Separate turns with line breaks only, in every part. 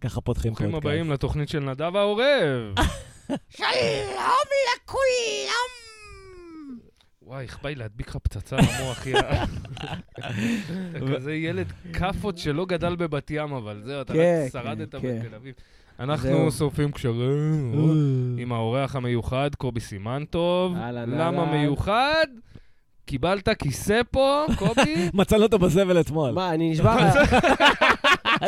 ככה פותחים
ברוכים
פודקאסט.
הבאים לתוכנית של נדב העורב.
שלום לכולם!
וואי, איך בא לי להדביק לך פצצה במוח, יא. אתה כזה ילד כאפות שלא גדל בבת ים, אבל זהו, אתה
כן,
רק שרדת
כן, כן.
בתל אביב.
זהו. אה.
אנחנו שורפים קשרים עם האורח המיוחד, קובי סימנטוב.
אהלן,
למה
אהלן.
מיוחד? קיבלת כיסא פה, קובי?
מצאנו אותו בזבל אתמול.
מה, אני נשבר?
היה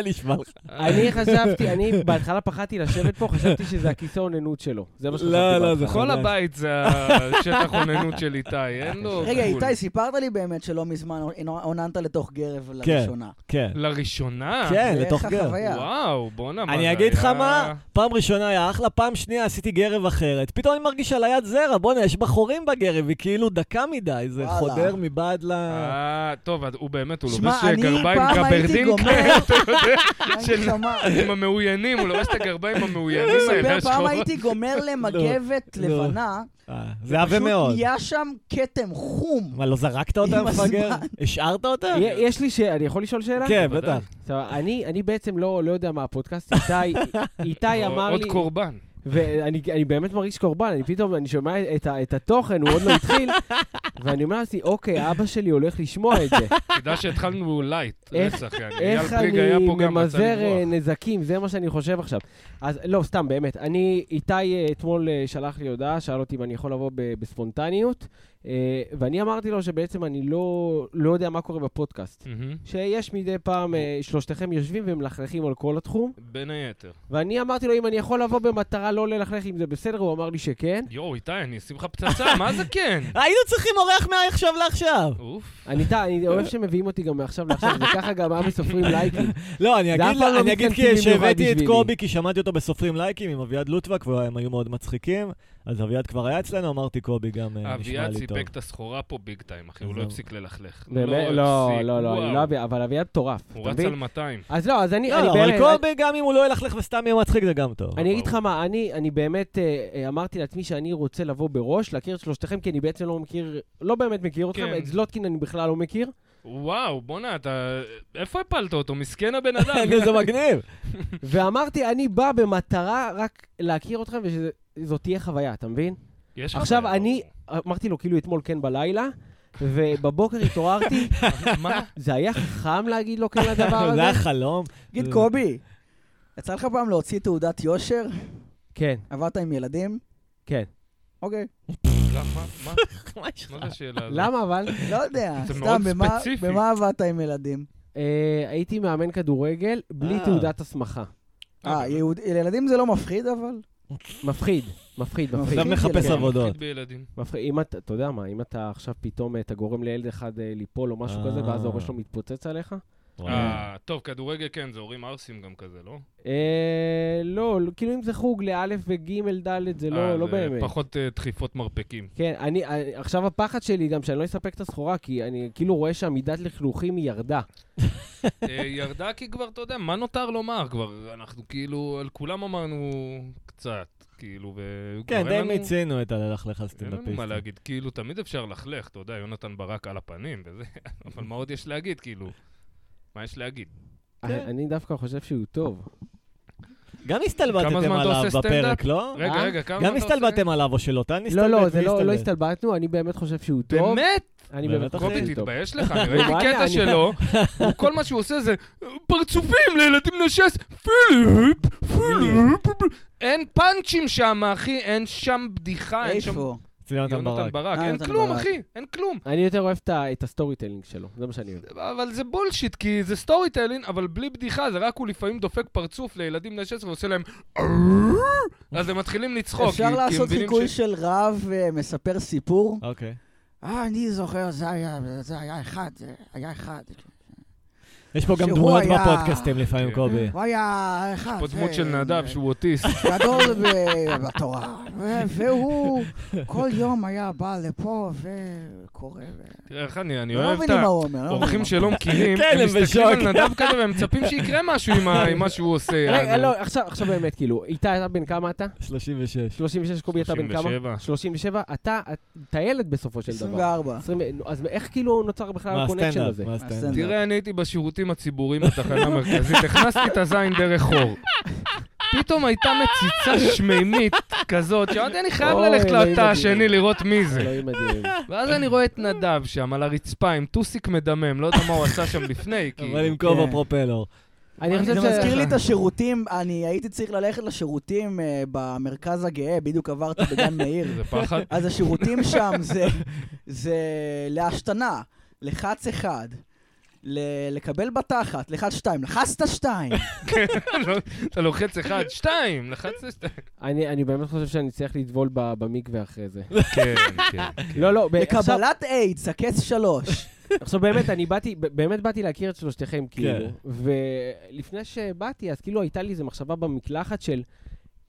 נשמע לך.
אני חשבתי, אני בהתחלה פחדתי לשבת פה, חשבתי שזה הכיסא אוננות שלו. זה מה שחשבתי
לא, לא,
בהתחלה.
זה
כל
חדש.
הבית זה השטח אוננות של איתי, אין לו...
רגע,
גבול.
איתי, סיפרת לי באמת שלא מזמן עוננת לתוך גרב
כן.
לראשונה.
כן.
לראשונה?
כן, לתוך
ואיך
גר.
החוויה?
וואו, בואנה, מה
אני
זה
אגיד לך
היה?
מה, פעם ראשונה היה אחלה, פעם שנייה עשיתי גרב אחרת. פתאום אני מרגיש על היד זרע, בואנה, יש בה חורים בגרב, היא כאילו דקה מדי, זה
וואלה.
חודר מבעד ל...
אה, טוב, אז הוא באמת, הוא
שמע,
לובש אה,
אני
גרביים
פעם הייתי
גברדין
גומר,
של-
אני שמע,
עם המאוינים, הוא לובש את הגרביים המאוינים האלה,
מספר, פעם
השחורות.
הייתי גומר למגבת
לא.
לבנה,
אה, זה עבה מאוד.
פשוט נהיה שם כתם חום.
מה, לא זרקת אותה,
עם
מפגר?
הזמן.
השארת אותה?
י- יש לי ש... אני יכול לשאול שאלה?
כן,
בוודאי.
בטח.
אה,
סבבה, אני אני בעצם לא לא יודע מה הפודקאסט, איתי- איתי אמר
עוד
לי...
קורבן.
ואני אני באמת מרגיש קורבן, אני פתאום, אני שומע את, ה- את התוכן, הוא עוד לא התחיל, ואני אומר לעצמי, אוקיי, אבא שלי הולך לשמוע את זה.
תדע שהתחלנו לייט,
איך-
רצח, יעני. אייל
איך
פריג היה
אני
פה גם, רצה
ממזער אה,
לברוח.
נזקים, זה מה שאני חושב עכשיו. אז לא, סתם, באמת. אני, איתי אה, אתמול אה, שלח לי הודעה, שאל אותי אם אני יכול לבוא ב- בספונטניות, אה, ואני אמרתי לו שבעצם אני לא לא יודע מה קורה בפודקאסט.
מהמם.
שיש מדי פעם, אה, שלושתכם יושבים ומלכלכים על כל התחום,
בין היתר.
ואני אמרתי לו אם אני יכול לבוא במטרה לא ללכלך, אם זה בסדר, הוא אמר לי שכן.
יואו, איתי, אני אשים לך פצצה, מה זה כן?
אה.
היינו צריכים אורח מעכשיו לעכשיו.
אוף.
אני, ת- אני אוהב שמביאים אותי גם מעכשיו לעכשיו, וככה גם אבי סופרים לייקים.
לא, אני
זה
אגיד
אף פעם
לה-
לא
אני אגיד
מתכנסים
כי
במיוחד
שהבאתי את
בשבילי.
קובי, כי שמעתי אותו בסופרים לייקים עם אביעד לוטבק, והם היו מאוד מצחיקים. אז אביעד כבר היה אצלנו, אמרתי קובי גם אה, נשמע
אביעד
לי טוב.
סיפק את הסחורה פה ביג טיים, אחי, הוא לא
עזוב.
הפסיק ללכלך.
באמת, לא,
הפסיק,
לא, לא, אני לא
וואו.
אביעד, אבל אביעד מטורף.
הוא
אתה
רץ
מבין?
על 200.
אז לא, אז אני,
לא,
אני
לא, אבל
באמת...
קובי, גם אם הוא לא ילכלך וסתם יהיה מצחיק, זה גם טוב.
אני אגיד לך
ברור.
מה, אני, אני באמת אה, אה, אמרתי לעצמי שאני רוצה לבוא בראש, להכיר את שלושתכם, כי אני בעצם לא מכיר, לא באמת מכיר אתכם,
כן.
את זלוטקין אני בכלל לא מכיר.
וואו, בואנה, אתה... איפה הפלת אותו? מסכן הבן אדם.
לא, זה מגניב.
ואמרתי, אני בא במטרה רק להכיר אתכם, ושזאת תהיה חוויה, אתה מבין?
יש לך
עכשיו
בעיה,
אני, אמרתי לו כאילו אתמול כן בלילה, ובבוקר התעוררתי,
ברור. מה?
זה היה חכם להגיד לו כן לדבר
זה היה
הזה?
חלום.
תגיד, קובי, יצא לך פעם להוציא תעודת יושר?
כן,
עברת עם ילדים?
כן.
אוקיי.
למה? מה?
מה יש לך?
מה זה השאלה הזאת?
למה אבל?
לא יודע,
זה מאוד
סתם, במה-
ספציפי.
במה עבדת עם ילדים?
אה, הייתי מאמן כדורגל בלי
אה.
תעודת הסמכה.
אה, יהוד- לילדים זה לא מפחיד אבל?
מפחיד, מפחיד, מפחיד.
עכשיו מחפש
כן,
עבודות.
מפחיד בילדים.
מפחיד, אם אתה, אתה יודע מה, אם אתה עכשיו פתאום, אה, אתה גורם לילד אחד אה, ליפול או משהו
אה.
כזה, ואז ההורה שלו מתפוצץ עליך?
אה, טוב, כדורגל כן, זה הורים ערסים גם כזה, לא?
אה, לא, לא, כאילו אם זה חוג לאלף וג' ד' זה
אה,
לא, לא באמת.
זה פחות אה, דחיפות מרפקים.
כן, אני, אני- עכשיו הפחד שלי גם שאני לא אספק את הסחורה, כי אני כאילו רואה שהמידת לכלוכים היא ירדה.
אה, ירדה כי כבר, אתה יודע, מה נותר לומר כבר? אנחנו כאילו, על כולם אמרנו קצת, כאילו, ו...
כן,
כבר
די
אין לנו-
מיצינו את הלכלך
אין לנו מה
הסטנדאפיסטים.
להגיד, כאילו, תמיד אפשר לכלך, אתה יודע, יונתן ברק על הפנים וזה, אבל מה עוד יש להגיד, כאילו? מה יש להגיד?
אני אה, אני דווקא חושב שהוא טוב.
גם
כמה
הסתלבטתם
זמן אתה
עליו
עושה
בפרק,
סטנדאפ?
לא?
רגע,
אה?
רגע, כמה...
גם
אתה עושה?
הסתלבטתם עליו, או שלא? אתה נסתלבט,
לא, לא, זה
מי
לא לא
הסתלבט?
הסתלבטנו, אני באמת חושב שהוא טוב.
באמת?
אני
באמת,
באמת חושב
קובי,
שהוא טוב.
תתבייש לך, אני ראיתי
וואלה,
קטע
אני-
שלו, הוא- כל מה שהוא עושה זה פרצופים לילדים בני שש, פיליפ, פיליפ. אין פאנצ'ים שם, אחי, אין שם בדיחה, אה, אין שם...
איפה?
אצל יונתן
יונתן
ברק.
ברק,
אה,
אין
יונתן
כלום,
ברק.
אחי, אין כלום.
אני יותר אוהב את ה- את הסטורי טיילינג שלו, זה מה שאני אוהב.
אבל זה בולשיט, כי זה סטורי טיילינג, אבל בלי בדיחה, זה רק הוא לפעמים דופק פרצוף לילדים בני שש ועושה להם... אז הם מתחילים לצחוק, כי-
אפשר
כי הם
לעשות
מבינים
חיקוי
ש-
של רב אה, מספר סיפור?
אוקיי.
אה, אני זוכר, זה היה, זה היה אחד, זה היה אחד.
יש פה גם
שהוא
דמויות
היה-
בפודקאסטים לפעמים,
כן.
קובי.
הוא היה אחד.
פה דמות
זה-
של נדב שהוא אוטיסט.
גדול ב- בתורה. ו- והוא כל יום היה בא לפה וקורא. ו-
תראה איך אני אני
לא
אוהב את
מבינים
ה...
מה הוא אומר. לא מבינים
אורחים
מה-
שלא מכירים,
כן,
הם
הם
מסתכלים על
בשוק.
נדב כזה והם מצפים שיקרה משהו עם ה- עם מה שהוא עושה.
רגע,
יענו.
לא, עכשיו עכשיו באמת, כאילו, איתי, אתה בן כמה אתה?
36.
36, קובי, אתה בן כמה?
37.
37. אתה, אתה ילד בסופו של דבר.
24.
24. אז איך כאילו נוצר בכלל
מה
הקונקשן
הסטנדאפ?
הזה?
מה הסטנדאפ?
הסטנדאפ.
תראה, אני הייתי בשירותים השירותים הציבוריים בתחנה המרכזית, הכנסתי את הזין דרך חור. פתאום הייתה מציצה שמימית כזאת, שאמרתי, אני חייב
אוי,
ללכת
אלוהים
לתא
אדירים.
השני לראות מי זה.
אלוהים לא מדהים.
ואז אני רואה את נדב שם על הרצפה עם טוסיק מדמם, לא יודע מה הוא עשה שם לפני, כי...
אבל עם כובע
כן.
פרופלור.
אני
זה
חושב ש...
מזכיר לי את השירותים, אני הייתי צריך ללכת לשירותים אה, במרכז הגאה, בדיוק עברתי בגן מאיר.
זה פחד.
אז השירותים שם זה- זה להשתנה, לחץ אחד, ל- לקבל בתחת, לחץ שתיים, לחצת שתיים.
אתה לוחץ אחד, שתיים, לחצת שתיים.
אני אני באמת חושב שאני צריך לטבול ב- במקווה אחרי זה.
כן, כן.
לא, לא, ב- עכשיו-
לקבלת איידס, הכס שלוש.
עכשיו באמת, אני באתי, ב- באמת באתי להכיר את שלושתכם, כאילו.
כן.
ולפני שבאתי, אז כאילו הייתה לי איזו מחשבה במקלחת של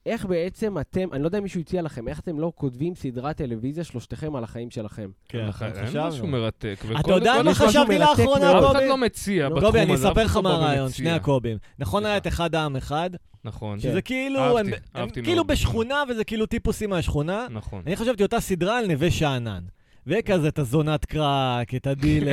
איך בעצם אתם, אני לא יודע אם מישהו הציע לכם, איך אתם לא כותבים סדרת טלוויזיה שלושתכם על החיים שלכם.
כן,
נכון. אין משהו
חשבנו.
מרתק.
אתה יודע
כל
מה
אחד
חשבתי
מרתק
לאחרונה,
מאוד.
אף אחד
קובי?
לא מציע בתחום הזה.
קובי, אני
אף אחד
אספר לך
לא
מה
בא
הרעיון,
ומציע.
שני הקובים. נכון היה את אחד העם אחד,
נכון.
כן.
שזה כאילו,
אהבתי,
הם הם
אהבתי
כאילו
מאוד.
בשכונה וזה כאילו טיפוסים מהשכונה.
נכון.
אני חשבתי אותה סדרה על נווה שאנן. וכזה את הזונת קרק, את הדילר,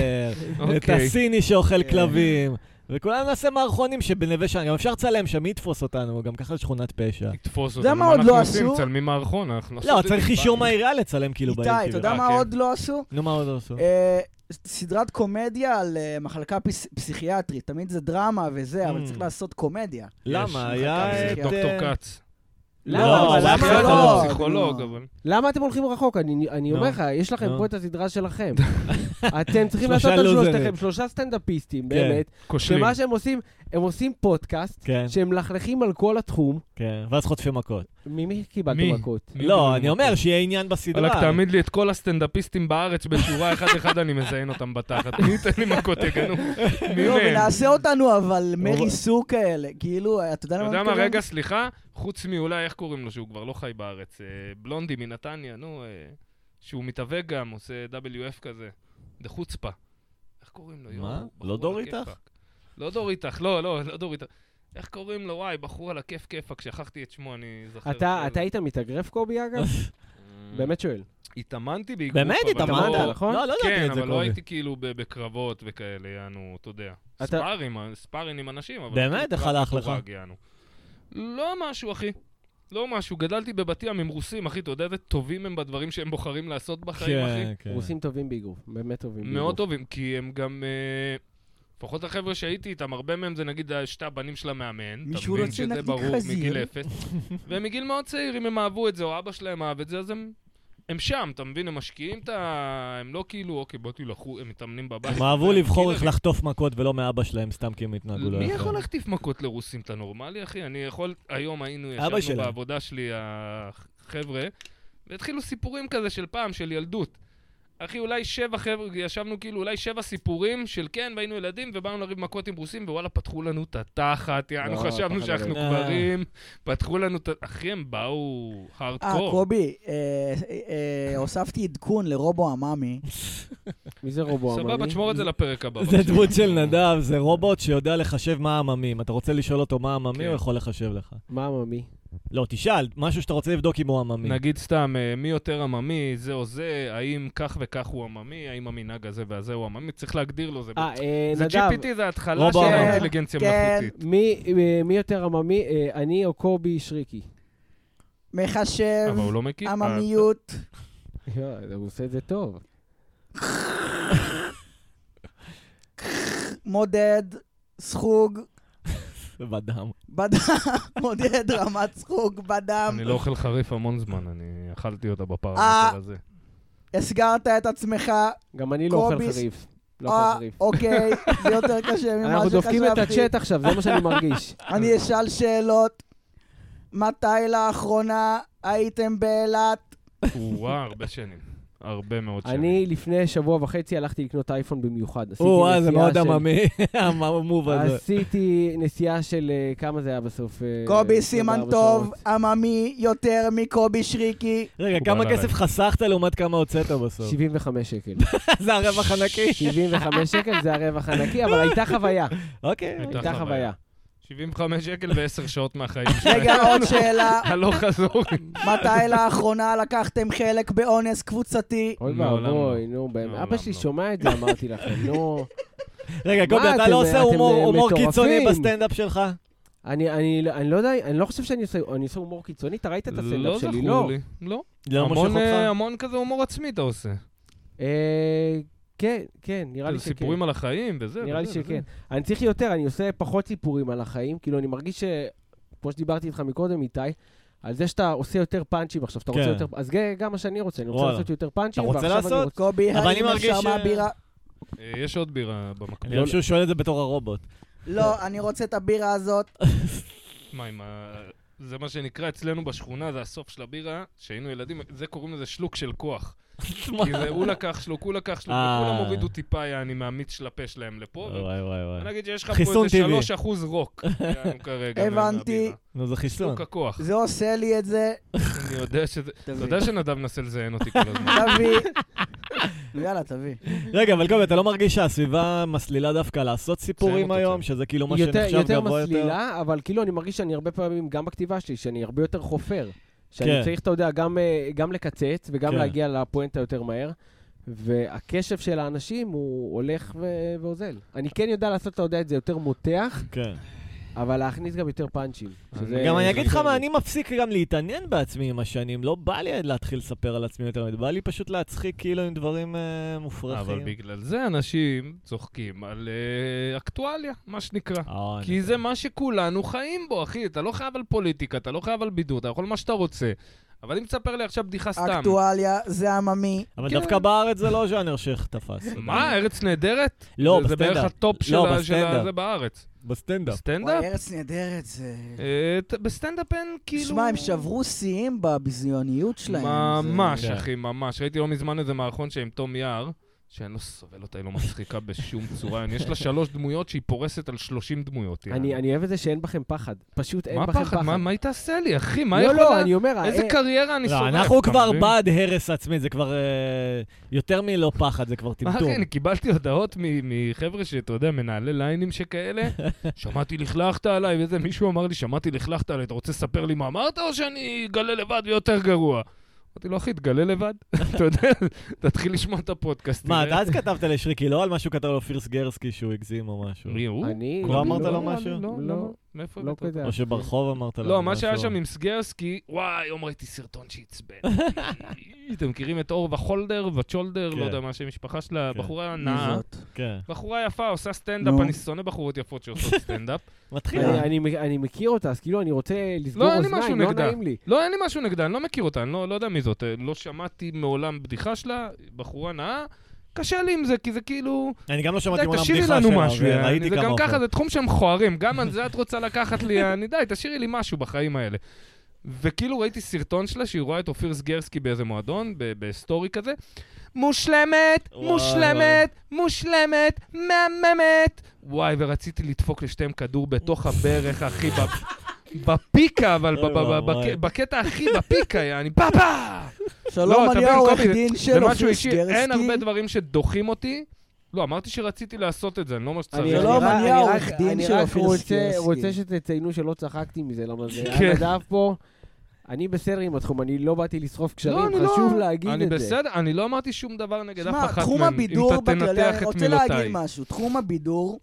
את
אוקיי.
הסיני שאוכל
כן.
כלבים. וכולנו נעשה מערכונים שבנווה שאנן, גם אפשר לצלם שם, מי יתפוס אותנו? גם ככה שכונת פשע.
תתפוס
יודע
אותנו,
מה
מה
עוד
אנחנו
לא
עושים?
עשו?
מצלמים מערכון, אנחנו נעשה
לא,
את זה
צריך
טיפה.
אישור מהעירייה לצלם כאילו בעיר.
איתי, אתה
כאילו.
יודע
אה,
מה
כן.
עוד לא עשו?
נו, מה עוד עשו?
אה, סדרת קומדיה על אה, מחלקה פס- פסיכיאטרית. תמיד זה דרמה וזה, אבל
Mm.
צריך לעשות קומדיה.
יש,
למה?
מחכה,
היה את...
זה
דוקטור
אה,
כץ.
למה?
לא,
אבל
זה
למה
אחרת,
לא?
לא.
פסיכולוג,
לא.
אבל...
למה אתם הולכים רחוק? אני, אני
נו.
אומר לך, יש לכם
נו.
פה את הסדרה שלכם. אתם צריכים
שלושה
לעשות על
לוזרים.
שלושתכם, שלושה סטנדאפיסטים, באמת,
כושלים.
שמה שהם עושים, הם עושים פודקאסט,
כן,
שהם מלכלכים על כל התחום.
כן, ואז חוטפים מכות.
ממי קיבלתם
מי?
מכות?
מי
לא,
יודע
אני
מה
אומר
קורה?
שיהיה עניין בסדרה.
וואלכ, תעמיד לי את כל הסטנדאפיסטים בארץ בשורה אחד-אחד, אני מזיין אותם בתחת. מי ייתן לי מכות יגנו? מי
לא,
מהם? לא
ונעשה אותנו אבל
אבל-
מרי סו כאלה, כאילו, אתה יודע
אתה
למה
יודע
אני
מה,
מתכוון?
רגע, סליחה, חוץ מאולי, איך קוראים לו, שהוא כבר לא חי בארץ, אה, בלונדי מנתניה, נו, אה, שהוא מתאבק גם, עושה WF כזה, דחוצפה. איך קוראים לו? יואו,
מה?
בחור
לא
על
דור
הכיפאק.
איתך?
לא דור איתך, לא, לא, לא דור איתך. איך קוראים לו? וואי, בחור על הכיף כיפאק, שכחתי את שמו, אני זוכר. אה,
אתה, אתה היית מתאגרף קובי אגב? באמת שואל.
התאמנתי באיגוף,
באמת
אבל
התאמנת,
לא-
נכון? לא, לא
כן,
ידעתי את זה
אבל לא
קובי.
הייתי כאילו ב- בקרבות וכאלה, יענו, אתה יודע.
אתה-
ספארים, ספארים עם אנשים, אבל...
באמת?
כאילו
איך
קרב
הלך לך?
מדורג, יענו. לא משהו, אחי. לא משהו. גדלתי בבת ים עם רוסים, אחי, אתה יודע איזה טובים הם בדברים שהם בוחרים לעשות בחיים, אחי?
כן, כן.
רוסים טובים באגרוף, באמת טובים באגרוף.
מאוד טובים, כי הם גם... אה, לפחות החבר'ה שהייתי איתם, הרבה מהם זה נגיד אה, שתי הבנים של המאמן. אתה
מישהו
מבין
רוצה
שזה
נקניק
ברור,
חזיר.
מגיל אפס. ומגיל מאוד צעיר, אם הם אהבו את זה, או אבא שלהם אהב את זה, אז הם... הם שם, אתה מבין? הם משקיעים את ה... הם לא כאילו, אוקיי, באתי לחו... הם מתאמנים בבית.
הם אהבו לבחור איך
כאילו,
לחטוף מכות ולא מאבא שלהם, סתם כי הם התנהגו לא
מי יכול
יפה.
להחטיף מכות לרוסים? אתה נורמלי, אחי? אני יכול... היום היינו,
אבא
ישבנו
שלהם.
בעבודה שלי, החבר'ה, והתחילו סיפורים כזה של פעם, של ילדות. אחי, אולי שבע חבר'ה, ישבנו כאילו אולי שבע סיפורים של כן, והיינו ילדים, ובאנו לריב מכות עם רוסים, ווואלה, פתחו לנו את התחת, יענו,
לא,
חשבנו
פחד
שאנחנו
אלוהים.
גברים, פתחו לנו את ה... אחי, הם באו
אה,
הארדקור.
קובי, אה, אה, הוספתי עדכון לרובו עממי.
מי זה רובו עממי?
סבבה, תשמור את זה לפרק הבא.
זה
בבקשה.
דמות של נדב, זה רובוט שיודע לחשב מה העממים. אתה רוצה לשאול אותו מה העממי,
כן.
הוא יכול לחשב לך.
מה עממי?
לא, תשאל, משהו שאתה רוצה לבדוק אם הוא עממי.
נגיד סתם, אה, מי יותר עממי, זה או זה, האם כך וכך הוא עממי, האם המנהג הזה והזה הוא עממי, צריך להגדיר לו, זה
אה, אה,
זה
נדב, לא,
GPT, זה התחלה של
רובו
עממי.
האינטליגנציה
כן.
מלאכותית.
מי- אה, מי יותר עממי? אה, אני או קובי שריקי? כן.
מחשב,
אבל הוא לא מכיר.
עממיות.
יואו, הוא עושה את זה טוב.
מודד, סחוג,
בדם.
בדם, מודד רמת סחוג
אה,
בדם.
אני לא אוכל חריף המון זמן, אני אכלתי אותה
אה,
בפרמטר הזה.
הסגרת את עצמך,
גם אני לא אוכל
קובי ש-
חריף. לא
אה,
אוכל חריף.
אוקיי, זה יותר קשה ממה שחשבתי.
אה, אנחנו דופקים את הצ'אט עכשיו, זה מה שאני מרגיש.
אני אשאל שאלות. מתי לאחרונה הייתם באילת?
וואו, הרבה שנים. הרבה מאוד שנים.
אני לפני שבוע וחצי הלכתי לקנות אייפון במיוחד. עשיתי
או, אה, זה
נסיעה
מאוד
של-
עממי, המוב הזה.
עשיתי נסיעה של אה, כמה זה היה בסוף? אה,
קובי
24
סימן
שעות.
טוב, עממי יותר מקובי שריקי.
רגע,
מקובל
כמה
עליי.
כסף חסכת לעומת כמה הוצאת בסוף?
75 שקל.
זה הרווח הנקי.
75 שקל זה הרווח הנקי, אבל הייתה חוויה.
אוקיי.
הייתה
הייתה
חוויה.
חוויה.
75 שקל ועשר שעות מהחיים שלי.
רגע, עוד שאלה.
הלוך חזור.
מתי לאחרונה לקחתם חלק באונס קבוצתי?
אוי
מעולם
ואבוי,
לא.
נו, באמת.
מעולם
אבא שלי
לא.
שומע את זה, אמרתי לכם, נו.
רגע,
מה
קובי, אתה
אתם,
לא עושה
אתם,
הומור-
אה,
הומור
מטורפים?
קיצוני בסטנדאפ שלך?
אני, אני, לא- אני לא יודע, אני לא חושב שאני עושה, אני עושה הומור קיצוני, אתה ראית את הסטנדאפ
לא
שלי,
זכור לי. לא.
לא מושך
המון, אה,
אותך?
המון כזה הומור עצמי אתה עושה.
אה, כן, כן, נראה לי
כזה
שכן.
סיפורים על החיים וזה.
נראה לי
וזה, וזה.
שכן. אני צריך יותר, אני עושה פחות סיפורים על החיים. כאילו, אני מרגיש ש... כמו שדיברתי איתך מקודם, איתי, על זה שאתה עושה יותר פאנצ'ים עכשיו, שאתה רוצה
כן.
יותר... אז זה גם מה שאני רוצה, אני רוצה
וואלה.
לעשות יותר פאנצ'ים.
אתה רוצה
ועכשיו אני
לעשות?
רוצ-
קובי,
אבל אני
האם
מרגיש
אפשר
ש-
מהבירה?
אה, יש עוד בירה במקביל.
אני לא- חושב שהוא שואל את זה בתור הרובוט.
לא, אני רוצה את הבירה הזאת.
מה, עם ה... אה, זה מה שנקרא אצלנו בשכונה, זה הסוף של הבירה, שהיינו ילדים, זה קוראים לזה שלוק של כוח. כי זה הוא לקח שלוק, הוא לקח שלוק,
אה.
וכולם הורידו טיפה, יעני, מהמיץ של הפה שלהם לפה. ו-
וואי וואי
אני
וואי.
אגיד שיש לך פה
חיסון
איזה
טבעי.
3 אחוז רוק. יענו, כרגע, מה-
הבנתי.
מהבירה.
נו, זה חיסון.
שלוק הכוח.
זה עושה לי את זה.
אני יודע שזה... אתה
תביא.
יודע שנדב מנסה לזיין אותי כל הזמן.
תביא. נו, יאללה, תביא.
רגע, אבל קובי, אתה לא מרגיש שהסביבה מסלילה דווקא לעשות סיפורים
אותו,
היום?
תסיים.
שזה כאילו מה
יותר,
שנחשב
יותר
גבוה יותר?
מסלילה, אבל כאילו, אני מרגיש שאני הרבה פעמים, גם בכתיבה שלי, שאני הרבה יותר חופר. שאני
כן.
צריך, אתה יודע, גם, אה, גם לקצץ וגם
כן.
להגיע לפואנטה יותר מהר. והקשב של האנשים הוא הולך ו- ואוזל. אני כן יודע לעשות, אתה יודע, את זה יותר מותח,
כן.
אבל להכניס גם יותר פאנצ'ים. שזה-
גם אני
זה
אגיד לך
יותר
מה,
לי.
אני מפסיק גם להתעניין בעצמי עם השנים. לא בא לי להתחיל לספר על עצמי יותר מדי, בא לי פשוט להצחיק כאילו עם דברים אה,
אבל
מופרכים.
בגלל זה אנשים צוחקים על אה, אקטואליה, מה שנקרא.
אה, אני-
כי זה מה שכולנו חיים בו, אחי. אתה לא חייב על פוליטיקה, אתה לא חייב על בידור, אתה יכול מה שאתה רוצה. אבל אם תספר לי עכשיו בדיחה סתם.
אקטואליה, זה עממי.
אבל
כן.
דווקא בארץ זה לא ז'אנר שתפס.
מה, ארץ נהדרת?
לא,
זה- זה בערך
בסטנדאפ.
הטופ של
לא,
ה- של ה-
בסטנדאפ. לא.
זה בארץ.
בסטנדאפ.
סטנדאפ?
וואי, ארץ נהדרת זה...
אה, ת- בסטנדאפ אין כאילו...
שמע, הם שברו שיאים בביזיוניות שלהם. זה-
ממש,
כן.
אחי, ממש. ראיתי לא מזמן איזה מערכון שעם תום יער, שאני לא סובל אותה, היא לא מצחיקה בשום צורה. יש לה שלוש דמויות שהיא פורסת על שלושים דמויות.
אני, אני אוהב את זה שאין בכם פחד. פשוט אין
אה. מה
בכם פחד.
פחד? מה- מה היא תעשה לי, אחי? מה
לא,
יכולה...
לא, אני אומר...
איזה
אה,
קריירה אני סובל.
לא, אנחנו
אתה
כבר
מבין?
בעד הרס עצמי, זה כבר אה, יותר מלא פחד, זה כבר
מה
טמטום.
אחי, אוקיי, אני אה, קיבלתי הודעות מ- מחבר'ה שאתה יודע, מנהלי ליינים שכאלה, שמעתי לכלכת עליי, וזה מישהו אמר לי, שמעתי לכלכת עליי, אתה רוצה לספר לי מה אמרת או שאני אגלה לבד ויותר גרוע? אמרתי לו, אחי, תגלה לבד, אתה יודע, תתחיל לשמוע את הפודקאסט.
מה, אתה
תראה.
אז כתבת לשריקי, לא על מה שהוא כתב לו פירס גרסקי שהוא הגזים או משהו.
מי הוא?
אני...
לא אמרת לו
לא,
משהו?
לא,
לא.
לא. מאיפה
לא
הבאת אותו?
כזה.
או שברחוב אמרת לו.
לא, מה שהיה
משהו.
שם עם סגרסקי, וואי, היום ראיתי סרטון שעצבן. אתם מכירים את אורווה חולדר, וצ'ולדר,
כן.
לא יודע מה השם משפחה שלה,
כן.
בחורה
מי
נאה.
זאת?
כן.
בחורה יפה, עושה סטנדאפ,
נו.
אני שונא בחורות יפות שעושות סטנדאפ.
מתחיל.
אני, אני, אני מכיר אותה, אז כאילו אני רוצה לסגור
אין לי משהו
אוזניים, לא
נגדה.
נעים לי.
לא, אין לי משהו נגדה, אני לא מכיר אותה, אני לא לא יודע מי זאת, אה, לא שמעתי מעולם בדיחה שלה, בחורה נאה. קשה לי עם זה, כי זה כאילו...
אני גם לא
די,
שמעתי מעולם
תשאירי
בדיחה
לנו משהו,
שלה,
יעני,
וראיתי
זה
כמה
גם ככה,
הופעות.
זה תחום שהם מכוערים, גם על זה את רוצה לקחת לי, אני די, תשאירי לי משהו בחיים האלה. וכאילו ראיתי סרטון שלה שהיא רואה את אופיר סגרסקי באיזה מועדון, ב- בסטורי כזה. מושלמת,
וואי,
מושלמת, מושלמת, מהממת. וואי, ורציתי לדפוק לשתיהם כדור בתוך הברך, אחי, ב- בפיקה, אבל ב-
אוי
ב- ב-
ואבוי.
בק- בקטע הכי בפיקה, יעני, בבא!
שלום,
אתה
אני
מבין,
העורך
קובי, זה-
דין
זה
של
משהו
אופיר
אישי, אין הרבה
סגרסקי.
דברים שדוחים אותי. לא, אמרתי שרציתי לעשות את זה, אני לא אומר שצריך.
אני לא
רק-
מניע
אני
עורך
רק-
דין של
אני רק
אופיר
רוצה,
סקירסקי.
רוצה שתציינו שלא צחקתי מזה, למה זה
כן.
היה נדב פה. אני בסדר עם התחום, אני לא באתי לשרוף קשרים,
אני לא-
חשוב להגיד
אני
את זה.
בסדר, אני לא אמרתי שום דבר נגד אף אחת
שמע,
מהן.
תחום
אם
הבידור
אתה
בכללי,
תנתח
אני
את
רוצה להגיד
מילותיי.
משהו. תחום הבידור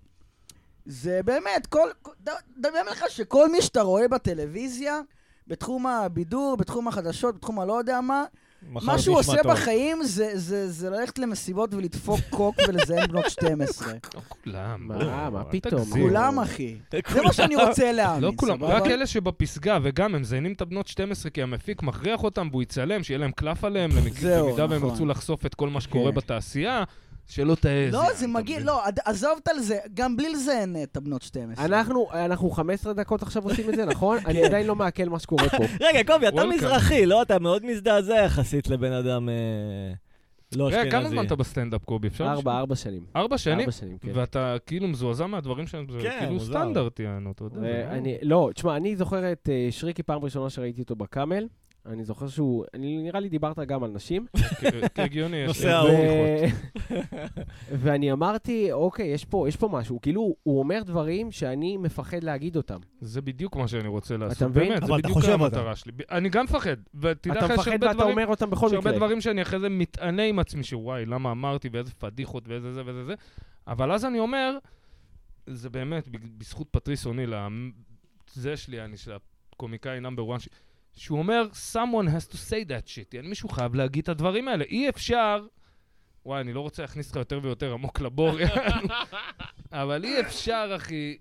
זה באמת, כל... כל- ד- דמיין לך שכל מי שאתה רואה בטלוויזיה, בתחום הבידור, בתחום החדשות, בתחום הלא יודע מה,
מחר
מה שהוא
נשמע
עושה
טוב.
בחיים זה- זה זה ללכת למסיבות ולדפוק קוק ולזיין בנות 12.
לא כולם.
מה,
בוא,
מה
אל
פתאום?
תגזים.
כולם, אחי. זה
כולם.
מה שאני רוצה להאמין,
לא כולם,
סבבה?
רק אלה שבפסגה, וגם הם מזיינים את הבנות 12 כי המפיק מכריח אותם והוא יצלם, שיהיה להם קלף עליהם, למק-
זהו,
במידה והם
נכון.
ירצו לחשוף את כל מה שקורה
כן.
בתעשייה, שלא תעז.
לא, זה
אתה
מגיע,
מבין?
לא, עד- עזוב את על זה, גם בלי לזיין את הבנות 12.
אנחנו, אנחנו 15 דקות עכשיו עושים את זה, נכון? אני
כן.
עדיין לא מעכל מה שקורה פה.
רגע, קובי, אתה
Welcome.
מזרחי, לא? אתה מאוד מזדעזע יחסית לבן אדם אה, לא אשכנזי.
רגע, כמה זמן אתה בסטנדאפ, קובי? אפשר?
ארבע, ארבע שנים.
ארבע שנים?
ארבע שנים, כן.
ואתה כאילו מזועזע מהדברים שלהם, זה
כן,
כאילו
מוזר.
סטנדרט יענו, אתה יודע. זה לא-
ואני, לא, תשמע, אני זוכר את אה, שריקי פעם ראשונה שראיתי אותו בקאמל. אני זוכר שהוא, אני, נראה לי דיברת גם על נשים.
כי- כי הגיוני, יש
נושא
לי-
ההוא.
ואני אמרתי, אוקיי, יש פה, יש פה משהו. כאילו, הוא אומר דברים שאני מפחד להגיד אותם.
זה בדיוק מה שאני רוצה
אתה
לעשות,
מבין?
באמת, זה
אבל אתה
בדיוק
חושב
המטרה שלי. ב- אני גם מפחד, ותדע
אתה
לך יש
מפחד
הרבה
ואתה
דברים,
אומר אותם בכל
יש הרבה
מקרה.
דברים שאני אחרי זה מתענה עם עצמי, שוואי, למה אמרתי, ואיזה פדיחות, ואיזה זה ואיזה זה, אבל אז אני אומר, זה באמת בג- בזכות פטריס אוניל, המ- זה שלי, אני של הקומיקאי נאמבר 1, שהוא אומר, someone has to say that shit, يعني, מישהו חייב להגיד את הדברים האלה. אי אפשר... וואי, אני לא רוצה להכניס אותך יותר ויותר עמוק לבור, אבל אי אפשר, אחי,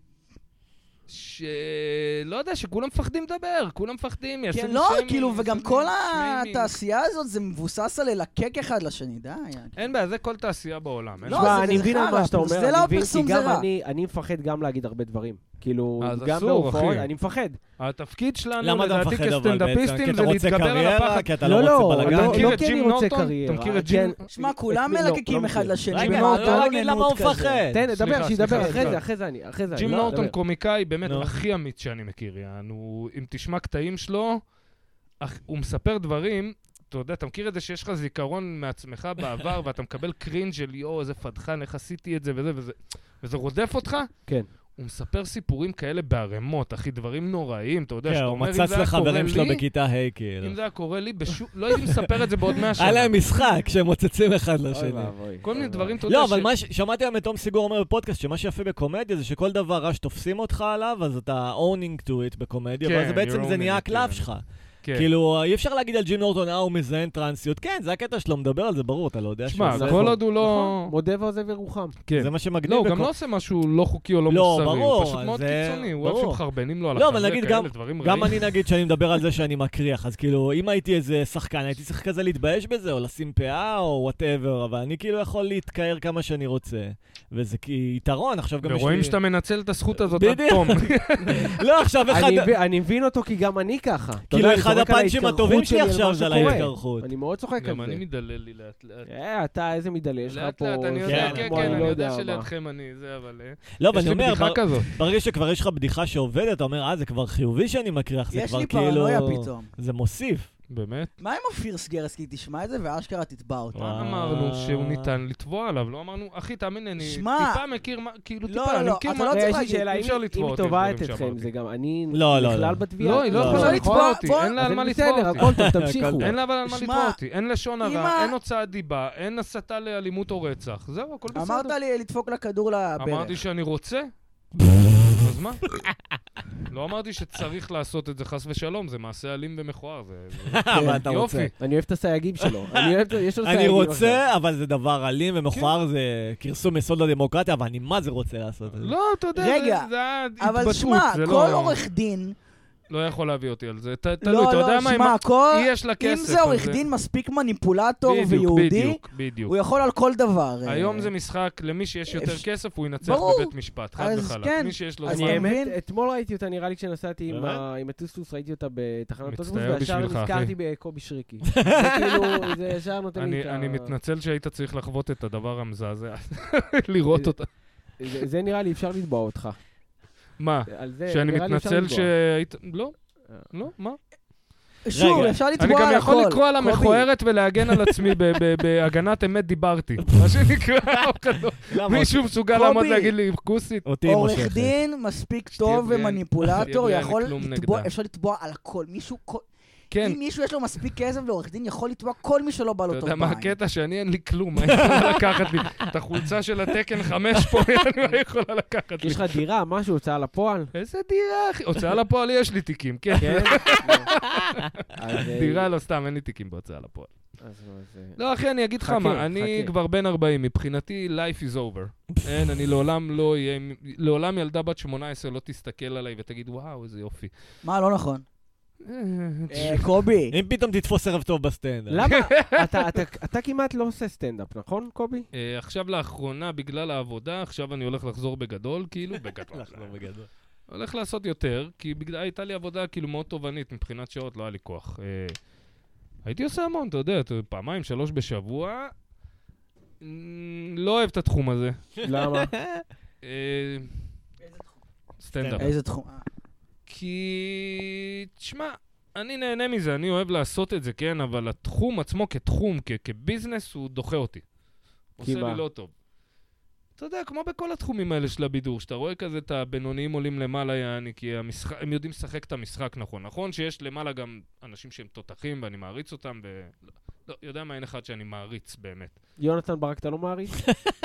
שלא יודע, שכולם מפחדים לדבר, כולם מפחדים, יעשו
כן, לא,
שיימינג,
כאילו,
יעשו
וגם כל
שיימינג.
התעשייה הזאת, זה מבוסס על ללקק אחד לשני, די.
אין בעיה, זה כל תעשייה בעולם. אין
לא,
בעיה.
זה-
תשמע, אני
זה
מבין על
חרא,
מה שאתה אומר,
זה
אני
לא
מבין, כי
הפרסום,
גם
זה רע.
אני, אני מפחד גם להגיד הרבה דברים. כאילו,
אה, אז
גם
אסור,
בהופעות,
אחי.
אני מפחד.
התפקיד שלנו,
למה אתה
לדעתי,
מפחד אבל בעצם? כי
כסטנדאפיסטים,
אתה
זה
רוצה
להתגבר על
קריירה?
הפחד.
כי אתה
לא,
לא
לא,
רוצה
לא,
בלאגן?
אתה מכיר
לא
את
כי
ג'ים
אני רוצה
נורטון?
קריירה.
אתה מכיר את
כן,
ג'ים?
שמע,
לא,
כולם
לא, לא
מלקקים אחד
מכיר.
לשני.
רגע,
ג'ים
אבל
נורטון,
לא להגיד למה הוא
כזה.
מפחד.
תן,
סליחה,
דבר, שידבר
סליחה,
אחרי
סליחה.
זה, אחרי זה אני, אחרי זה אני.
ג'ים
לא,
נורטון
דבר.
קומיקאי באמת
נו.
הכי אמיץ שאני מכיר, יענו, הוא- אם תשמע קטעים שלו, אך- הוא מספר דברים, אתה יודע, אתה מכיר את זה שיש לך זיכרון מעצמך בעבר, ואתה מקבל קרינג' של יואו, איזה פדחן, איך עשיתי את זה וזה וזה, וזה רודף אותך?
כן.
הוא מספר סיפורים כאלה בערימות, אחי, דברים נוראיים, אתה יודע,
כן,
שאתה
הוא
אומר, אם
מצץ
זה היה קורה
לחברים שלו
לי,
בכיתה ה' כאילו.
אם זה היה קורה לי, בשום- לא הייתי מספר את זה בעוד מאה שנה.
היה להם משחק שהם מוצצים אחד
אוי
לשני.
ואבוי. אה,
כל מיני דברים, אתה יודע,
לא,
ש-
אבל מה ש- שמעתי היום את תום סיגור אומר בפודקאסט, שמה שיפה בקומדיה זה שכל דבר רע שתופסים אותך עליו, אז אתה owning to it בקומדיה,
כן,
ואז
you're
בעצם
owning
זה נהיה
it,
הקלף
כן.
שלך.
כן.
כאילו, אי אפשר להגיד על ג'ים נורטון, אה, הוא מזיין טרנסיות. כן, זה הקטע שלו, מדבר על זה, ברור, אתה לא יודע
תשמע,
שהוא
זה
זה.
כל
נכון.
עוד הוא לא...
נכון, מודה ועוזב ירוחם.
כן.
זה מה שמגניב.
לא, הוא גם
בקו-
לא עושה משהו לא חוקי או לא
לא,
מוסרי, הוא
ברור,
פשוט מאוד
זה-
קיצוני, הוא אוהב
ברור.
שמחרבנים לו על
לא, אבל
החזה,
נגיד
כאלה
גם-
דברים רעים.
גם אני נגיד שאני מדבר על זה שאני מקריח, אז כאילו, אם הייתי איזה שחקן, הייתי צריך כזה להתבייש בזה, או לשים פאה, או וואטאבר, אבל אני כאילו יכול להתקהר כמה שאני רוצה, וזה כי יתרון, עכשיו גם יש לי...
ורואים שאתה מנצל את הזכות הזאת עד
בדיוק.
תום.
לא, עכשיו אחד...
אני מבין- אני מבין אותו כי גם אני ככה. אתה
כאילו,
יודע, אני
אחד
צוחק על
הפאנצ'ים
ההתקרחות
הטובים שלי
על מה
עכשיו זה על
שקורה.
ההתקרחות.
אני מאוד צוחק על
גם
זה.
אני מדלל לי לאט לאט.
אה, אתה איזה מדלל יש לך
לאט
פה.
לאט, אני יודע,
כן,
כן,
כמו
כן, אני
לא
יודע
מה.
שלידכם אני, זה, אבל... אה,
לא, אבל
יש
אני
לי
אומר,
בדיחה
בר-
כזאת.
ברגע שכבר יש לך בדיחה שעובדת, אתה אומר, אה, זה כבר חיובי שאני מקריח, זה
יש
כבר
לי
כאילו...
פרנויה פתאום.
זה מוסיף.
באמת?
מה עם אופיר סגרסקי? תשמע את זה, ואשכרה תתבע אותו.
וואו.
מה אמרנו
אה.
שהוא ניתן לתבוע עליו? לא אמרנו, אחי, תאמין לי, אני
שמע-
טיפה מכיר מה, כאילו
לא,
טיפה,
לא,
אני
לא,
מכיר
אתה
מה...
לא
אה,
צריך
יש לי
להגיד,
שאלה,
אי
אם
אפשר
היא-
לתבוע
אם היא
אותי
תובעת
בדברים
אתכם,
שאמרתי.
זה גם אני
לא, לא,
נכלל
לא.
בתביעה.
לא, היא לא
לא,
יכולה
לא.
לתבוע
בוא-
אותי,
בוא-
אין לה
אז
על מה
אני
לתבוע
בסדר,
אותי.
הכל טוב, תמשיכו.
הכל
אין לה אבל על מה
שמע,
לתבוע אותי, אין לשון
אם
הרע,
ה-
אין הוצאת דיבה, אין הסתה לאלימות או רצח, זהו, הכל בסדר.
אמרת לי לדפוק לכדור לברך.
אמרתי שאני רוצה. אז מה? לא אמרתי שצריך לעשות את זה חס ושלום, זה מעשה אלים ומכוער. זה- זה-
אבל אתה
יופי.
רוצה.
אני אוהב את הסייגים שלו. אני אוהב את ה... יש לו סייגים.
אני
עכשיו.
רוצה, אבל זה דבר אלים
כן.
ומכוער, זה כרסום יסוד לדמוקרטיה, אבל אני מה זה רוצה לעשות את זה.
לא, אתה יודע,
רגע,
זה- זה היה
אבל
התבטאות,
שמע,
זה
כל
לא...
עורך דין...
לא יכול להביא אותי על זה, ת- תלוי,
לא,
אתה יודע
לא,
מה,
שמע, כל...
אם- היא יש לה כסף.
אם זה
אז
עורך דין מספיק מניפולטור
בדיוק,
ויהודי,
בדיוק, בדיוק.
הוא יכול על כל דבר. אה,
היום זה משחק, למי שיש יותר
אפ-
כסף, הוא ינצח
ברור.
בבית משפט, חד
אז
וחלק.
כן,
מי שיש לו
אז
זמן.
אתה
אני האמת,
מבין?
אתמול ראיתי אותה, נראה לי כשנסעתי עם
באמת?
ה- עם הטוסטוס, ראיתי אותה בתחנת
מצטער
אוטובוס, וישר
בשבילך, אחי.
נזכרתי בקובי שריקי. זה כאילו, זה ישר נותן לי את
אני
ה...
אני מתנצל שהיית צריך לחוות את הדבר המזעזע, לראות
איזה-
אותה.
זה זה נראה לי, אפשר לתבוע אותך.
מה?
על זה,
שאני
אה, נראה לי אפשר
מתנצל
לתבוע.
שהיית... לא,
אה.
לא, מה?
שוב,
רגע,
אפשר
אני
לתבוע
גם
על
יכול
הכל.
לקרוא על
קובי.
המכוערת ולהגן על עצמי ב- ב- בהגנת אמת דיברתי. מה שנקרא, אף אחד לא-
למה?
מישהו מסוגל לעמוד
קובי.
להגיד לי כוסית.
אותי היא
עורך
מושכת.
דין מספיק
שתהיה
טוב
בלי- שתהיה
ומניפולטור
בלי, אני
יכול
כלום
לתבוע,
נגדה.
אפשר לתבוע על הכל. מישהו, כל-
כן,
אם מישהו יש לו מספיק כסף לעורך דין, יכול לתבוע כל מי שלא בא
אתה
לו טוב
יודע
בעין.
מה הקטע? שאני אין לי כלום, מה היא יכולה לקחת לי? את החולצה של התקן חמש פה, אני לא יכולה לקחת לי.
יש לך דירה, משהו, הוצאה לפועל?
איזה דירה, אחי. הוצאה לפועל יש לי תיקים, כן.
כן? אז, אה,
דירה לא סתם, אין לי תיקים בהוצאה לפועל.
אז לא, זה-
לא, אחי, אני אגיד לך
חכה,
מה, אני
חכה.
כבר בן 40, מבחינתי life is over. אין, אני לעולם לא אהיה, לעולם ילדה בת 18 לא תסתכל עליי ותגיד, וואו, איזה יופי.
מה, לא נכון.
אה,
אה, קובי,
אם פתאום תתפוס ערב טוב בסטנדאפ.
למה? אתה- אתה- אתה כמעט לא עושה סטנדאפ, נכון, קובי?
אה, עכשיו לאחרונה, בגלל העבודה, עכשיו אני הולך לחזור בגדול, כאילו, בגדול.
לחזור בגדול.
הולך לעשות יותר, כי בגלל, הייתה לי עבודה כאילו מאוד תובענית מבחינת שעות, לא היה לי כוח. אה, הייתי עושה המון, אתה יודע, אתה- פעמיים, שלוש בשבוע. אה, לא אוהב את התחום הזה.
למה?
אה, סטנדאפ.
איזה תחום. אה,
כי, תשמע, אני נהנה מזה, אני אוהב לעשות את זה, כן? אבל התחום עצמו כתחום, כ- כביזנס, הוא דוחה אותי. עושה
מה?
לי לא טוב. אתה יודע, כמו בכל התחומים האלה של הבידור, שאתה רואה כזה את הבינוניים עולים למעלה, יעני, כי המשחק, הם יודעים לשחק את המשחק נכון. נכון שיש למעלה גם אנשים שהם תותחים, ואני מעריץ אותם, ו... לא, יודע מה, אין אחד שאני מעריץ באמת.
יונתן ברק, אתה לא מעריץ?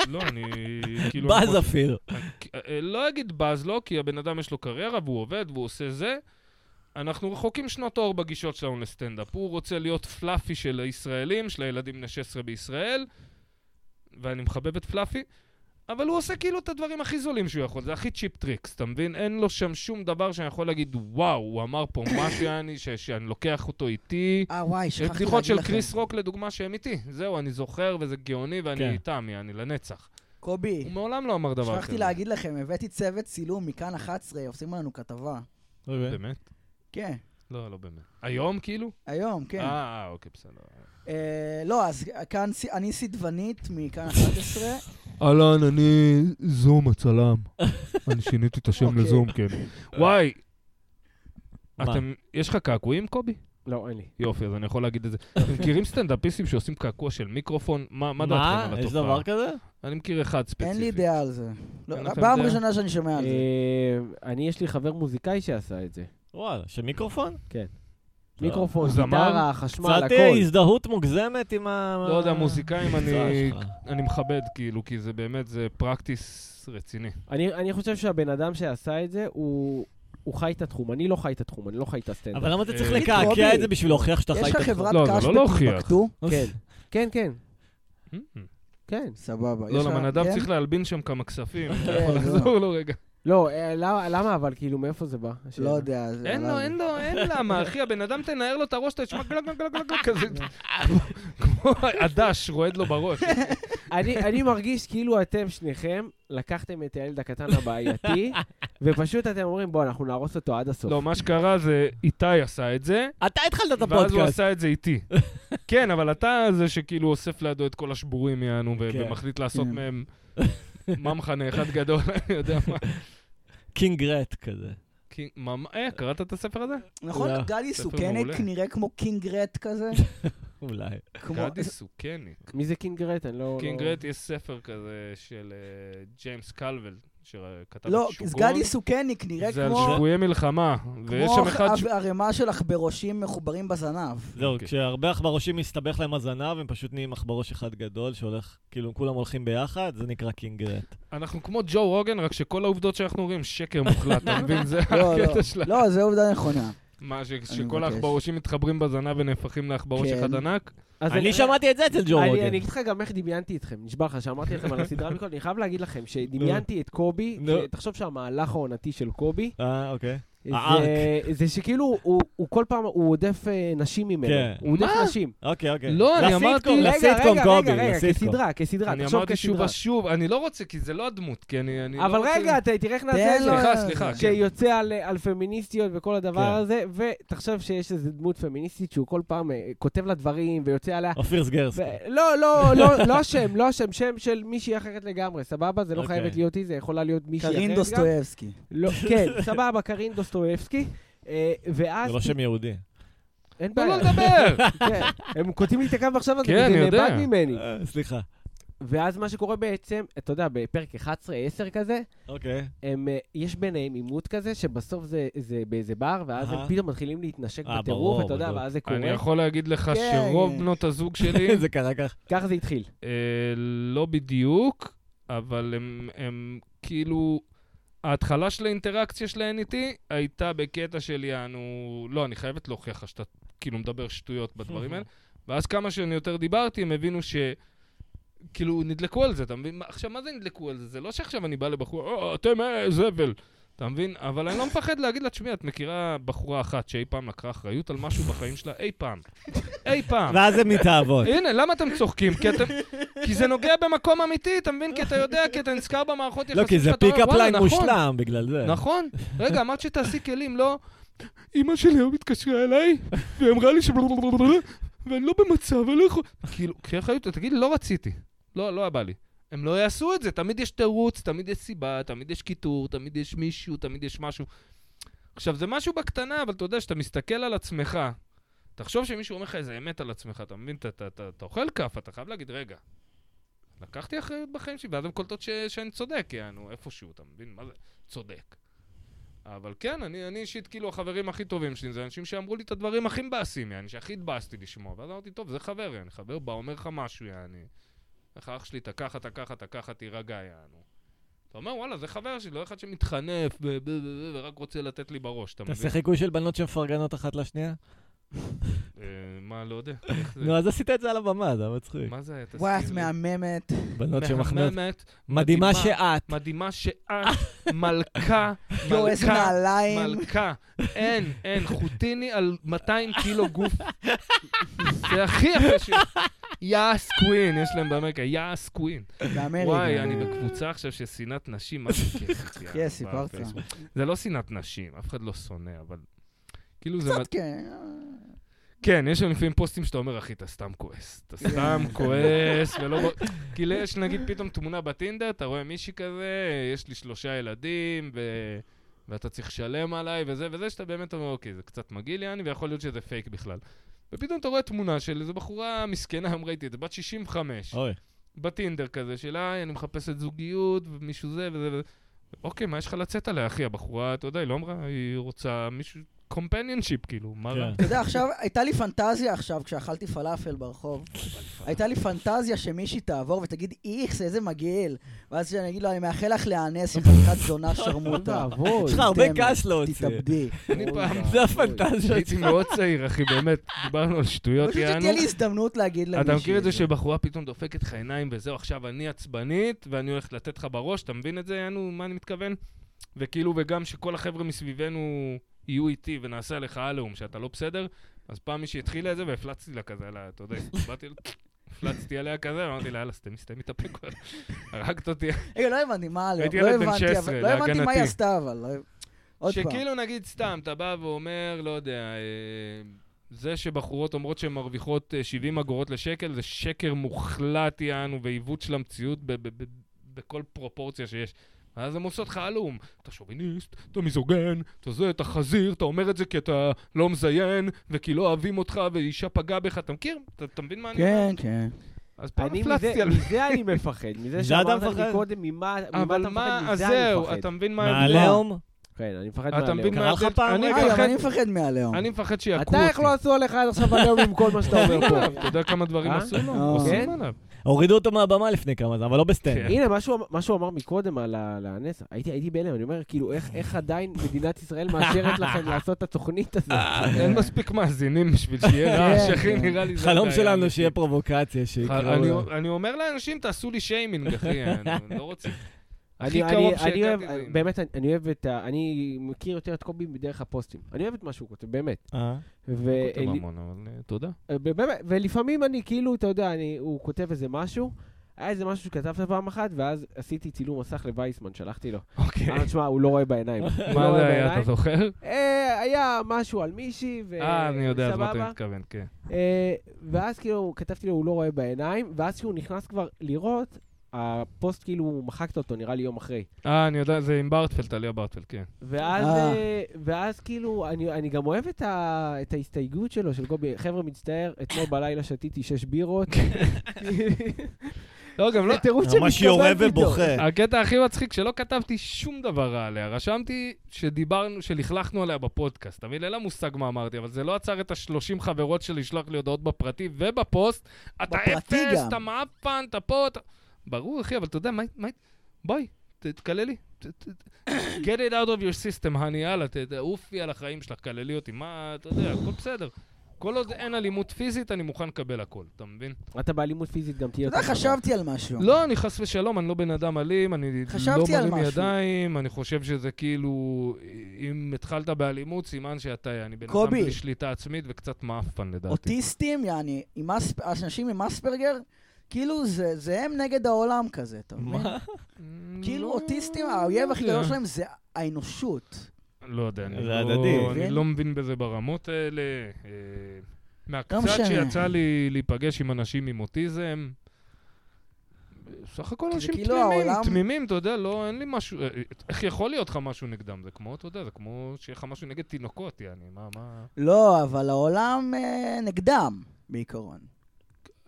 לא, אני... כאילו... אני
באז אפילו.
אה, לא אגיד בז לו, כי הבן אדם יש לו קריירה והוא עובד והוא עושה זה. אנחנו רחוקים שנות אור בגישות שלנו לסטנדאפ. הוא רוצה להיות פלאפי של הישראלים, של הילדים בני 16 בישראל, ואני מחבב את פלאפי, אבל הוא עושה כאילו את הדברים הכי זולים שהוא יכול, זה הכי צ'יפ טריקס, אתה מבין? אין לו שם שום דבר שאני יכול להגיד, וואו, הוא אמר פה משהו, יעני, ש- שאני לוקח אותו איתי.
אה, וואי,
יש
שכחתי להגיד לכם.
בדיחות של קריס רוק, לדוגמה, שהם איתי. זהו, אני זוכר, וזה גאוני, ואני
כן.
איתם, יעני, לנצח.
קובי,
הוא מעולם לא אמר דבר כזה.
כן. שכחתי להגיד לכם, הבאתי צוות צילום מכאן 11, עושים לנו כתבה.
לא
אוקיי.
באמת?
כן,
לא, לא באמת. היום, כאילו?
היום, כן.
אה, אה, אוקיי, בסדר.
אה, לא, אז כאן, ס- אני סידבנית מכאן 11.
אהלן, אני זום הצלם. אני שיניתי את השם
אוקיי.
לזום, כן. וואי.
מה?
אתם, יש לך קעקועים, קובי?
לא, אין לי.
יופי, אז אני יכול להגיד את זה. אתם מכירים סטנדאפיסטים שעושים קעקוע של מיקרופון? מה מה דעתכם על
מה?
התופעה?
יש דבר כזה?
אני מכיר אחד ספציפי.
אין לי דעה על זה. לא,
אין לכם
פעם
דעה?
ראשונה שאני שומע על זה.
אה, אני, יש לי חבר מוזיקאי שעשה את זה.
וואלה, שמיקרופון? לא.
כן. מיקרופון,
הוא זמר?
גיטרה, חשמל,
קצת אה,
הכל.
הזדהות מוגזמת עם ה...
לא יודע, מוזיקאים
המקצוע
אני-
שלך.
אני מכבד, כאילו, כי זה באמת, זה פרקטיס רציני.
אני, אני חושב שהבן אדם שעשה את זה, הוא, הוא חי את התחום. אני לא חי את התחום, אני לא חי את הסטנדאפ.
אבל למה אתה צריך
אה,
לקעקע
קובי,
את זה בשביל להוכיח שאתה חי
יש
את
לך חברת
לא, זה
קש
לא להוכיח.
בטימבקטו?
כן, כן, כן, כן.
סבבה.
לא,
יש לך-
לבן אדם
כן?
צריך להלבין שם כמה כספים. אתה
כן,
יכול
לא.
לעזור לו רגע.
לא, אה, למה, למה אבל, כאילו, מאיפה זה בא? השאלה.
לא יודע. זה
אין
עלה
לו,
לי.
אין לו, אין למה, אחי, הבן אדם תנער לו את הראש, אתה תשמע גלג גלג גלג גלג כזה, כמו עדש רועד לו בראש.
אני, אני מרגיש כאילו אתם שניכם לקחתם את הילד הקטן הבעייתי, ופשוט אתם אומרים, בוא, אנחנו נהרוס אותו עד הסוף.
לא, מה שקרה זה, איתי עשה את זה,
אתה התחלת את
ואז הוא
הפודקאסט.
עשה את זה איתי. כן, אבל אתה זה שכאילו אוסף לידו את כל השבורים יענו, ו-
כן.
ומחליט לעשות
כן.
מהם ממחנה אחד גדול, אני יודע מה.
קינג רט כזה.
כי- מה- מה- אה, קראת את הספר הזה?
נכון,
לא.
גדי
ספר
סוכניק
מעולה.
נראה כמו קינג רט כזה?
אולי.
כן,
כמו-
גדי סוכני.
מי זה קינגרט? אני לא...
קינג
לא...
רט יש ספר כזה של אה, ג'יימס קלוול, שכתב את
לא,
שוגון.
גדי סוכניק נראה
זה על
כמו...
שבויי מלחמה, ויש שם אחד...
כמו
ש-
ח- ערימה של עכברושים מחוברים בזנב.
זהו,
אוקיי.
כשהרבה עכברושים מסתבך להם הזנב, הם פשוט נהיים עכברוש אחד גדול שהולך, כאילו, כולם הולכים ביחד, זה נקרא קינג רט.
אנחנו כמו ג'ו רוגן, רק שכל העובדות שאנחנו אומרים שקר מוחלט, אתה מבין? זה
לא, לא.
הקטע שלה.
לא, זו עובדה נכונה.
מה, ש-
מבקש.
שכל העכברושים מתחברים בזנב ונהפכים לעכברוש
כן.
אחד ענק?
אז
אני שמעתי את זה אצל ג'ו
אני-
רוגן.
אני אגיד לך גם איך דמיינתי אתכם, נשבע לך, שאמרתי לכם על הסדרה מכל, אני חייב להגיד לכם שדמיינתי את קובי,
נו.
תחשוב שהמהלך העונתי של קובי,
אה, אוקיי.
זה-
הארק.
זה שכאילו, הוא- הוא כל פעם, הוא עודף אה, נשים ממנו,
כן.
הוא עודף נשים.
אוקיי, אוקיי.
לא, אני
לסיטקום,
אמרתי-
רגע,
לסיטקום,
רגע,
קובי,
רגע, רגע,
לסיטקום.
כסדרה, כסדרה,
אני
תחשוב
אמרתי שוב
כסדרה.
ושוב, אני לא רוצה, כי זה לא הדמות, כי אני אני לא
אבל
רוצה...
רגע, אתה תראה איך נעשה
תן
את
לו.
זה.
סליחה, סליחה, כן.
שיוצא על, על פמיניסטיות וכל הדבר
כן.
הזה, ותחשוב שיש איזו דמות פמיניסטית שהוא כל פעם אה, כותב לה דברים ויוצא עליה.
אופיר סגרסקי.
ו- לא, לא, לא, לא השם, לא השם, שם של מישהי אחרת לגמרי, סבבה? זה לא
אוקיי.
חייבת להיות היא, זה יכולה להיות מישהי אחרת.
קרין
גם.
דוסטויבסקי.
לא, כן, סבבה, קרין דוסטויבסקי. אה, ואז...
זה לא שם יהודי.
אין
תנו
בעיה.
לו לא לדבר!
כן, הם קוטעים לי את הקו עכשיו, אז
כן, אני
זה
יודע.
נאבד ממני.
אה, סליחה.
ואז מה שקורה בעצם, אתה יודע, בפרק 11-10 כזה,
אוקיי.
הם, אה, יש ביניהם עימות כזה, שבסוף זה, זה באיזה בר, ואז
אהה.
הם פתאום מתחילים להתנשק
אה,
בטירוף,
ברור,
אתה יודע,
בדיוק.
ואז זה קורה.
אני יכול להגיד לך
כן.
שרוב בנות הזוג שלי,
זה קרה כך.
ככה זה התחיל.
אה, לא בדיוק, אבל הם, הם כאילו... ההתחלה של האינטראקציה שלהן איתי הייתה בקטע של יענו... לא, אני חייבת להוכיח לך שאתה כאילו מדבר שטויות בדברים האלה. ואז כמה שאני יותר דיברתי, הם הבינו ש... כאילו, נדלקו על זה, אתה מבין? מה- עכשיו, מה זה נדלקו על זה? זה לא שעכשיו אני בא לבחורה, "אה, אתם אה, זבל. אתה מבין? אבל אני לא מפחד להגיד לה, תשמעי, את מכירה בחורה אחת שאי פעם לקחה אחריות על משהו בחיים שלה? אי פעם. אי פעם.
ואז הן מתאהבות.
הנה, למה אתם צוחקים? כי אתם... כי זה נוגע במקום אמיתי, אתה מבין? כי אתה יודע, כי אתה נזכר במערכות יחסים
לא, כי זה
שאתה אומר,
פיקאפ
"וואלה,
ליין
נכון,
מושלם בגלל זה.
נכון. רגע, אמרת שתעשי כלים, לא? אמא שלי היום התקשרה אליי, והיא אמרה לי ש... ואני לא במצב, אני לא יכול... כאילו, קחי אחריות, תגיד, לא רציתי. לא, לא היה בא לי. הם לא יעשו את זה, תמיד יש תירוץ, תמיד יש סיבה, תמיד יש קיטור, תמיד יש מישהו, תמיד יש משהו. עכשיו, זה משהו בקטנה, אבל אתה יודע, כשאתה מסתכל על עצמך, תחשוב שמישהו אומר לך איזה אמת על עצמך, אתה מבין? אתה- אתה- אתה אתה אוכל כאפה, אתה חייב להגיד, רגע, לקחתי אחריות בחיים שלי, ואז הן קולטות ש- שאני צודק, יענו, איפשהו, אתה מבין? מה זה? צודק. ה- אבל כן, אני, אני אישית, כאילו, החברים הכי טובים שלי זה אנשים שאמרו לי את הדברים הכי מבאסים, יעני, שהכי התבאסתי לשמוע. ואז אמרתי, טוב, זה חבר, יעני, חבר בא, אומר לך משהו, יעני. איך אח שלי, אתה ככה, אתה ככה, אתה ככה, תירגע, יענו. אתה אומר, וואלה, זה חבר שלי, לא אחד שמתחנף ב- ב- ב- ב- ורק רוצה לתת לי בראש, אתה
תעשה
מבין?
חיקוי של בנות שמפרגנות אחת לשנייה?
אה, מה, לא יודע. איך זה?
נו, אז עשית את זה על הבמה, זה היה מצחיק.
מה זה היה? תזכיר
וואי, את
לי.
מהממת.
בנות שמחנות.
מהממת,
מדהימה
מדהימה.
שאת.
מדהימה שאת מלכה,
יואו, איזה
מלכה,
נעליים.
מלכה. אין, אין, חוטיני על 200 קילו גוף. זה הכי יפה ש... יאס קווין, יש להם באמריקה, יאס קווין.
באמריקה.
וואי, אני בקבוצה עכשיו של שנאת נשים, מה זה כיף.
כן,
אה,
סיפרת.
בפייסבוק. זה לא שנאת נשים, אף אחד לא שונא, אבל... כאילו זה...
קצת כן.
כן, יש לנו לפעמים פוסטים שאתה אומר, אחי, אתה סתם כועס. אתה סתם כועס, ולא... ב- כאילו, יש נגיד פתאום תמונה בטינדר, אתה רואה מישהי כזה, יש לי שלושה ילדים, ו... ואתה צריך לשלם עליי, וזה וזה, שאתה באמת אומר, אוקיי, זה קצת מגעיל יעני, ויכול להיות שזה פייק בכלל. ופתאום אתה רואה תמונה של איזו בחורה מסכנה, היום ראיתי את זה, בת 65,
אוי,
בטינדר כזה, שלה, "היי, אני מחפשת זוגיות, ומישהו זה וזה וזה. אוקיי, מה יש לך לצאת עליה, אחי? הבחורה, אתה יודע, היא לא אמרה, היא רוצה מישהו, קומפניונשיפ, כאילו, מה רע?
כן.
אתה יודע, עכשיו, הייתה לי פנטזיה עכשיו, כשאכלתי פלאפל ברחוב. הייתה לי פנטזיה שמישהי תעבור ותגיד, איכס, איזה מגעיל. ואז שאני אגיד לו, אני מאחל לך להיאנס עם חתיכת זונה שרמוטה.
לא,
תעבוד.
יש לך הרבה
תמת,
כעס להוציא.
תתאבדי.
אני פעם,
זה הפנטזיה.
הייתי מאוד צעיר, אחי, באמת, דיברנו על שטויות,
פשוט
יענו.
שתהיה לי הזדמנות להגיד למישהי.
לא, אתה מכיר את זה
זה.
שבחורה פתאום דופקת לך עיניים וזהו, עכשיו אני עצבנית ואני הולך לתת לך בראש, אתה מבין את זה, יענו, מה אני מתכוון? וכאילו, וגם שכל החבר'ה מסביבנו יהיו איתי ונעשה עליך עליהום, שאתה לא בסדר, אז פעם מישהי התחילה את זה והפלצתי לה כזה, עליה, אתה יודע, באתי, לה, הפלצתי עליה כזה, אמרתי לה, יאללה, סתם, סתם מתאפק, הרגת אותי.
רגע, לא הבנתי מה, לא
הייתי
לא
ילד בן
הבנתי,
16,
אבל- לא הבנתי מה היא
להגנתי.
עשתה, אבל. לא- עוד פעם.
שכאילו נגיד סתם, אתה בא ואומר, לא יודע, אה, זה שבחורות אומרות שהן מרוויחות אה, 70 אגורות לשקל, זה שקר מוחלט יענו ועיוות של המציאות ב- ב- ב- בכל פרופורציה שיש. אז הם עושות לך עלום. אתה שוביניסט, אתה מיזוגן, אתה זה, אתה חזיר, אתה אומר את זה כי אתה לא מזיין, וכי לא אוהבים אותך, ואישה פגעה בך, אתה מכיר? אתה אתה מבין מה אני אומר?
כן, כן.
אז פעם
אני מזה,
הפלצתי על...
מזה אני מפחד, מזה
מזה
שאמרת
אתה
לי
מפחד?
קודם, ממה ממה אתה
אבל
מפחד,
מה, אז
מזה אני
זהו,
מפחד.
אתה מבין מה...
מהלאום?
כן, אני מפחד
אתה מבין
מהלאום.
מה...
קרה לך פעם?
אני
אה, גם
מפחד-
אני מפחד מהלאום.
אני מפחד שיעקרו אותי.
אתה איך לא עשו עליך עד עכשיו עליהום עם כל מה שאתה אומר פה.
אתה יודע כמה דברים
אה?
עשו לו?
אה.
עושים
כן?
עליו.
הורידו אותו מהבמה לפני כמה זמן, אבל לא בסטנד.
כן.
הנה, מה שהוא- אמ-, מה שהוא אמר מקודם על ה- על הנס, הייתי הייתי בהלם, אני אומר, כאילו, איך- איך עדיין מדינת ישראל מאשרת לכם לעשות את התוכנית הזאת?
אין מספיק מאזינים בשביל שיהיה רעש,
כן,
אחי,
כן.
נראה לי זה...
חלום
הבעיה.
שלנו שיהיה פרובוקציה, שיקראו...
אני-
לו.
אני אומר לאנשים, תעשו לי שיימינג, אחי, אני לא רוצה. הכי
אני-
קרוב
אני- אני אוהב,
שהגעתי זה... עם-
באמת, אני- אני אוהב את ה... אני מכיר יותר את קובי בדרך הפוסטים. אני אוהב את מה שהוא כותב, באמת.
אה?
ו-
כותב המון, אבל אה, תודה.
באמת, ולפעמים אני כאילו, אתה יודע, אני, הוא כותב איזה משהו, היה איזה משהו שכתבת פעם אחת, ואז עשיתי צילום מסך לווייסמן, שלחתי לו.
אוקיי.
אמר, תשמע, הוא לא רואה בעיניים. הוא לא
מה
רואה
זה היה, אתה
בעיניים."
זוכר?
אה, היה משהו על מישהי, ו...
אה, אני יודע אז מה אתה
סבבה.
מתכוון, כן.
אה, ואז כאילו, כתבתי לו, הוא לא רואה בעיניים, ואז כשהוא נכנס כבר לראות, הפוסט כאילו, מחקת אותו, נראה לי יום אחרי.
אה, אני יודע, זה עם בארטפלד, עליה בארטפלד, כן.
ואז,
אה.
אה, ואז כאילו, אני, אני גם אוהב את, ה, את ההסתייגות שלו, של גובי, חבר'ה, מצטער, אתמול בלילה שתיתי שש בירות.
לא, גם לא...
זה טירוף שמתקבל
ממש יורה
פתאום.
ובוכה.
הקטע הכי מצחיק, שלא כתבתי שום דבר רע עליה. רשמתי שדיברנו, שלכלכנו עליה בפודקאסט. אתה מבין? אין לה מושג מה אמרתי, אבל זה לא עצר את ה-30 חברות שלי לשלוח לי הודעות בפרטי ובפוסט. אתה
בפרטי
אפס,
גם.
אתה מאפן, אתה פה, אתה... ברור, אחי, אבל אתה יודע, מה... מה- בואי, ת- תקלל לי. ת- ת- ת- Get it out of your system, honey, יאללה, ת- תעופי על החיים שלך, כללי אותי. מה, אתה יודע, הכל בסדר. כל עוד אין אלימות פיזית, אני מוכן לקבל הכל, אתה מבין?
אתה באלימות פיזית גם תהיה...
אתה יודע,
יותר
חשבתי על משהו.
לא, אני חס ושלום, אני לא בן אדם אלים, אני לא
חשבתי על
מרים
משהו.
ידיים, אני חושב שזה כאילו, אם התחלת באלימות, סימן שאתה, אני בן אדם
קובי.
בלי שליטה עצמית וקצת מאפן לדעתי.
אוטיסטים, יעני, עם אס- אנשים עם אספרגר, כאילו זה זה הם נגד העולם כזה, אתה מבין?
מה?
Mm,
כאילו
לא
אוטיסטים, האויב הכי
יודע.
גדול שלהם זה האנושות.
לא יודע, אני
זה
לא-
הדדי.
אני
מבין?
לא מבין בזה ברמות האלה. אה,
לא
מהקצת
משנה.
שיצא לי להיפגש עם אנשים עם אוטיזם, סך הכל
כי זה
אנשים
כאילו
תמימים,
העולם-
תמימים, אתה יודע, לא, אין לי משהו, אה, איך יכול להיות לך משהו נגדם? זה כמו, אתה יודע, זה כמו שיהיה לך משהו נגד תינוקות, יעני, מה, מה...
לא, אבל העולם אה, נגדם, בעיקרון.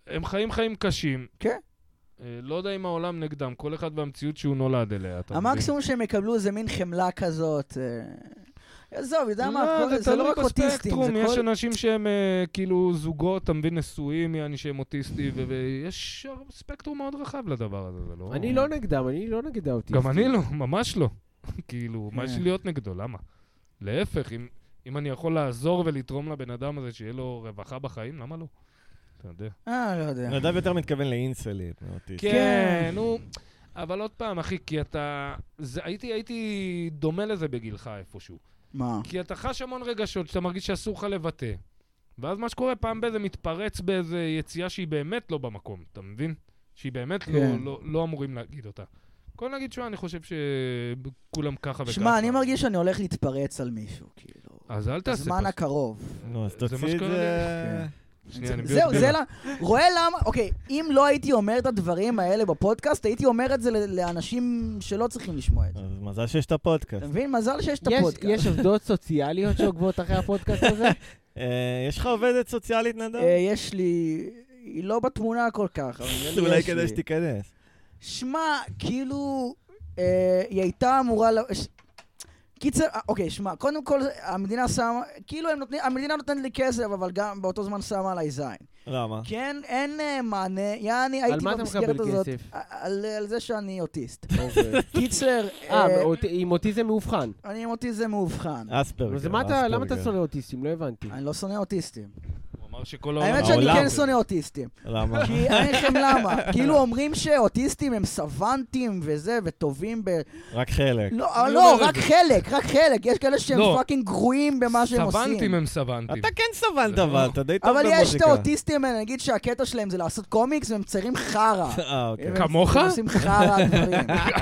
הם חיים חיים קשים.
כן.
אה, אה, לא יודע אם העולם נגדם, כל אחד והמציאות שהוא נולד אליה, אתה מבין?
המקסימום שהם יקבלו זה מין חמלה כזאת. אה, עזוב, אתה יודע מה,
לא,
כל-
זה
זה לא
תלוי
רק אוטיסטים, זה
בספקטרום, יש
כל...
אנשים שהם אה, כאילו זוגות, אתה מבין, נשואים, יעני שהם אוטיסטים, ו- ויש ספקטרום מאוד רחב לדבר הזה, זה לא...
אני לא נגדם, אני לא נגד האוטיסטים.
גם אני לא, ממש לא. כאילו, מה יש
כן.
לי להיות נגדו, למה? להפך, אם- אם אני יכול לעזור ולתרום לבן אדם הזה שיהיה לו רווחה בחיים, למה לא? אתה יודע.
אה, לא יודע.
נדב יותר מתכוון לאינסלים. מאוטיסט.
כן, נו. אבל עוד פעם, אחי, כי אתה... זה, הייתי, הייתי דומה לזה בגילך איפשהו.
מה?
כי אתה חש המון רגשות שאתה מרגיש שאסור לך לבטא. ואז מה שקורה, פעם באיזה מתפרץ באיזה יציאה שהיא באמת לא במקום, אתה מבין? שהיא באמת לא,
כן.
לא, לא אמורים להגיד אותה. כל נגיד שמע, אני חושב שכולם ככה וככה.
שמע, אני מרגיש שאני הולך להתפרץ על מישהו, כאילו.
אז אל תעשה...
הזמן
פשוט.
הקרוב.
נו, אז
זה מה
תוציא את
שקורה
זה...
לי.
שנייה, אני
זהו,
אסביר
זה לא-
לך.
למה... רואה למה... אוקיי, אם לא הייתי אומר את הדברים האלה בפודקאסט, הייתי אומר את זה ל- לאנשים שלא צריכים לשמוע את זה.
אז מזל שיש את הפודקאסט.
כן. אתה מבין? מזל שיש את
יש-
הפודקאסט.
יש עובדות סוציאליות שעוקבות אחרי הפודקאסט הזה?
אה, יש לך עובדת סוציאלית, נדב?
אה, יש לי... היא לא בתמונה כל כך, אבל נראה לי
אולי
יש לי.
כדאי שתיכנס.
שמע, כאילו, אה, היא הייתה אמורה... ל- ש- קיצר, אה, אוקיי, שמע, קודם כל המדינה שמה, כאילו הם נותנים, המדינה נותנת לי כסף, אבל גם באותו זמן שמה עליי זין.
למה?
כן, אין אה, מענה, יעני,
על
הייתי
מה אתה
במסגרת
מקבל
הזאת, אה,
כסף?
על, על זה שאני אוטיסט. קיצר,
אה,
אה,
מאוט- עם אוטיזם מאובחן.
אני עם אוטיזם מאובחן.
אספרגר.
אז מה אתה- למה אתה
אספרגר.
שונא אוטיסטים? לא הבנתי.
אוקיי.
אני לא שונא אוטיסטים.
הוא אמר שכל העולם...
האמת שאני
העולם.
כן שונא אוטיסטים.
למה?
כי אני אגיד לכם למה. כאילו אומרים שאוטיסטים הם סוונטים וזה, וטובים ב...
רק חלק.
לא,
אני
לא,
אומר את
רק
זה.
חלק, רק חלק. יש כאלה שהם
לא.
פאקינג גרועים במה שהם
סוונטים
עושים.
הם סוונטים.
אתה כן סבנת,
זה
אבל
לא.
אתה די טוב
אבל
במוזיקה.
יש את האוטיסטים האלה, נגיד שהקטע שלהם זה לעשות קומיקס, והם מציירים חרא.
אה, אוקיי.
הם-
כמוך?
הם עושים חרא דברים.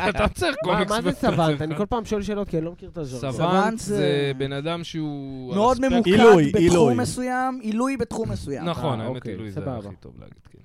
אתה צריך
מה
קומיקס.
מה זה
ואתה
סוונט?
צריך-
אני כל פעם שואל שאלות כי אני לא מכיר את הז'אנר.
סוונט זה
זה-
בן אדם שהוא... על
מאוד
הספק-
ממוקד
עילוי, עילוי.
בתחום מסוים, עילוי בתחום מסוים.
נכון,
אה,
האמת
אוקיי,
עילוי זה
סבבה.
הכי טוב להגיד, כן.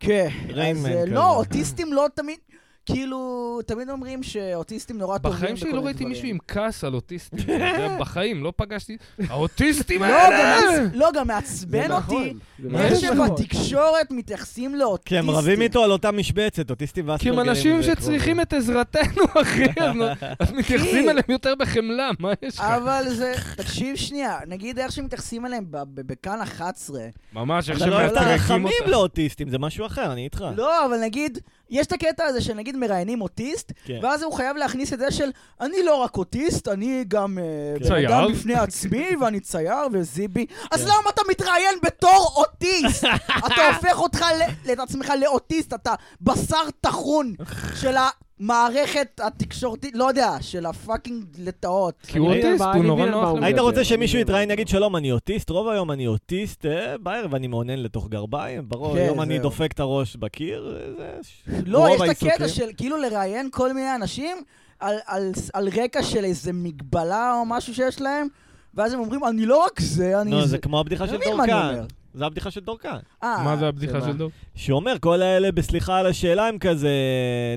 כן, אז
ריינמן
אה,
כזה.
לא, אוטיסטים לא תמיד, כאילו, תמיד אומרים שאוטיסטים נורא טובים בכל
בחיים
מיני דברים.
שלי לא ראיתי מישהו עם כעס על אוטיסטים. אתה יודע, בחיים לא פגשתי... האוטיסטים
לא,
האלה!
גם מעצ- לא, גם מעצבן
נכון.
אותי.
זה
זה שבתקשורת מתייחסים
נכון. כן, כי
לאוטיסטים.
הם רבים איתו על אותה משבצת, אוטיסטים
כי
ואספרגרים.
הם אנשים
זה קרוב.
שצריכים את עזרתנו, אחי, אז נו- אז מתייחסים אליהם יותר בחמלה, מה יש לך?
אבל זה, תקשיב שנייה, נגיד איך שמתייחסים אליהם ב- ב- בכאן 11.
ממש, איך
אתה לא אוהב
שמאתרגים
לרחמים
אותם.
לאוטיסטים, זה משהו אחר, אני איתך.
לא, אבל נגיד, יש את הקטע הזה שנגיד מראיינים אוטיסט,
כן.
ואז הוא חייב להכניס את זה של, אני לא רק אוטיסט, אני גם אה,
כן.
בן אדם
צייר."
בפני עצמי, ואני צייר וזיבי. אז למה אתה מתראיין בתור אוטיסט? אתה הופך אותך, ל- את עצמך לאוטיסט, אתה בשר טחון של המערכת התקשורתית, לא יודע, של הפאקינג לטאות.
כי הוא
אני מבין
אוטיסט,
על מה-
הוא
אני
נורא
מבין על מה
נוח
הוא
להם.
היית
מדבר,
רוצה
אני
שמישהו
מדבר.
יתראיין, יגיד שלום, אני אוטיסט? רוב היום אני אוטיסט, אה, בערב אני מעונן לתוך גרביים, ברוב
כן,
היום אני
זהו.
דופק את הראש בקיר, אה, זה... ש-
לא,
רוב
יש את
העיסוקים.
הקטע של כאילו לראיין כל מיני אנשים על, על, על רקע של איזה מגבלה או משהו שיש להם, ואז הם אומרים, אני לא רק זה, אני...
נו, זה כמו הבדיחה
אתה
של
מבין מה אני
דורקן.
אומר?
זה הבדיחה של דורקן.
אה,
מה זה הבדיחה
שמה?
של דור?
שאומר, כל האלה, בסליחה על השאלה, הם כזה,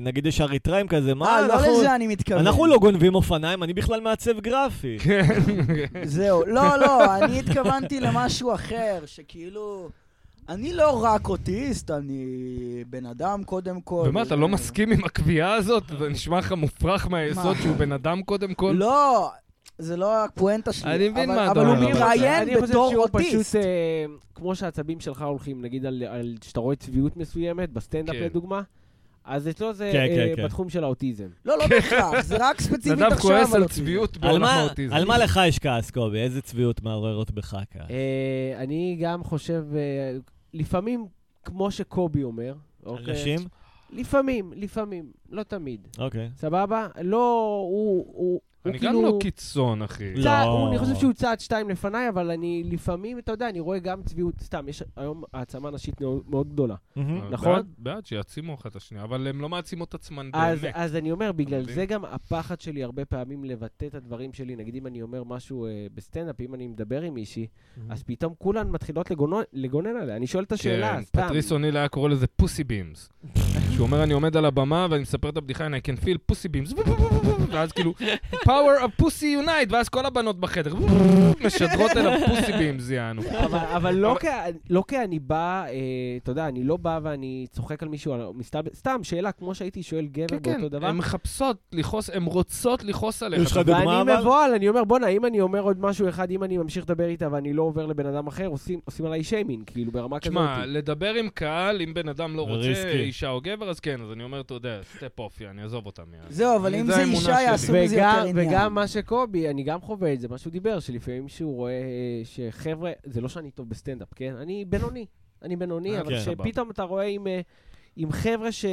נגיד יש אריתראים כזה, מה,
אה, לא
אנחנו-
לזה אני מתכוון. כן,
אנחנו לא גונבים אופניים, אני בכלל מעצב גרפי.
זהו, לא, לא, אני התכוונתי למשהו אחר, שכאילו... אני לא רק אוטיסט, אני בן אדם קודם כל.
ומה, אתה לא מסכים עם הקביעה הזאת? זה נשמע לך מופרך מהיסוד
מה?
שהוא בן אדם קודם כל?
לא, זה לא הפואנטה שלי.
אני מבין
אבל-
מה אתה
אבל
אומר,
הוא
אבל-
מתראיין בתור
אני חושב
אוטיסט.
שהוא פשוט, אה, כמו שהעצבים שלך הולכים, נגיד על- על שאתה רואה צביעות מסוימת, בסטנדאפ
כן.
לדוגמה, אז אצלו זה
כן,
אה,
כן, כן.
בתחום של האוטיזם.
לא, לא בהכרח, זה רק ספציפית עכשיו. לא
נדב כן. כועס על
אוטיזם.
צביעות
על
בעולם
מה-
האוטיזם.
על מה לך יש כעס, קובי? איזה צביעות מעוררת בך כעס?
אה, אני גם חושב, אה, לפעמים, כמו שקובי אומר, אוקיי?
נשים?
לפעמים, לפעמים, לא תמיד.
אוקיי.
סבבה? לא, הוא הוא- הוא
אני גם
כאילו...
לא קיצון, אחי.
לא.
צעד- הוא- אני חושב שהוא צעד שתיים לפניי, אבל אני לפעמים, אתה יודע, אני רואה גם צביעות, סתם, יש היום העצמה נשית מאוד- מאוד גדולה.
מהמם.
נכון?
בעד- בעד, שיעצימו אחת את השנייה, אבל הן לא מעצימות את עצמן
אז,
באמת.
אז אני אומר, בגלל
מבין?
זה גם הפחד שלי הרבה פעמים לבטא את הדברים שלי. נגיד אם אני אומר משהו אה, בסטנדאפ, אם אני מדבר עם מישהי, אז פתאום כולן מתחילות לגונו- לגונן עליה. אני שואל את השאלה,
Mm-hmm. כן,
סתם.
פטריס אוניל היה קורא לזה פוסי בימס. שהוא אומר, אני עומד על הבמה ואני מספר את הבדיחה, and I can feel פוסי בימס. ואז כאילו, פעם power of pussy unite, ואז כל הבנות בחדר משדרות אל הפוסי בימס, יענו.
אבל, אבל לא, כ... לא כי אני בא, אה, אתה יודע, אני לא בא ואני צוחק על מישהו, על- מסתבר- סתם שאלה, כמו שהייתי שואל גבר
כן, כן,
באותו דבר.
הן מחפשות לכעוס, הן רוצות לכעוס עליך.
יש לך
אתה-
דוגמה?
ואני
אבל-
מבוהל, אני אומר, בואנה, אם אני אומר עוד משהו אחד, אם אני ממשיך לדבר איתה ואני לא עובר לבן אדם אחר, עושים, עושים עליי שיימינג, כאילו, ברמה כזאת.
תשמע, לדבר עם קהל, אם בן אדם לא רוצה
ריסקי.
אישה או גבר, אז כן, אז אני אומר, אתה יודע, סטפ אוף, אני אעזוב אותם. יענו.
זהו, אבל
אני-
אם
זה
זה
האמונה
אישה
שלי. לא,
יעשו מזה יותר
וגם,
עניין.
וגם מה שקובי, אני גם חווה את זה, מה שהוא דיבר, שלפעמים שהוא רואה אה, שחבר'ה, זה לא שאני טוב בסטנדאפ, כן? אני בינוני. אני בינוני,
אה,
אבל
כן,
שפתאום אתה רואה עם, אה, עם חבר'ה ש...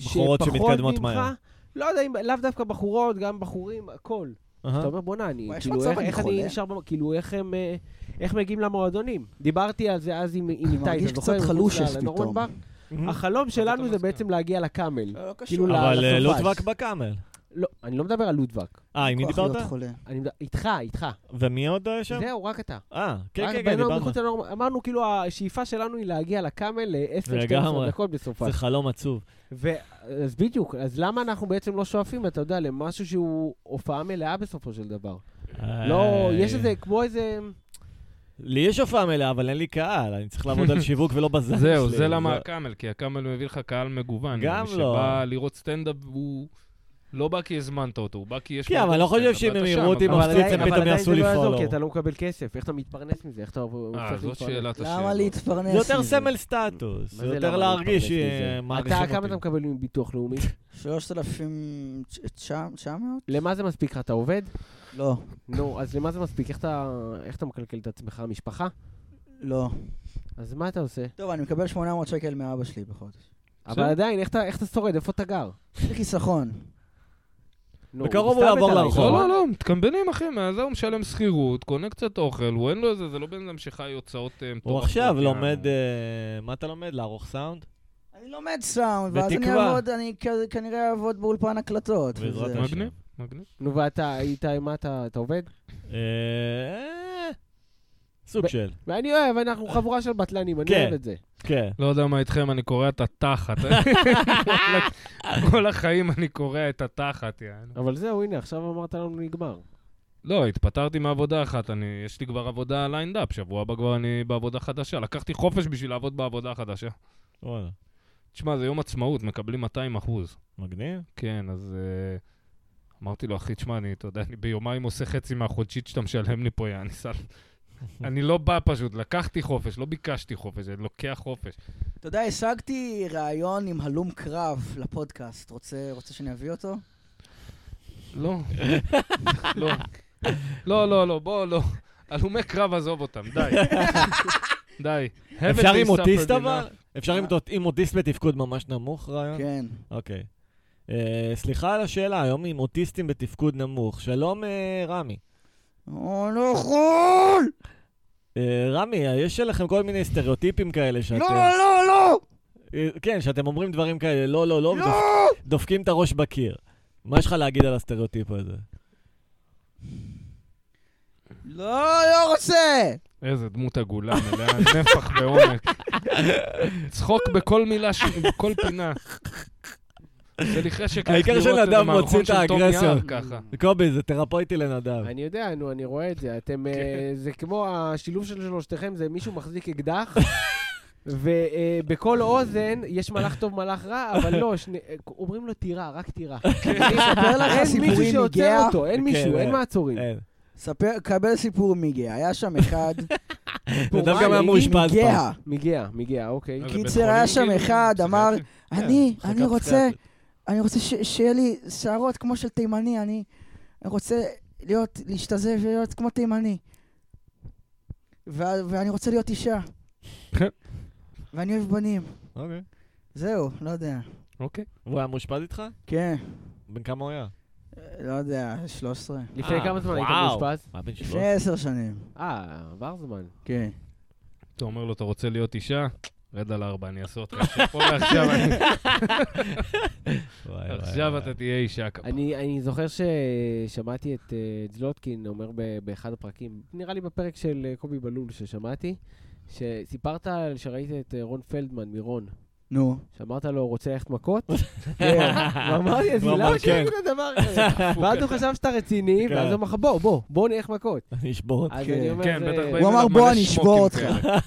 בחורות
שפחות
שמתקדמות
ממך,
מהר.
לא יודע, אם- לאו דווקא בחורות, גם בחורים, הכל.
אהה.
אה?
אתה אומר, בוא'נה, אני,
וואי, יש
כאילו,
מצב,
איך,
אני
איך אני
חולה.
נשאר, במ- כאילו, איך הם, אה, איך מגיעים למועדונים? דיברתי על זה אז עם עם
אני
איתי,
מרגיש
אתה זוכר?
קצת
מחוץ
חלושש
ל- לנורמן
פתאום. אה?
בר? החלום
לא
שלנו זה
מסכים.
בעצם להגיע לקאמל.
לא, לא קשור.
כאילו,
אבל אה,
לסופש.
לוטבק בקאמל.
לא, אני לא מדבר על לודבק.
אה, עם מי
כוח להיות
לא
דיברת?
חולה.
אני מדבר- איתך, איתך.
ומי עוד היה שם?
זהו, רק אתה.
אה, כן,
רק
כן, כן,
בינינו,
דיברנו.
מחוץ לנורמה- אמרנו, כאילו, השאיפה שלנו היא להגיע לקאמל אה, ל-10-12
לגמרי.
דקות בסופה.
זה חלום עצוב.
אז בדיוק, אז למה אנחנו בעצם לא שואפים, אתה יודע, למשהו שהוא הופעה מלאה בסופו של דבר? לא,
אה,
יש איזה, כמו איזה...
לי יש הופעה מלאה, אבל אין לי קהל, אני צריך לעבוד על שיווק ולא בזמן שלי.
זהו, זה למה הקאמל, כי הקאמל מביא לך קהל מגוון.
גם
גם לא.
לא.
שבא לראות סטנדאפ, הוא לא בא כי הזמנת אותו, הוא בא כי יש...
כן, אבל אני לא חושב שאם הם יראו אותי
אבל
מפציץ,
עדיין-
הם
אבל
פתאום
עדיין
יעשו
זה
לי
לא יעזור,
follow.
כי אתה לא מקבל כסף, איך אתה מתפרנס מזה? איך אתה עובר...
אה, זאת שאלת השאלה.
למה להתפרנס?
זה יותר
מזה?
סמל סטטוס,
מה
זה
זה
יותר
למה
להרגיש אה,
להתפרנס מזה?
שמעריכים
אתה, כמה אתה
אותי.
מקבל מביטוח לאומי?
3,900?
למה זה מספיק לך? אתה עובד?
לא,
נו, אז למה זה מספיק? איך אתה- איך אתה מקלקל את עצמך? משפחה?
לא.
אז מה אתה עושה?
טוב, אני מקבל 800 שקל מאבא שלי בחודש.
אבל עדיין, איך אתה- איך אתה שורד? איפה אתה גר?
יש לי חיסכון.
נו,
בקרוב הוא
מסתלבט
יעבור
עליי,
לרחוב.
לא,
נכון?
לא, לא, מתקמבנים, אחי, מה זה הוא משלם שכירות, קונה קצת אוכל, הוא אין לו איזה, זה לא בן אדם שחי הוצאות אה, מטורפות.
הוא עכשיו
יענו.
לומד, אה, מה אתה לומד? לערוך סאונד?
אני לומד סאונד, ואז אני
בתקווה.
אעבוד, אני כ- כנראה אעבוד באולפן הקלטות.
בעזרת
וזה.
השם.
מגניב, מגניב.
נו, ואתה, איתי, מה אתה, אתה עובד?
אה, סוג
ב-
של,
ואני אוהב, אנחנו חבורה של בטלנים, אני
כן.
אוהב את זה.
כן.
לא יודע מה איתכם, אני קורע את התחת. כל החיים אני קורע את התחת, יענו.
אבל זהו, הנה, עכשיו אמרת לנו נגמר.
לא, התפטרתי מעבודה אחת, אני, יש לי כבר עבודה ליינד אפ, שבוע הבא כבר אני בעבודה חדשה. לקחתי חופש בשביל לעבוד בעבודה החדשה.
וואלה,
תשמע, זה יום עצמאות, מקבלים 200 אחוז.
מגניב.
כן, אז אה, אמרתי לו, אחי, תשמע, אני, אתה יודע, אני ביומיים עושה חצי מהחודשית שאתה משלם לי פה, יא ניסן. אני לא בא פשוט, לקחתי חופש, לא ביקשתי חופש, אני לוקח חופש.
אתה יודע, השגתי ראיון עם הלום קרב לפודקאסט. רוצה רוצה שאני אביא אותו?
לא, לא, לא, לא, לא, בוא, לא. הלומי קרב, עזוב אותם, די. די. Haven't
אפשר
they
עם אוטיסט
suffered
אבל? אפשר עם
אה.
אוט- עם אוטיסט בתפקוד ממש נמוך רעיון?
כן.
אוקיי. אה, סליחה על השאלה, היום עם אוטיסטים בתפקוד נמוך. שלום, אה, רמי.
או, לא יכול!
אה, רמי, אה, יש לכם כל מיני סטריאוטיפים כאלה שאתם...
לא, לא, לא!
אה, כן, שאתם אומרים דברים כאלה, לא, לא, לא,
לא!
ודופ- דופקים את הראש בקיר. מה יש לך להגיד על הסטריאוטיפ הזה?
לא, לא רוצה!
איזה דמות עגולה, מלאה נפח ועומק. צחוק בכל מילה, ש... בכל פינה. זה לי חשק ללכת
העיקר
לראות
שנדב
איזה מערכון
מוציא את
של תום יער
האגרסיות.
ככה.
קובי, זה תרפויטי לנדב.
אני יודע, נו, אני רואה את זה. אתם, אה,
כן.
זה כמו השילוב של שלושתכם, זה מישהו מחזיק אקדח. ובכל אוזן יש מלאך טוב, מלאך רע, אבל לא, שני- אה, אומרים לו תירה, רק תירה.
אני אספר לך
אין מישהו
סיפורים מגאה.
שעוצר אותו, אין
אה, כן,
מישהו,
אה,
אין מעצורים.
אין.
ספר, קבל סיפור מגאה. היה שם אחד,
נדב גם היה
פורמלי,
מאושפז פעם.
מגאה.
מגיע, מגיע, אוקיי.
אה, זה
קיצר,
בית חולים,
היה שם
כאילו?
אחד, אמר,
פסיכיאטרי?
אני,
חכה,
אני
חכה.
רוצה, אני רוצה ש- שיהיה לי שערות כמו של תימני, אני אני רוצה להיות, להשתזף ולהיות כמו תימני. ו- ואני רוצה להיות אישה. ואני אוהב בנים.
אוקיי.
זהו, לא יודע.
אוקיי.
הוא היה מאושפז איתך?
כן,
בן כמה הוא היה?
לא יודע, 13.
לפני
אה,
כמה זמן היית
וואו.
מאושפז?
מה, בן
לפני
שלוש?
עשר שנים.
אה, עבר זמן.
כן.
אתה אומר לו, אתה רוצה להיות אישה? רד על ארבע, אני אעשה אותך. יושב פה ועכשיו אני-
וואי, וואי,
עכשיו
וואי.
אתה תהיה אישה כפה.
אני, אני זוכר ששמעתי את אה, זלוטקין אומר ב- באחד הפרקים, נראה לי בפרק של אה, קובי בלול ששמעתי, שסיפרת על- שראית את אה, רון פלדמן מרון.
נו.
שאמרת לו, רוצה ללכת מכות? כן. ואמרתי, אז
הוא אמר,
למה שאין
"כן."
כזה דבר כזה? ואז הוא חשב שאתה רציני,
כן. אוקיי.
ואז הוא אמר לך, בוא, בוא, בוא נלך מכות.
אני אשבור אותך.
אז
כן.
אני אומר,
כן,
זה-
בטח באים
הוא אמר,
אליו
"בוא,
מלא
אני
שמוקים
אשבור אותך."
כאלה.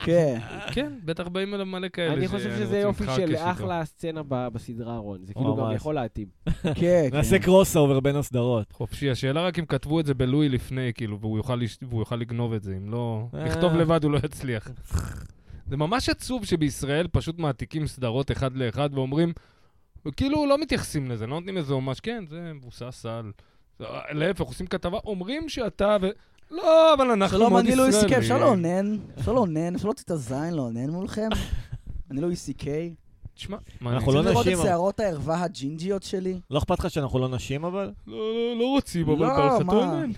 כן.
כן, בטח באים אליו מלא כאלה.
אני חושב שזה
רוצים
יופי של
להתחרקש איתו.
אחלה סצנה ב- בסדרה, רון. זה כאילו
ממש.
גם יכול להתאים.
כן,
נעשה
כן.
קרוס אובר בין הסדרות.
חופשי, השאלה רק אם כתבו את זה בלואי לפני, כאילו, והוא יוכל, לש... והוא יוכל לגנוב את זה, אם לא...
אה.
לכתוב לבד הוא לא יצליח. זה ממש עצוב שבישראל פשוט מעתיקים סדרות אחד לאחד ואומרים, כאילו לא מתייחסים לזה, לא נותנים איזה הומש, כן, זה מבוסס על... זה- להפך, עושים כתבה, אומרים שאתה ו... לא, אבל אנחנו
שלום,
מאוד
אני לואי סי קיי,
ישראלים.
אפשר לאונן? אפשר לאונן? אפשר להוציא את הזין לאונן מולכם? אני לא לואי סי קיי.
תשמע, מה אני...
אנחנו
צריך
לא
צריך לראות את
נשים, אבל-
שערות הערווה הג'ינג'יות שלי?
לא אכפת לך שאנחנו לא נשים, אבל?
לא, לא, לא רוצים,
לא,
אבל ברכה
מה?
טוענן.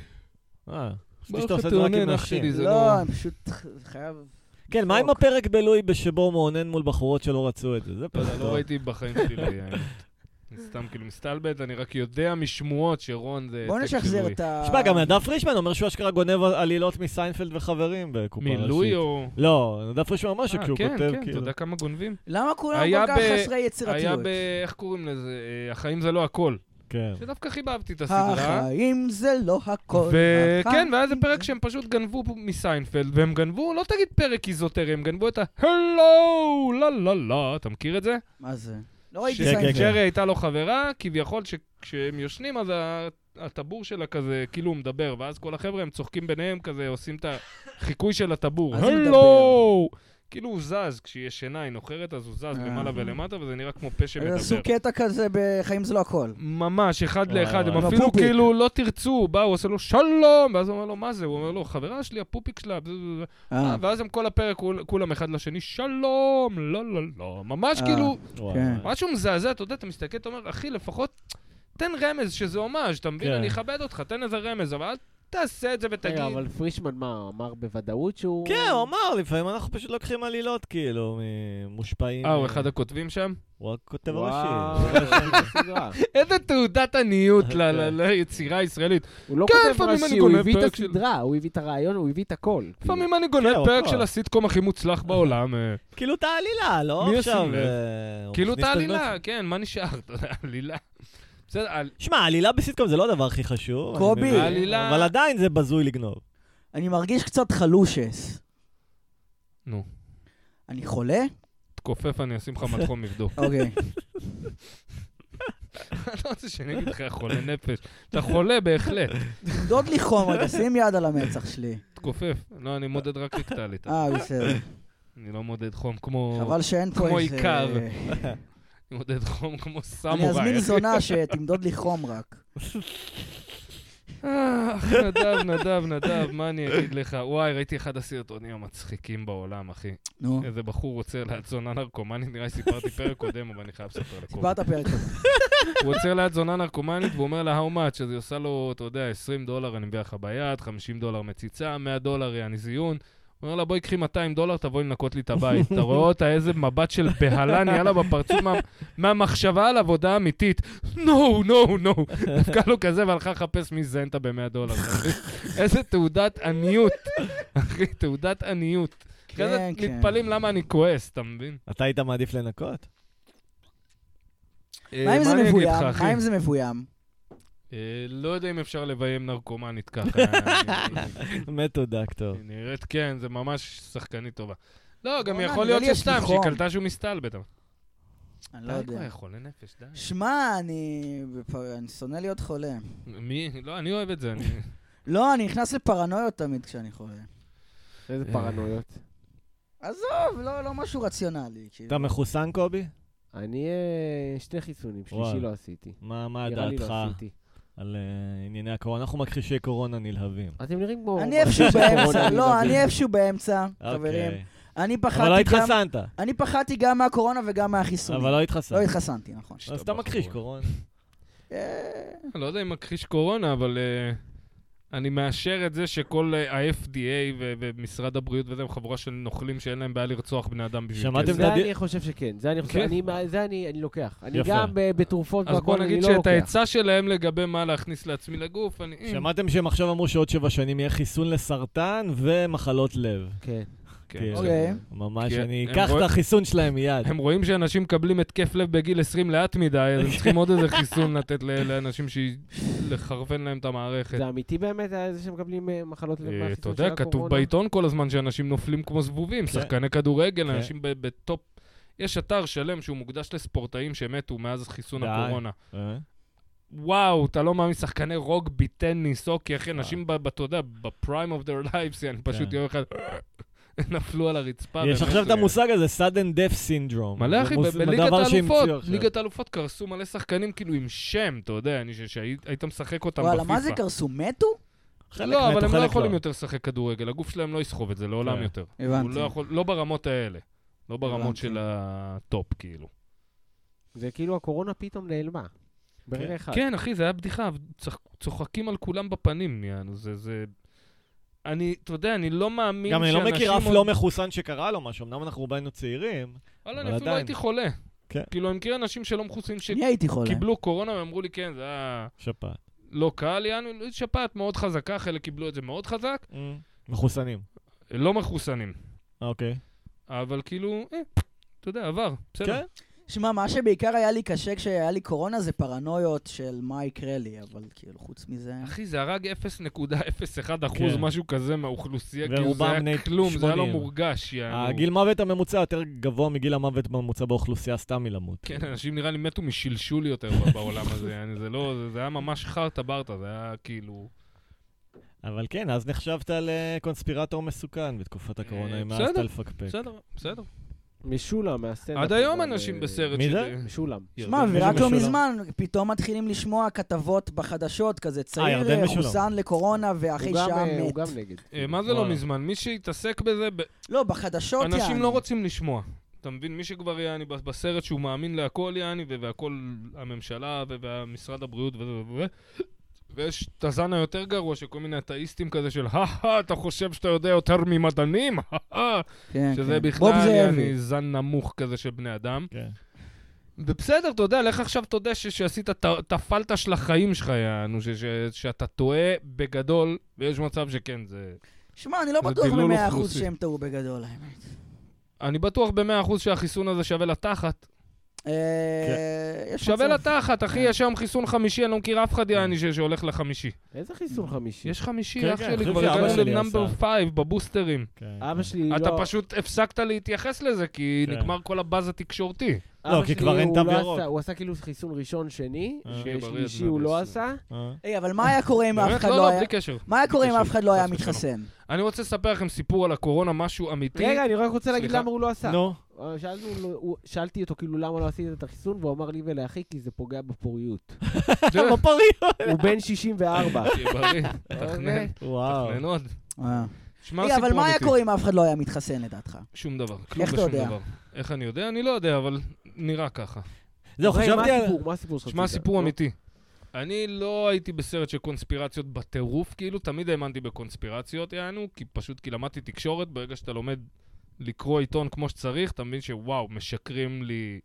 אה, חשבתי שאתה עושה
ברכה
את זה רק
טוענן,
עם
אח שלי,
נשים.
זה
לא, אני פשוט חייב...
כן, מה עם
לבדוק.
הפרק בלואי בשבו הוא מאונן מול בחורות שלא רצו את זה? זה
לא
פרק
יודע,
טוב.
לא ראיתי בחיים שלי, האמת. אני סתם כאילו מסתלבט, אני רק יודע משמועות שרון זה...
בואו
העתק של
נשחזר
לואי.
את ה...
תשמע, גם נדב פרישמן אומר שהוא אשכרה גונב עלילות מסיינפלד וחברים בקופה ראשית.
מילוי או...
לא, נדב פרישמן אמר
אה,
שכשהוא
כן,
כותב,
כן, אתה
כאילו...
יודע כמה גונבים?
למה כולם
היה
כל כך
ב-
חסרי
היה
יצירתיות?
ב... איך קוראים לזה? אה, החיים זה לא הכל.
כן.
שדווקא חיבבתי את הסדרה.
החיים זה לא הכל.
וכן,
החיים
והיה איזה כן, פרק
זה-
שהם פשוט גנבו פה מסיינפלד, והם גנבו, לא תגיד פרק איזוטרי, הם גנבו את ה-Hello, לה לה לה, אתה מכיר את זה?
מה זה? לא ראיתי
כן, כן,
סיינפלד.
שג'רי הייתה לו חברה, כביכול שכשהם יושנים אז ה- הטבור שלה כזה, כאילו הוא מדבר, ואז כל החבר'ה הם צוחקים ביניהם כזה, עושים את החיקוי של הטבור.
אז הוא
הלו! כאילו הוא זז, כשיש שינה, היא נוחרת, אז הוא זז
אה.
למעלה ולמטה, וזה נראה כמו פה
כן.
אז עשו
שמדבר.
קטע כזה בחיים זה לא הכל.
ממש, אחד
וואי,
לאחד, הם
וואי.
אפילו
הפופיק.
כאילו לא תרצו, בא, הוא עושה לו שלום, ואז הוא אומר לו, מה זה? הוא אומר לו, חברה שלי, הפופיק שלה, בז- בז- בז."
אה,
ואז הם כל הפרק, כול- כולם אחד לשני, שלום, לא, לא, לא, ממש
אה.
כאילו,
וואי,
כן.
וואי.
משהו מזעזע, אתה יודע, אתה מסתכל, אתה אומר, אחי, לפחות תן רמז שזה הומאז', אתה מבין?
כן.
אני אכבד אותך, תן איזה רמז, אבל אל תעשה את זה ותגיד.
רגע, אבל פרישמן, מה, אמר בוודאות שהוא...
כן, הוא אמר, לפעמים אנחנו פשוט לוקחים עלילות, כאילו, מושפעים.
אה, הוא אחד הכותבים שם?
הוא הכותב
וואו,
הראשי.
איזה סדרה.
איזה תעודת עניות ל- ל- ליצירה הישראלית.
הוא לא
כן,
כותב
לפעמים אני
ראשי, הוא
גונב
הביא את
פרק של-
הסדרה, הוא הביא את הרעיון, הוא הביא את הכל.
לפעמים אני
כן,
גונב פרק
אבל-
של הסיטקום הכי מוצלח בעולם. אה,
כאילו את העלילה, לא
מי
עכשיו...
ישים לב?
אה, הוא
כאילו את
מכניס
העלילה, כן, מה נשאר? אתה יודע, עלילה. בסדר, על-
שמע, העלילה בסיטקום זה לא הדבר הכי חשוב. אני
קובי.
מבין.
העלילה-
אבל עדיין זה בזוי לגנוב.
אני מרגיש קצת חלושס.
נו,
אני חולה?
תכופף, אני אשים לך מלחום מבדוק.
אוקיי.
אני לא רוצה שאני אגיד לך חולה נפש. אתה חולה בהחלט,
תמדוד לי חום רגע, שים יד על המצח שלי.
תכופף. לא, אני מודד רק רקטלית.
אה, בסדר.
אני לא מודד חום כמו...
חבל שאין פה
כמו
איזה...
עיקר. לא אני מודד חום כמו סמוראי.
אני אזמין
אחי.
זונה שתמדוד לי חום רק.
אה, נדב, נדב, נדב, מה אני אגיד לך? וואי, ראיתי אחד הסרטונים המצחיקים בעולם, אחי.
נו,
איזה בחור עוצר ליד זונה נרקומנית, נראה לי סיפרתי פרק קודם, אבל אני חייב לספר לקום.
סיפרת פרק כזה.
הוא עוצר ליד זונה נרקומנית והוא אומר לה, how much? אז היא עושה לו, אתה יודע, 20 דולר אני מביאה לך ביד, 50 דולר מציצה, 100 דולר יעני זיון. הוא אומר לה, בואי קחי 200 דולר, תבואי לנקות לי את הבית. אתה רואה אותה, איזה מבט של בהלה נהיה לה בפרצוף מה, מהמחשבה על עבודה אמיתית. נו, נו, נו. דווקא לו כזה והלכה לחפש מי זיין אותה ב-100 דולר. איזה תעודת עניות. אחי, תעודת עניות. אחרי זה
כן, כן.
מתפלאים למה אני כועס, אתה מבין?
אתה היית מעדיף לנקות?
מה אם
אה,
זה
אני אגיד
מבוים?
לך, אחי?
מה אם זה מבוים?
אה, לא יודע אם אפשר לביים נרקומנית ככה. אני-
באמת תודה, כתוב.
היא נראית, כן, זה ממש שחקנית טובה. לא, גם
בואנה,
יכול
נראה
להיות
לי יש
שסתם,
לי
שהיא
חום.
קלטה שהוא מסתלבט. אבל-
אני לא
די כבר,
יודע.
חולה נפש, די.
שמע, אני... בפ- אני שונא להיות חולה.
מי? לא, אני אוהב את זה. אני-
לא, אני נכנס לפרנויות תמיד כשאני חולה.
כאילו, איזה
אה.
פרנויות.
עזוב, לא לא משהו רציונלי. כאילו.
אתה מחוסן, קובי?
אני אה, שני חיסונים, שלישי
וואי.
לא עשיתי.
מה מה
נראה לי לא
דעתך
עשיתי.
על אה, ענייני הקורונה? אנחנו מכחישי קורונה נלהבים.
אתם נראים כמו...
אני איפשהו
מכחישי
באמצע,
קורונה,
לא,
נראים.
אני איפשהו באמצע, חברים.
אוקיי.
אני
אבל לא
פחדתי גם...
התחסנת.
אני פחדתי גם מהקורונה וגם
אבל
מהחיסונים.
לא התחסנת.
לא התחסנתי, נכון.
אז
לא
אתה מכחיש קורונה.
אוקיי.
אה,
אני לא יודע אם מכחיש קורונה, אבל אה, אני מאשר את זה שכל אה, ה-FDA ו- ומשרד הבריאות וזה הם חבורה של נוכלים שאין להם בעיה לרצוח בני אדם בשביל
שמעתם
כסף.
את
זה
הדיר-
אני חושב שכן, זה אני חושב,
כן?
אני- מה- זה אני אני לוקח. אני
יפה.
גם ב- בתרופות
אז בוא
והכל אני
נגיד
לא
שאת
לוקח.
העצה שלהם לגבי מה להכניס לעצמי לגוף, אני...
שמעתם שהם עכשיו אמרו שעוד שבע שנים יהיה חיסון לסרטן ומחלות לב.
כן.
כן.
כאילו,
אוקיי.
ממש,
כן,
אני
הם
אקח את
רואים-
החיסון שלהם מיד.
הם רואים שאנשים מקבלים התקף לב בגיל 20 לאט מדי, אז הם צריכים עוד איזה חיסון לתת ל- לאנשים ש... לחרבן להם את המערכת.
זה אמיתי באמת, אה, זה שמקבלים אה, מחלות לב
כן. אה,
מהחיסון
אתה
של
יודע, כתוב
הקורונה?
בעיתון כל הזמן שאנשים נופלים כמו זבובים,
כן.
שחקני כדורגל,
כן.
אנשים ב- בטופ... יש אתר שלם שהוא מוקדש לספורטאים שמתו מאז חיסון
די.
הקורונה.
אה?
וואו, אתה לא מאמין, שחקני רוגבי, טניס, אוקי, אחי, אנשים, ב- ב- אתה יודע, בפריים אוף דר לייבס, אני פשוט
אה. כן.
יום אחד נפלו על הרצפה.
יש
והם
עכשיו את
מתו.
המושג הזה, sudden death syndrome.
אה,
נכון. זה
מלא אחי,
מוס-
ב- בליגת
דבר שהמציאו
האלופות,
עכשיו.
ליגת האלופות קרסו מלא שחקנים כאילו עם שם, אתה יודע, אני ש- שהיית היית משחק אותם בפיפא.
וואלה, מה זה קרסו? מתו?
חלק
לא,
מתו,
אבל הם לא
חלק
יכולים יותר לשחק כדורגל, הגוף שלהם לא יסחוב את זה לעולם
כן.
יותר. הוא
הבנתי.
לא יכול, לא ברמות האלה. לא ברמות
הבנתי.
של הטופ, כאילו.
זה כאילו הקורונה פתאום נעלמה. ברגע אחד.
כן, אחי, זה היה בדיחה, צח- צוחקים על כולם בפנים, יענו, זה... זה... אני, אתה יודע, אני לא מאמין
גם אני
שאנשים...
לא מכיר אף
עוד-
לא מחוסן שקרה לו משהו, אמנם אנחנו רובנו צעירים. אבל
וואלה, אני אפילו לא
עדיין.
הייתי חולה.
כן.
כאילו, אני מכיר אנשים שלא מחוסים,
אני הייתי חולה.
שקיבלו קורונה ואמרו לי, כן, זה היה
שפעת.
לא קל, יענו, שפעת מאוד חזקה, חלק קיבלו את זה מאוד חזק,
אה, מחוסנים.
לא מחוסנים.
אה, אוקיי.
אבל כאילו, אה, אתה יודע, עבר, בסדר.
כן?
שמע, מה שבעיקר היה לי קשה כשהיה לי קורונה זה פרנויות של מה יקרה לי, אבל כאילו, חוץ מזה...
אחי, זה הרג 0.01 אחוז,
כן.
משהו כזה מהאוכלוסייה, כאילו זה
ורובם בני
היה כלום, זה היה לא
80.
מורגש, יענו.
הגיל מוות הממוצע יותר גבוה מגיל המוות בממוצע באוכלוסייה סתם מלמות.
כן, אנשים נראה לי מתו משלשול יותר ב- בעולם הזה, יעני, זה לא, זה- זה היה ממש חרטה ברטה, זה היה כאילו...
אבל כן, אז נחשבת לקונספירטור מסוכן בתקופת הקורונה,
אה,
אם
בסדר.
העזת לפקפק.
בסדר, בסדר.
משולם מהסצנה.
עד היום אנשים בסרט
מי
של-
זה?
משולם.
שמע,
ירדן
ורק לא
משולם.
מזמן, פתאום מתחילים לשמוע כתבות בחדשות, כזה צעיר
ירדן
אה,
משולם.
חוסן לקורונה ואחרי
הוא גם,
שעה
אה, הוא
מת.
גם נגד.
אה, מה זה לא
וואלה.
מזמן? מי שהתעסק בזה, ב-
לא, בחדשות,
אנשים
יעני.
לא רוצים לשמוע. אתה מבין, מי שכבר יעני בס- בסרט שהוא מאמין להכל יעני, ו- והכל הממשלה ו- והמשרד הבריאות וזה וזה. ויש את הזן היותר גרוע של כל מיני אתאיסטים כזה של, הא אתה חושב שאתה יודע יותר ממדענים? הא
כן,
שזה
כן.
בכלל
בוב זאבי.
יעני זן נמוך כזה של בני אדם.
כן.
ובסדר, אתה יודע, לך עכשיו תודה ש- שעשית את ה- את הפלטה של החיים שלך, יענו, ש- ש- שאתה טועה בגדול, ויש מצב שכן, זה...
שמע, אני לא
זה
בטוח
דילול
במאה אחוז
אוכלוסי.
שהם טעו בגדול, האמת.
אני בטוח במאה אחוז שהחיסון הזה שווה לתחת.
אה, יש
כן. שווה
מצב.
לתחת, אחי, יש היום חיסון חמישי, אני לא מכיר אף אחד יעני ש- שהולך לחמישי.
איזה חיסון חמישי?
יש
כן,
חמישי, אח
כן, אני
שלי,
חושב
כבר
שאבא
הגענו
שלי
לנאמבר
עשה.
5 בבוסטרים.
כן,
אבא
כן.
שלי לא...
אתה פשוט הפסקת להתייחס לזה, כי
כן.
נגמר כל הבאז התקשורתי.
אבא
לא, כי
שלי,
כבר אין
הוא
תו
לא
ירוק.
עשה- הוא עשה כאילו חיסון ראשון, שני,
אה.
שיהיה בריא עד
שלישי הוא
מאה
לא
ועשרים.
עשה.
אה,
היי, אבל מה היה קורה אם אף
באמת,
אחד
לא,
לא
לא,
היה...
בלי קשר.
מה היה קורה אם אף אחד לא היה
חס ושלום.
מתחסן?
אני רוצה לספר לכם סיפור על הקורונה, משהו אמיתי.
רגע, אני רק רוצה להגיד
סליחה.
למה הוא לא עשה.
נו,
אה, שאלנו לו- הוא- שאלתי אותו כאילו למה לא עשית את החיסון, והוא אמר לי ולאחי כי זה פוגע בפוריות.
זה-
אוקיי.
בפריו.
הוא בן 64.
שיהיה בריא, תכנן,
וואו.
תכנן עוד.
אה.
שמע
היי, אוקיי. אבל
סיפור
מה היה
אמיתי.
קורה אם אף אחד לא היה מתחסן לדעתך?
שום דבר, כלום
איך אתה
ושום
יודע?
דבר. איך אני יודע? אני לא יודע, אבל נראה ככה.
זהו,
רגע,
חשבתי
מה
על...
הסיפור? מה הסיפור שלך?
לא,
לא.
שמע,
לא?
סיפור אמיתי. אני לא הייתי בסרט של קונספירציות בטירוף, כאילו, תמיד האמנתי בקונספירציות, יענו, כי פשוט כי למדתי תקשורת, ברגע שאתה לומד לקרוא עיתון כמו שצריך, אתה מבין שוואו, משקרים לי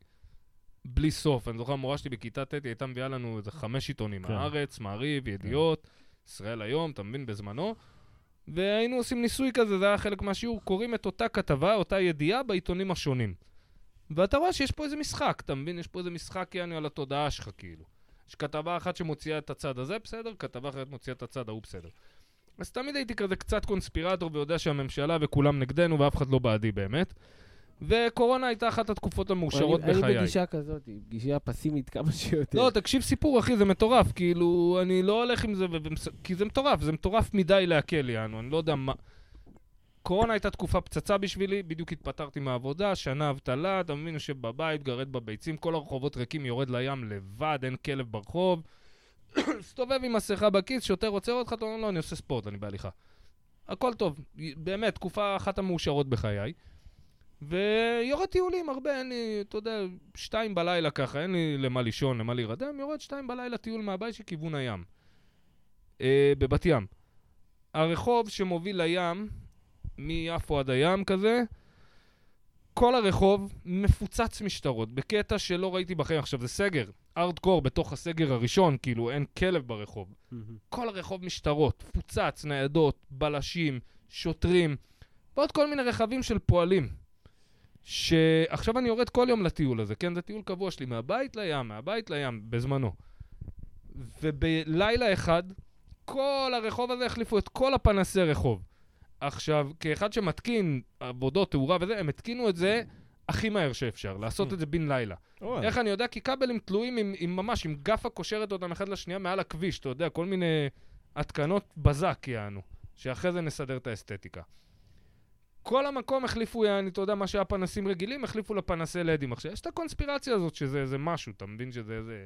בלי סוף. אני זוכר, המורה שלי בכיתה ט' היא הייתה מביאה לנו איזה חמש עיתונים,
כן.
הארץ, מעריב, ידיעות, ישראל היום, אתה מבין, בזמנו. והיינו עושים ניסוי כזה, זה היה חלק מהשיעור, קוראים את אותה כתבה, אותה ידיעה בעיתונים השונים. ואתה רואה שיש פה איזה משחק, אתה מבין? יש פה איזה משחק יעני על התודעה שלך, כאילו. יש כתבה אחת שמוציאה את הצד הזה, בסדר? כתבה אחרת מוציאה את הצד ההוא, בסדר. אז תמיד הייתי כזה קצת קונספירטור ויודע שהממשלה וכולם נגדנו ואף אחד לא בעדי באמת. וקורונה הייתה אחת התקופות המאושרות
אני- אני
בחיי.
בגישה כזאת, היא גישה פסימית כמה שיותר.
לא, תקשיב סיפור, אחי, זה מטורף. כאילו, אני לא הולך עם זה, ו- ומס- כי זה מטורף, זה מטורף מדי להקל, יענו, אני לא יודע מה... קורונה הייתה תקופה פצצה בשבילי, בדיוק התפטרתי מהעבודה, שנה אבטלה, אתה מבין, יושב בבית, גרד בביצים, כל הרחובות ריקים, יורד לים לבד, אין כלב ברחוב. מסתובב עם מסכה בכיס, שוטר עוצר אותך, אתה אומר, לא, אני עושה ספורט, אני בהליכה. הכל טוב, באמת, תקופה אחת המאושרות בחיי. ויורד טיולים הרבה, אין לי, אתה יודע, שתיים בלילה ככה, אין לי למה לישון, למה להירדם, יורד שתיים בלילה טיול מהבית שכיוון הים. אה, בבת ים. הרחוב שמוביל לים, מיפו עד הים כזה, כל הרחוב מפוצץ משטרות, בקטע שלא ראיתי בחיים. עכשיו, זה סגר, ארדקור בתוך הסגר הראשון, כאילו, אין כלב ברחוב.
מהמם.
כל הרחוב משטרות, פוצץ, ניידות, בלשים, שוטרים. ועוד כל מיני רכבים של פועלים. שעכשיו אני יורד כל יום לטיול הזה, כן? זה טיול קבוע שלי, מהבית לים, מהבית לים, בזמנו. ובלילה אחד, כל הרחוב הזה החליפו את כל הפנסי רחוב. עכשיו, כאחד שמתקין עבודות תאורה וזה, הם התקינו את זה הכי מהר שאפשר, לעשות את זה בן לילה.
וואלה.
איך אני יודע? כי כבלים תלויים עם, עם ממש, עם גפה קושרת אותם אחד לשנייה מעל הכביש, אתה יודע, כל מיני התקנות בזק יענו, שאחרי זה נסדר את האסתטיקה. כל המקום החליפו, יעני, אתה יודע, מה שהיה פנסים רגילים, החליפו לפנסי לדים. עכשיו, יש את הקונספירציה הזאת שזה איזה משהו, אתה מבין שזה איזה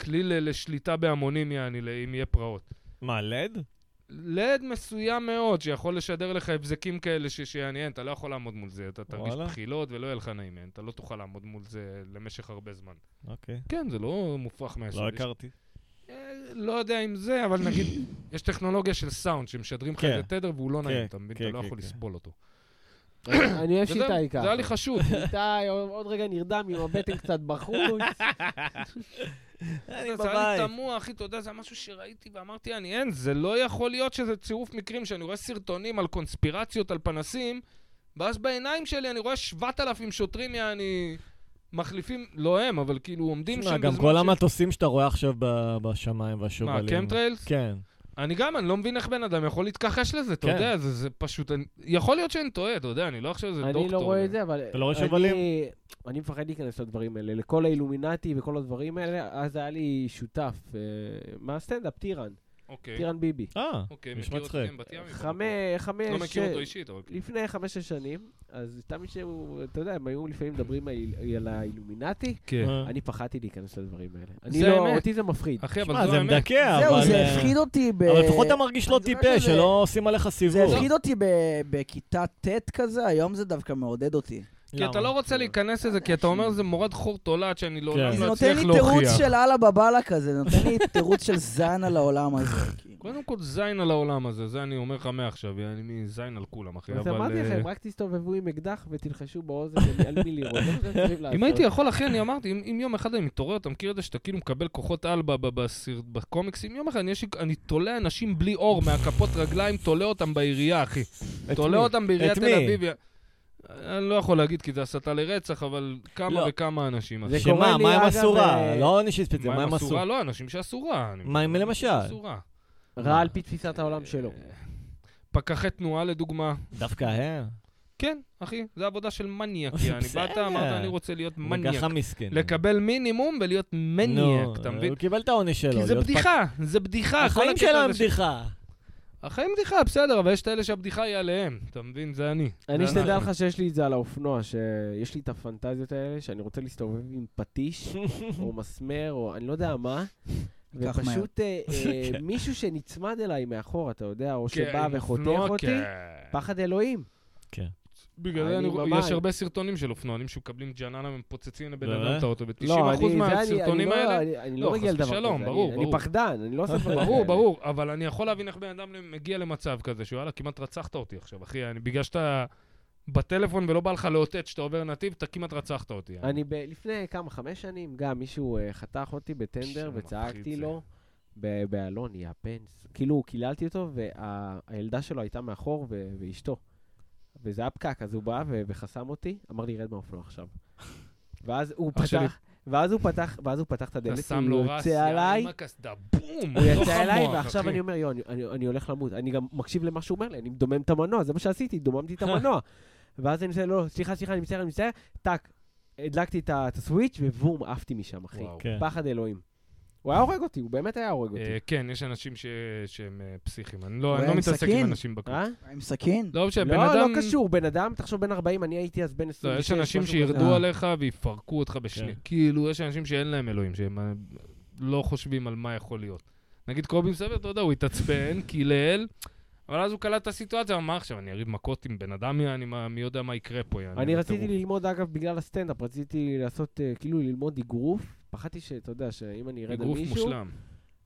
כלי ל- לשליטה בהמונים, יעני, ל- אם יהיה פרעות.
מה, לד?
לד מסוים מאוד, שיכול לשדר לך הבזקים כאלה ש- שיעני, אין, אתה לא יכול לעמוד מול זה, אתה תרגיש
וואלה.
בחילות ולא יהיה לך נעים, אין, אתה לא תוכל לעמוד מול זה למשך הרבה זמן.
אוקיי.
כן, זה לא מופרך מהיסוד.
לא
יש-
הכרתי.
אה, לא יודע אם זה, אבל נגיד, יש טכנולוגיה של סאונד שמשדרים לך
כן.
את התדר והוא לא
כן,
נעים, אתה מבין?
כן,
אתה לא
כן,
יכול
כן.
לסבול אותו.
אני אוהב
וזהו,
שאיתי ככה.
זה היה לי חשוב.
איתי עוד עוד רגע נרדם עם הבטן קצת בחוץ.
אני
זה היה לי תמוה, אחי, אתה יודע, זה היה משהו שראיתי ואמרתי, אני אין, זה לא יכול להיות שזה צירוף מקרים שאני רואה סרטונים על קונספירציות, על פנסים, ואז בעיניים שלי אני רואה 7,000 שוטרים, יעני, מחליפים, לא הם, אבל כאילו עומדים שם
תשמע, גם
בזמן
כל
ש-
המטוסים שאתה רואה עכשיו ב- בשמיים והשובלים.
מה, קמטריילס?
כן.
אני גם, אני לא מבין איך בן אדם יכול להתכחש לזה, אתה
כן.
יודע, זה, זה פשוט... אני, יכול להיות שאני טועה, אתה יודע, אני לא עכשיו איזה דוקטור.
אני לא רואה את זה, אבל...
אתה לא רואה
אני-
שובלים?
אני מפחד להיכנס לדברים האלה, לכל האילומינטי וכל הדברים האלה. אז היה לי שותף אה, מהסטנדאפ, טירן,
אוקיי,
טירן ביבי.
אה,
אוקיי,
נשמע
מכיר
צחק.
אתכם בת ימים.
חמש, חמש,
לא מכיר אותו
שש-
אישית, אבל...
לפני חמש-שש שנים, אז תמיד שהוא, אתה יודע, הם היו לפעמים מדברים על- על האילומינטי,
כן.
אה.
אני פחדתי להיכנס לדברים האלה. אני
זה
לא,
האמת.
אותי זה מפחיד.
אחי, כן, אבל
שמע,
זו
זה
האמת.
מדכא, אבל...
זהו, זה
אה,
הפחיד אותי ב...
אבל לפחות אתה מרגיש לא
אני זוכר
טיפש,
שזה-
שלא עושים עליך סיבוב.
זה הפחיד אותי ב- בכיתה ט' כזה, היום זה דווקא מעודד אותי.
כי אתה לא רוצה להיכנס לזה, כי אתה אומר זה מורד חור תולעת שאני לעולם
כן.
זה
לא
נותן
אצליח
לי תירוץ
להוכיח.
של אללה בבאללה כזה, זה נותן לי תירוץ של זן על העולם הזה. כאילו.
קודם כל זין על העולם הזה, זה אני אומר לך מעכשיו, אני מזין על כולם, אחי,
אז
אבל...
אמרתי
אה,
לכם, רק תסתובבו עם אקדח ותלחשו באוזן על מי לירות. זה מה שאתם צריכים לעשות.
אם הייתי יכול, אחי, אני אמרתי, אם אם יום אחד אני מתעורר, אתה מכיר את זה שאתה כאילו מקבל כוחות על ב- ב- בסרט- בקומיקסים, יום אחד אני יש לי- אני תולה אנשים בלי אור מהכפות רגליים, תולה אותם בעירייה, אחי. תולה אותם בעיריית
את
תל
מי?
אביב. יא- אני לא יכול להגיד כי זה הסתה לרצח, אבל כמה
לא.
וכמה אנשים. אחי.
זה קורה
שמה,
לי,
מה עם
אגב,
אסורה?
אה,
לא עונש ספציפי,
מה
מה
עם
עם
אסורה?
אסורה?
לא, אנשים שאסורה. אני
מה עם
מדבר על
למשל?
אנשים שאסורה.
רע על פי תפיסת העולם שלו.
אה, פקחי תנועה לדוגמה.
דווקא אה, הם.
כן, אחי, זה עבודה של מניאק, יעני. באת,
בסדר.
אמרת, אני רוצה להיות
הוא גם
מניאק.
חם מסכן.
לקבל מינימום ולהיות מניאק,
נו,
אה,
אתה מבין?
אוקיי,
הוא קיבל את העונש שלו.
כי
לא,
זה
להיות פק-
בדיחה, זה בדיחה. כל
החיים
הקטע
שלו הם
הזה ש-
בדיחה.
החיים בדיחה, בסדר, אבל יש את אלה שהבדיחה היא עליהם, אתה מבין? זה אני.
אני
זה
שתדע
אנחנו.
לך שיש לי את זה על האופנוע, שיש לי את הפנטזיות האלה, שאני רוצה להסתובב עם פטיש, או מסמר, או אני לא יודע מה,
כך מהר.
ופשוט אה, אה,
כן.
מישהו שנצמד אליי מאחור, אתה יודע, או שבא
כן,
וחותך
אופנוע,
אותי,
כן.
פחד אלוהים.
בגלל זה
אני
אני רואה-
ממש-
יש הרבה סרטונים של אופנוענים שמקבלים ג'ננה ומפוצצים לבן
באמת?
אדם את האוטו,
לא, אני-
ב-90%
זה אני-
מהסרטונים
אני לא-
האלה...
אני- אני
לא,
לא מגיע
חס
לדבר כזה.
ושלום,
אני-
ברור,
אני
ברור.
פחדן, אני לא עושה דברים
ברור,
כאלה.
ברור, אבל אני יכול להבין איך בן אדם מגיע למצב כזה, שוואלה, כמעט רצחת אותי עכשיו, אחי, אני- בגלל שאתה בטלפון ולא בא לך לאותת שאתה עובר נתיב, אתה כמעט רצחת אותי.
אני ב- לפני כמה, חמש שנים, גם מישהו אה, חתך אותי
שזה
בטנדר
מפחיד
וצעקתי
זה.
לו ב- באלון, יא פנס. כאילו, קיללתי אותו, והילדה שלו הייתה מאחור ו- ואשתו. וזה היה פקק, אז הוא בא ו- וחסם אותי, אמר לי, רד מהאופנוע עכשיו. ואז הוא
אח שלי.
פתח, ואז הוא פתח, ואז הוא פתח את
אתה
הדלת,
שם לו
הוא
רס,
יוצא עליי,
יאללה, קסדה, בום!
הוא
לתוך
יצא אליי,
המוח,
ועכשיו
אחי.
אני אומר, יואו, אני- אני אני הולך למות. אני גם מקשיב למה שהוא אומר לי, אני מדומם את המנוע, זה מה שעשיתי, דוממתי את המנוע. ואז אני מסתכל, לא, סליחה, סליחה, אני מצטער, אני מצטער, טאק, הדלקתי את ה- את הסוויץ', ובום, עפתי משם, אחי.
וואו.
כן.
פחד אלוהים. הוא היה הורג אותי, הוא באמת היה הורג
אה,
אותי.
כן, יש אנשים ש- שהם אה, פסיכים. אני
הוא
לא אני
היה
לא
עם
מתעסק
סכין?
עם אנשים בכלל.
אה?
עם סכין?
לא,
לא,
שבן אדם...
לא קשור, בן אדם, תחשוב בן 40, אני הייתי אז בן
לא,
26.
יש אנשים
משהו
שירדו
כזה.
עליך ויפרקו אותך בשני...
כן.
כאילו, יש אנשים שאין להם אלוהים, שהם אה, לא חושבים על מה יכול להיות. נגיד קובי מסבר, אתה יודע, הוא התעצבן, קילל, אבל אז הוא קלט את הסיטואציה, אמר, מה עכשיו, אני אריב מכות עם בן אדם, יעני, מה- מי יודע מה יקרה פה, יעני.
אני
זה
רציתי
טירוף."
ללמוד, אגב, בגלל הסטנדאפ, רציתי לעשות, אה, כאילו, ללמוד אגרוף. פחדתי שאתה יודע, שאם אני ארד על
אגרוף
מישהו,
מושלם.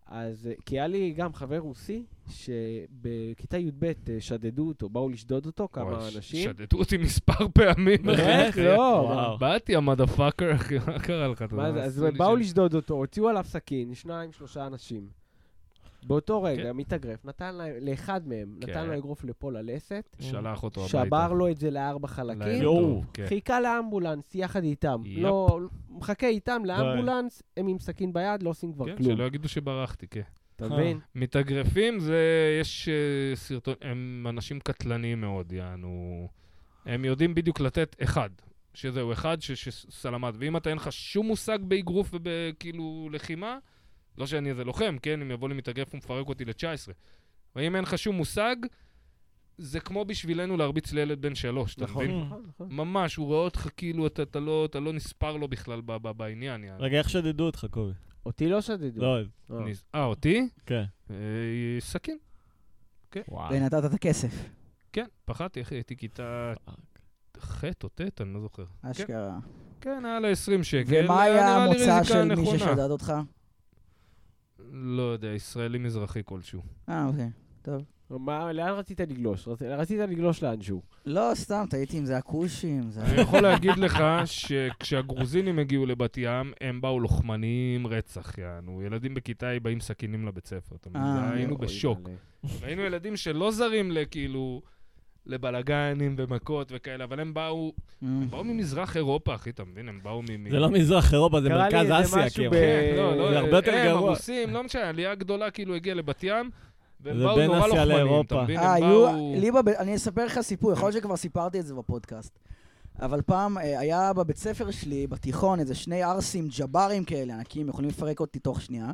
אז אה, כי היה לי גם חבר רוסי, שבכיתה י"ב אה, שדדו אותו, באו לשדוד אותו, כמה
וואי, ש-
אנשים.
שדדו אותי מספר פעמים, אחי.
באמת? לא.
וואו.
באתי, המדה פאקר, אחי, מה קרה לך? אתה
מה
יודע,
זה? אז
עשו לי
באו
שם.
לשדוד אותו, הוציאו עליו סכין, שניים, שלושה אנשים. באותו רגע,
כן.
מתאגרף, נתן להם, לאחד מהם, נתן
כן.
לו אגרוף לפה ללסת,
שלח אותו הביתה.
שבר לו את זה לארבע
להם
חלקים,
יואו.
טוב, כן.
חיכה לאמבולנס יחד איתם.
יפ.
לא, מחכה איתם לאמבולנס, הם עם סכין ביד, לא עושים כבר
כן,
כלום.
שלא יגידו שברחתי, כן.
אתה מבין?
מתאגרפים זה, יש אה, סרטון, הם אנשים קטלניים מאוד, יענו. הם יודעים בדיוק לתת אחד, שזהו, אחד ש- שסלמת. ואם אתה אין לך שום מושג באגרוף ובכאילו לחימה, לא שאני איזה לוחם, כן? אם יבוא לי מתאגרף הוא מפרק אותי ל-19. ואם אין לך שום מושג, זה כמו בשבילנו להרביץ לילד בן שלוש, אתה
נכון,
מבין?
נכון, נכון.
ממש, הוא רואה אותך כאילו, אתה, אתה, לא, אתה לא נספר לו בכלל ב- ב- בעניין, יענו.
רגע, איך שדדו אותך, קובי?
אותי לא שדדו.
לא,
אה.
נז- אה, אותי?
כן.
אה, סכין. לא.
ונתת את הכסף,
כן, פחדתי, אחי, הייתי כיתה ח' או ט', אני לא זוכר.
אשכרה.
כן, היה לה 20 שקל.
ומה היה
נראה לי
המוצא
ריזיקה
של מי
נכונה.
ששדד אותך?
לא יודע, ישראלי מזרחי כלשהו.
אה, אוקיי.
מה, לאן רצית לגלוש? רצ- רצית לגלוש לאנשהו.
לא, סתם, תהיתי אם זה הכושים, זה...
אני יכול להגיד לך שכשהגרוזינים הגיעו לבת ים, הם באו לוחמניים רצח, יענו. ילדים בכיתה ה' באים סכינים לבית ספר. אתה מבין?
אה,
היינו
אוי,
בשוק.
מלא.
היינו ילדים שלא זרים לכאילו... לבלגנים ומכות וכאלה, אבל הם באו,
אה.
הם באו ממזרח אירופה, אחי, אתה מבין? הם באו מ...
זה לא מזרח אירופה, זה
קרה לי
מרכז
איזה
אסיה,
משהו
כאילו.
ב-
כן, לא, לא,
זה הרבה יותר
הם,
גרוע.
הרוסים, לא משנה, העלייה הגדולה כאילו הגיעה לבת ים, והם
זה
באו
בין
נורא
אסיה
לוחמנים,
לאירופה.
אתה מבין?
אה,
הם
היו,
באו...
לי בב... אני אספר לך סיפור, יכול להיות שכבר סיפרתי את זה בפודקאסט. אבל פעם אה, היה בבית ספר שלי, בתיכון, איזה שני ערסים ג'בארים כאלה, ענקים, יכולים לפרק אותי תוך שנייה.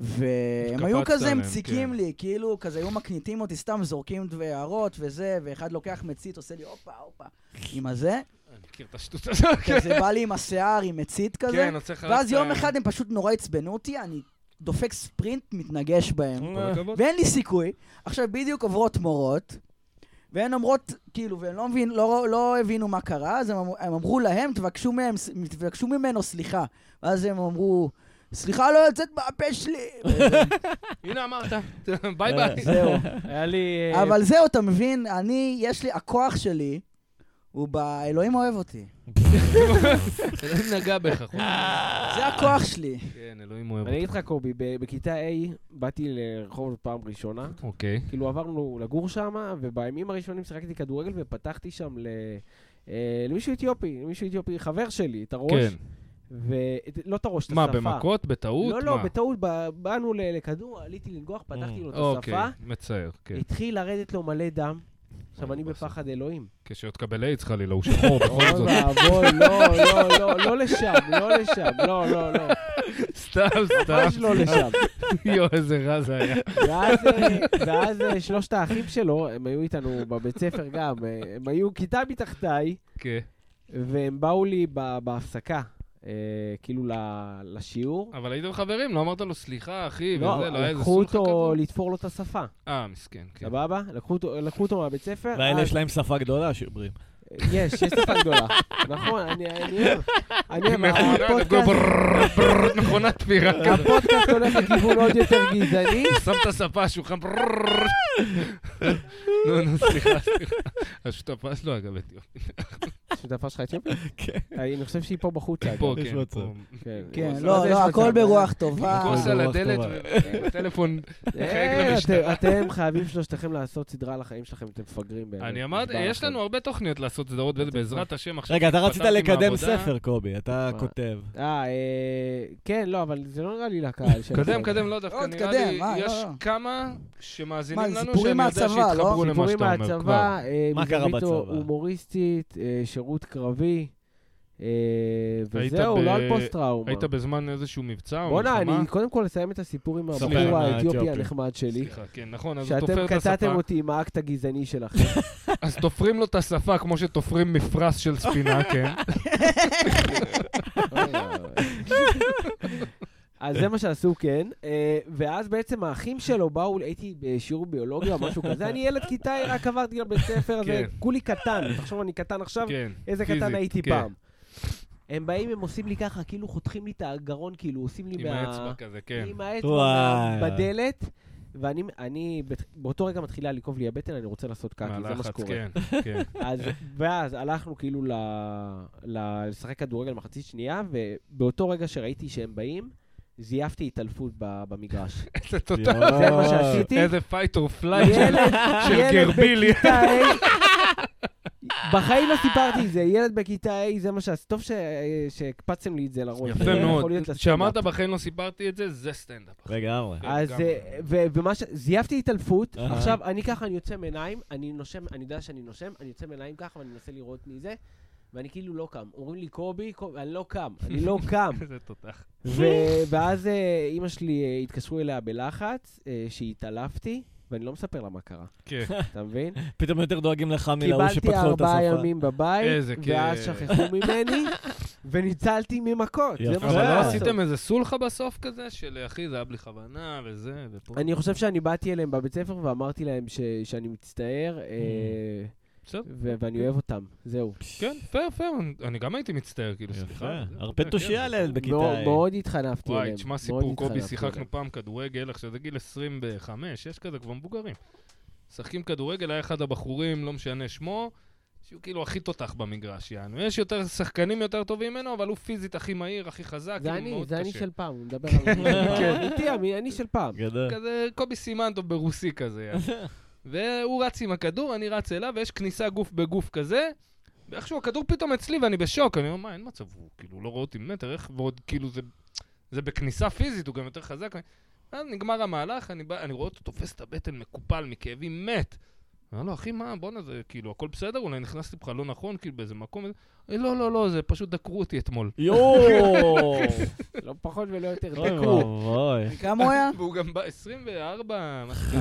והם
התקפצת
היו כזה
עליהם,
מציקים
כן.
לי, כאילו, כזה היו מקניטים אותי, סתם זורקים הערות וזה, ואחד לוקח מצית, עושה לי הופה, הופה, עם הזה.
אני מכיר את השטות הזאת, כן.
כזה בא לי עם השיער, עם מצית כזה.
כן, עושה לך...
ואז יום אחד הם פשוט נורא עצבנו אותי, אני דופק ספרינט, מתנגש בהם.
אה.
נכון. ואין לי סיכוי. עכשיו, בדיוק עוברות מורות, והן אומרות, כאילו, והן לא, מבין, לא, לא הבינו מה קרה, אז הם, אמרו- הם אמרו להם, תבקשו, מהם, ס- תבקשו ממנו סליחה. ואז הם אמרו, סליחה לא יוצאת מהפה שלי. וזה-
הנה אמרת, ביי
אה,
ביי.
זהו.
היה לי... אה,
אבל זהו, אתה מבין, אני, יש לי, הכוח שלי, הוא ב... אלוהים אוהב אותי.
אלוהים נגע בך, אחי.
זה הכוח שלי.
כן, אלוהים אוהב
אה. אני
אותך.
אגיד לך, קובי, ב- בכיתה A באתי לרחוב פעם ראשונה.
אוקיי.
כאילו עברנו לגור שם, ובימים הראשונים שיחקתי כדורגל ופתחתי שם ל... אה, למישהו אתיופי, למישהו אתיופי, חבר שלי, את הראש.
כן.
ולא את הראש, את
מה,
השפה.
במכות? בטעות?
לא, לא,
מה?
בטעות, ב- באנו ל- לכדור, עליתי לנגוח, פתחתי לו את
אוקיי,
השפה,
מצער, כן. אה,
התחיל לרדת לו מלא דם. עכשיו, אני
בסדר.
בפחד אלוהים.
כשעוד תקבל איידס חלילה, לא, הוא שחור בכל
אוי
זאת.
ואבוי, לא, לא, לא, לא לשם, לא לשם, לא, לא, לא,
סתם,
ממש
סתם.
לא לשם.
יואו, איזה רע זה היה.
ואז, אה, ואז אה, שלושת האחים שלו, הם היו איתנו בבית ספר גם, אה, הם היו כיתה מתחתיי,
כן.
והם באו לי ב- בהפסקה, אה, כאילו ל- לשיעור.
אבל הייתם חברים, לא אמרת לו סליחה, אחי, וזה,
לא,
לא היה איזה
לקחו
סולחה
אותו
כזאת?
לתפור לו את השפה,
אה, מסכן, כן.
סבבה? לקחו אותו- לקחו אותו מהבית ספר.
והאלה
אז-
יש להם שפה גדולה, שיברים.
יש, יש שפה גדולה. נכון, אני... אני אוהב. אני אוהב.
מכונת
הפודקאסט-
ברררררר, מכונת תפירה כזה.
הפודקאסט הולך לכיוון עוד יותר גזעני.
שם את הספה על השולחן, ברררררר. נו, נו, סליחה, סליחה. השותפה שלו, אגב, אתיופי.
השותפה שלך אתיופי?
כן.
אני חושב שהיא פה בחוץ. אגב.
פה,
יש
כן,
מצב.
פה.
כן,
אז
לא,
יש
לא,
מצב.
הכל ברוח טובה.
כוס
אה,
על
ברוח
הדלת
טובה.
וטלפון.
אה, אתם- אתם חייבים שלושתכם לעשות סדרה על החיים שלכם, אתם מפגרים באמת.
אני אמרתי,
נשבע
יש
לכם.
לנו הרבה תוכניות לעשות סדרות, וזה בעזרת השם עכשיו.
רגע, אתה רצית
התפטרתי
לקדם
מהעבודה.
ספר, קובי, אתה
מה?
כותב.
אה, אה, כן, לא, אבל זה לא נראה לי לקהל שלכם.
קדם, קדם, לא דווקא,
עוד
נראה
קדם,
לי,
מה, לא,
יש
לא.
כמה
מה,
שמאזינים לנו,
סיפורים
שאני יודע
מהצבא, לא?
שיתחברו למה
סיפורים
שאתה אומר כבר.
מהצבא, אה,
מה קרה
מזווית
בצבא?
הומוריסטית, אה, שירות קרבי, אה,
היית
וזהו,
ב-
לא על פוסט-טראומה.
היית בזמן איזסהו מבצע או
בואנה, אני
מלחמה?
קודם כל אסיים את הסיפור עם
ספר.
הבחור האתיופי
האתיופי.
הנחמד שלי.
סליחה, כן, נכון, אז הוא
שאתם
תופר את השפה.
קטעתם אותי עם האקט הגזעני שלכם.
אז תופרים לו את השפה כמו שתופרים מפרש של ספינה, כן.
אז זה מה שעשו, כן. אה, ואז בעצם האחים שלו באו, הייתי בשיעור ביולוגיה או משהו כזה, אני ילד כיתה, רק עברתי לבית ספר, זה
כן.
כולי קטן, תחשוב אני קטן עכשיו,
כן.
איזה קטן
פיזית,
הייתי
כן.
פעם. הם באים, הם עושים לי ככה, כאילו חותכים לי את הגרון, כאילו עושים לי
עם
מה-
האצבע כזה, כן.
עם האצבע
וואי.
מה- בדלת, ואני אני בת- באותו רגע מתחילה לכאוב לי הבטן, אני רוצה לעשות קקי, זה מה
מהלחץ,
שקורה.
כן, כן.
אז, ואז הלכנו כאילו ל, ל, לשחק כדורגל מחצית שנייה, ובאותו רגע שראיתי שהם באים, זייפתי התעלפות ב- במגרש.
תודה.
זה מה שעשיתי.
אה, איזה fight or flight של-
ילד,
של
ילד
גרבילי.
בכיתה A, בחיים לא סיפרתי את זה, ילד בכיתה A, זה מה ש... טוב ש- אה, שהקפצתם לי את זה לראש. זה
יפה
יכול
מאוד.
להיות לסטנדאפ.
כשאמרת בחיים לא סיפרתי את זה, זה סטנדאפ.
לגמרי.
אז,
לגמרי.
אה, ו- ומה ש... זייפתי התעלפות,
אהה.
עכשיו אני ככה, אני יוצא מעיניים, אני נושם, אני יודע שאני נושם, אני יוצא מעיניים ככה ואני מנסה לראות מי זה, ואני כאילו לא קם. אומרים לי, קובי, קובי, אני לא קם, אני לא קם.
איזה תותח.
ו- ואז אה, אימא שלי, אה, התקשרו אליה בלחץ, אה, שהתעלפתי, ואני לא מספר לה מה קרה,
כן.
אתה מבין?
פתאום יותר דואגים לך מלהוא
קיבלתי
שפתחו את השפה.
ארבעה ימים בבית,
איזה כיף.
ואז שכחו ממני, וניצלתי ממכות. זה
יפה.
מה
אבל
שהיה
לא
לעשות.
עשיתם איזה סולחה בסוף כזה, של אחי, זה היה בלי כוונה, וזה, ופה.
אני חושב שאני באתי אליהם בבית ספר ואמרתי להם ש- שאני מצטער, אה,
בסדר. אוקיי.
ו- ואני אוהב אותם, זהו.
כן, פייר, פייר, אני גם הייתי מצטער, כאילו,
יפה.
סליחה. זה-
הרבה
כן.
תושייה לילד בכיתה
מאוד-
A.
מאוד התחנפתי אליהם.
וואי, תשמע
מאוד
סיפור, קובי,
התחנפתי
שיחקנו
אליהם.
פעם כדורגל, עכשיו זה גיל 25, יש כזה כבר מבוגרים. משחקים כדורגל, היה אחד הבחורים, לא משנה שמו, שהוא כאילו הכי תותח במגרש, יענו. יש יותר שחקנים יותר טובים ממנו, אבל הוא פיזית הכי מהיר, הכי חזק,
זה
כאילו
אני,
מאוד
זה אני
קשה.
של פעם, הוא מדבר על...
כן.
אמיתי, אני- אני של פעם.
גדול.
כזה קובי סימנטוב ברוסי כזה. יענו. והוא רץ עם הכדור, אני רץ אליו, ויש כניסה גוף בגוף כזה, ואיכשהו הכדור פתאום אצלי ואני בשוק, אני אומר, מה, אין מצב, הוא כאילו לא רואה אותי מטר, איך ועוד, כאילו זה, זה בכניסה פיזית, הוא גם יותר חזק. אז נגמר המהלך, אני, בא, אני רואה אותו תופס את הבטן מקופל מכאבים, מת. אמר לו, אחי, מה, בואנה, זה כאילו, הכל בסדר? אולי נכנסתי בך לא נכון, כאילו, באיזה מקום? "אה, לא, לא, לא, זה פשוט דקרו אותי אתמול.
יואו!
כן.
לא פחות ולא יותר.
אוי
דקו.
לא.
ואבוי.
כמה הוא היה?
והוא גם בא, 24, משהו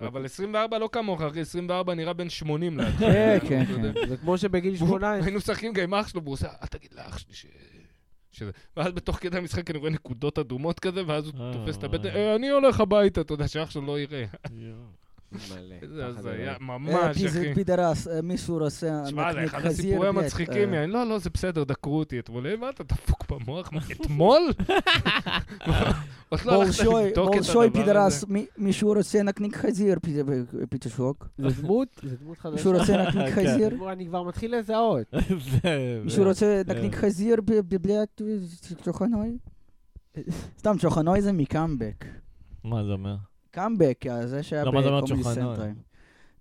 אבל 24 לא כמוך, אחי, 24 נראה בן 80 לאט.
כן, כן, כן.
זה כמו שבגיל
והוא-
18...
היינו משחקים גם עם אח שלו, והוא עושה, אל תגיד לאח שלי ש... שזה. ואז בתוך כדי המשחק אני רואה נקודות אדומות כזה, ואז הוא
אה,
תופס את הבטן,
וואי.
"אה, אני הולך הביתה, אתה יודע, שאח שלו לא יראה.
מלא.
איזה
ככה זה
הזיה,
לא.
ממש, אחי.
אה, פידרס, אה, מישהו רסה,
תשמע, זה אחד
אה,
הסיפורים המצחיקים, אני, לא, לא, זה בסדר, דקרו אותי אתמול. "אה, מה, אתה דפוק במוח? מה, אתמול? עוד לא הלכת
Большой,
לבדוק את
большой
הדבר הזה.
пидорас, ми- Мишу Росенок Никхазир, петушок.
זה דמות, זה דמות חדשה.
Мишу
כן.
Росенок
זה
Никхазир.
דמות- אני כבר מתחיל לזהות.
זה-
Мишу
כן.
Росенок Никхазир, блядь, Чоханой. סתם, צ'וחנוי זה מקאמבק.
מה זה אומר?
קאמבק, אה, זה שהיה
לא, מה זה אומר
בקומדי
צ'וחנוי?
סנטרל.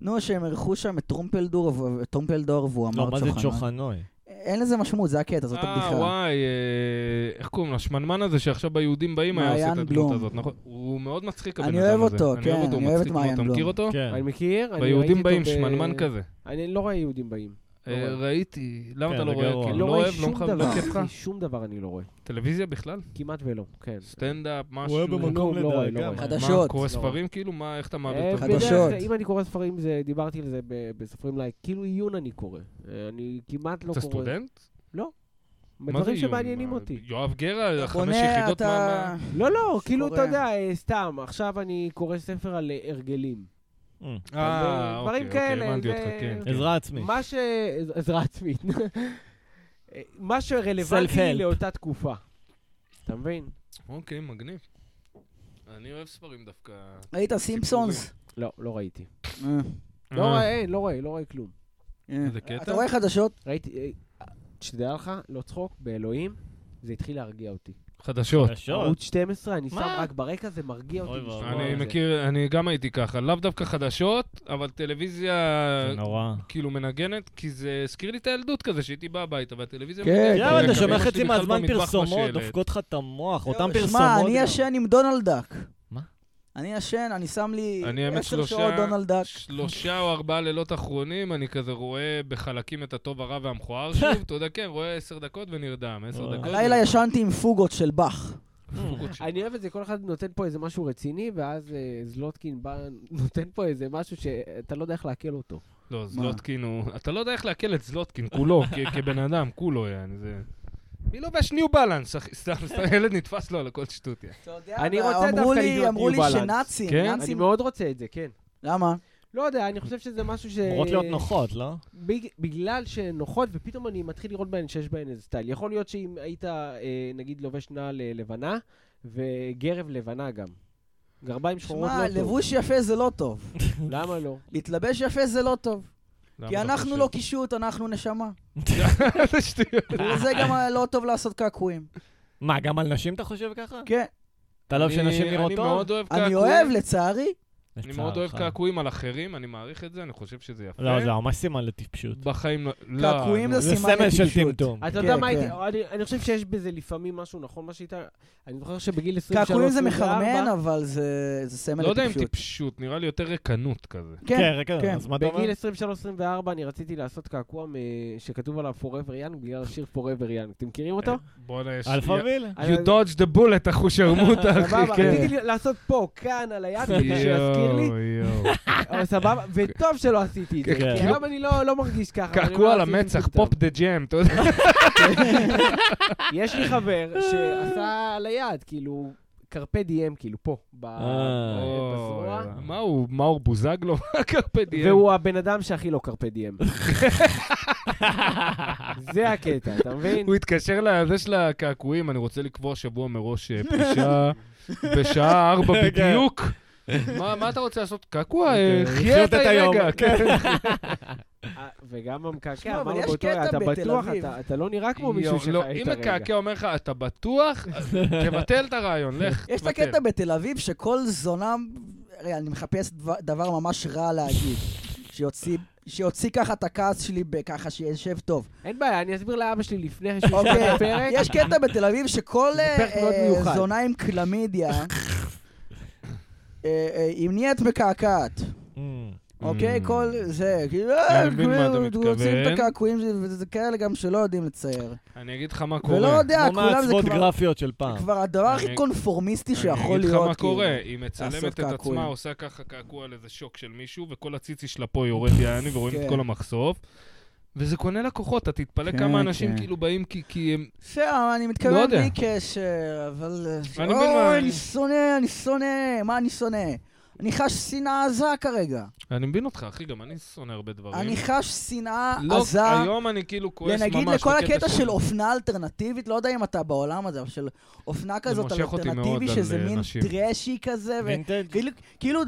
נו, שהם אירחו שם את טרומפלדור, ו- טרומפלדור והוא
לא,
אמר
מה זה
צ'וחנוי.
צ'וחנוי?
אין לזה משמעות, זה הקטע, זאת
אה,
הבדיחה.
וואי, אה, איך קוראים לו? השמנמן הזה שעכשיו ביהודים באים היה עושה את
מעיין
הדמות
בלום.
הזאת, נכון? הוא מאוד מצחיק, הבן
אני
אדם הזה.
אוהב אותו, כן,
הוא
אני אוהב את
מצחיק מאוד.
מעיין
אתה מכיר
בלום.
אותו?
כן.
אני מכיר. אני ראיתי
ביהודים
אותו
באים,
ב-
שמנמן כזה.
אני לא רואה יהודים באים. לא
אה,
רואה.
ראיתי, למה
כן,
אתה לא
זה
רואה?
גרוע.
כי
אני
לא
לא רואה
אוהב, לא
שום
מחבב,
דבר.
לא כיף לך?
שום דבר אני לא רואה.
טלוויזיה בכלל?
כמעט ולא, כן.
סטנדאפ,
הוא
משהו?
היה במקום
לא, לא רואה, לא
לדאגה.
רואה.
מה,
חדש. חדשות.
קורא
לא.
ספרים כאילו? מה, איך אתה מעביר את
אה,
הזמן?
חדשות.
בדרך כלל, אם אני קורא ספרים, זה- דיברתי על זה ב- בספרים לייק. כאילו עיון אני קורא. אה, אני כמעט לא
אתה
קורא.
סטודנט? מה זה
בדברים
איום?
שמעניינים
מה,
אותי.
יואב גרה, חמש
בונה,
יחידות מה...
אתה...
לא, לא, כאילו, אתה
קורא.
יודע, אה, סתם, עכשיו אני קורא ספר על אה, הרגלים.
אה,
מה- אה,
דברים
אוקיי, אוקיי,
כאלה,
הבנתי
זה-
אותך, כן. כן.
עזרה עצמית.
מה ש... עזרה עצמית. אה, מה שרלוונטי
Self-help.
לאותה תקופה. אתה מבין?
אוקיי, מגניב. אני אוהב ספרים דווקא.
ראית סימפסונס?
לא, לא ראיתי.
אה,
לא
אה,
רואה, אין, לא רואה, לא רואה כלום.
אה.
איזה קטע?
אתה רואה חדשות?
ראיתי... אה, שתדע לך, לא צחוק, באלוהים, זה התחיל להרגיע אותי.
חדשות.
חדשות.
ערוץ 12, אני שם
לא. מה?
רק ברקע, זה מרגיע
אוי
אותי. לשמוע
ואבוי.
אני
את זה.
מכיר, אני גם הייתי ככה, לאו דווקא חדשות, אבל טלוויזיה
זה נורא.
כאילו מנגנת, כי זה הזכיר לי את הילדות כזה, שהייתי בא הביתה, והטלוויזיה...
כן,
מנגנת.
כן.
יאללה,
אני
אתה
אתה
שומע
מקבל
חצי
אותי בכלל לא
מהזמן
במטבח
פרסומות,
בשלט.
דופקות לך את המוח, אותם
שמע,
פרסומות.
אני
גם.
ישן עם דונלד דאק.
מה?
אני ישן, אני שם לי
אני, האמת,
עשר
שלושה-
שעות דונלד דאק.
שלושה או ארבעה לילות אחרונים, אני כזה רואה בחלקים את הטוב, הרע והמכוער שוב, אתה יודע, כן, רואה עשר דקות ונרדם, עשר
וואי.
דקות.
הלילה ישנתי עם פוגות של באך.
פוגות של-
אני אוהב את זה, כל אחד נותן פה איזה משהו רציני, ואז אה, זלוטקין בא, נותן פה איזה משהו שאתה לא יודע איך לעכל אותו.
לא, זלוטקין הוא... אתה לא יודע איך לעכל את זלוטקין, כולו, כ- כבן אדם, כולו, יעני, זה... מי לובש ניו בלנס, אחי? סתם, סתם, ילד נתפס לו על הכל שטות, יעני.
אני רוצה
אמרו
דווקא
לי-
להיות
אמרו
ניו
לי
בלנס.
שנאצים,
כן?
אני
נאצים...
מאוד רוצה את זה, כן.
למה?
לא יודע, אני חושב שזה משהו ש...
אמורות להיות נוחות, לא?
בג- בגלל שהן נוחות, ופתאום אני מתחיל לראות בהן שיש בהן איזה סטייל. יכול להיות שאם היית, אה, נגיד, לובש נעל אה, לבנה, וגרב לבנה גם. גרביים שחורות
שמע,
לא טוב.
לבוש יפה זה לא טוב.
למה לא?
להתלבש יפה זה לא טוב.
למה
כי
אתה
אנחנו
חושב?
לא קישוט, אנחנו נשמה.
איזה שטויות.
וזה גם לא טוב לעשות קעקועים.
מה, גם על נשים אתה חושב ככה?
כן.
אתה לא אוהב
אני-
שנשים נראות
אני
טוב?
מאוד אוהב קעקועים.
אני אוהב, לצערי.
אני
לצערך.
מאוד אוהב קעקועים על אחרים, אני מעריך את זה, אני חושב שזה יפה.
לא, זה ממש סימן לטיפשות.
בחיים לא... לא,
קעקועים
נו,
זה
זה
סימן
סמל של
לטיפשות.
טמטום.
אתה
כן,
יודע מה
כן.
הייתי, אני- אני חושב שיש בזה לפעמים משהו נכון, מה שהייתה... אני זוכר שבגיל 23...
קעקועים זה
24,
מחרמן, אבל זה זה סמל
לא יודע אם
לטיפשות.
טיפשות, נראה לי יותר רקנות כזה.
כן,
כן,
רגע,
כן.
אז מה אתה אומר?
בגיל 23-24 אני רציתי לעשות קעקוע מ- שכתוב עליו Forever Young בגלל השיר Forever Young. אתם מכירים אותו?
בואנה, יש...
אלפא וילה?
You dodge the bullet, אחושרמוטה, אחי,
סבבה,
כן.
רציתי לי- לעשות פה, כאן, על היד, כדי שיזכיר לי.
יואו, יואו.
אבל סבבה, וטוב שלא עשיתי את זה.
כן.
כי היום אני לא לא מרגיש ככה. אבל אני
קעקוע
לא
על
עשיתי
המצח,
מטומטם.
פופ דה ג'ם, אתה יודע.
יש לי חבר שעשה על היד, כאילו, קרפה דיאם, כאילו, פה, ב-
אה.
בזרוע.
אוי, מה הוא, מאור בוזגלו? קרפה דיאם.
והוא הבן אדם שהכי לא קרפה דיאם. זה הקטע, אתה מבין?
הוא התקשר לזה של הקעקועים, אני רוצה לקבוע שבוע מראש אה, פגישה בשעה ארבע
כן.
בדיוק. מה מה אתה רוצה לעשות? קעקוע, אה,
אוקיי,
כן, לחיות
חיה את
את היום.
הרגע. כן.
אה, וגם
שמע,
המקעקע,
אבל
אמרנו
יש
באותו
קטע
רגע, אתה
בתל
בטוח,
אביב."
אתה- אתה לא נראה כמו מישהו
יואו,
שחי את
לא,
הרגע.
אם הקעקע אומר לך, אתה בטוח, אז תבטל את הרעיון, לך, תבטל.
יש את הקטע בתל אביב שכל זונה, הרי אני מחפש דבר- דבר ממש רע להגיד. שיוציא- שיוציא ככה את הכעס שלי בככה שישב טוב.
אין בעיה, אני אסביר לאבא שלי לפני שהוא ישמע
אוקיי,
את הפרק.
יש קטע בתל אביב שכל
זה
אה,
פרק מאוד
אה,
מיוחד.
זונה עם קלמידיה, אה, אה, היא נהיית מקעקעת.
אמ,
אוקיי?
Mm.
כל זה, כאילו,
אני מבין מה אתה
כאילו, רוצים
מתכוון.
את הקעקועים, זה- וזה כאלה גם שלא יודעים לצייר.
אני אגיד לך מה
ולא
קורה.
יודע,
כמו
כולם זה
מעצבות
כבר-
גרפיות של פעם.
כבר הדבר הכי
אני-
קונפורמיסטי
אני
שיכול
אגיד לך
להיות.
מה
כאילו.
קורה, היא מצלמת
לעשות
את
קעקועים.
עצמה, עושה ככה קעקוע על איזה שוק של מישהו, וכל הציצי שלה פה יורד יעני, ורואים
כן.
את כל המחשוף. וזה קונה לקוחות, אתה תתפלא
כן,
כמה אנשים
כן.
כאילו באים כי- כי הם...
בסדר, אני
לא
מתכוון
יודע.
בלי קשר, אבל... אה,
אני מבין
אוי,
מה-
אני שונא, אני שונא, מה אני שונא? אני חש שנאה עזה כרגע.
אני מבין אותך, אחי, גם אני שונא הרבה דברים.
אני חש שנאה
אוקיי. לא,
עזה.
היום אני כאילו כועס ממש.
ונגיד לכל
בקטע
הקטע
של-
של אופנה אלטרנטיבית, לא יודע אם אתה בעולם הזה, אבל של אופנה כזאת
מושך אותי מאוד
אלטרנטיבי,
על,
שזה
אה,
מין
נשים.
טרשי כזה, ו-
וינטג'?
כאילו- כאילו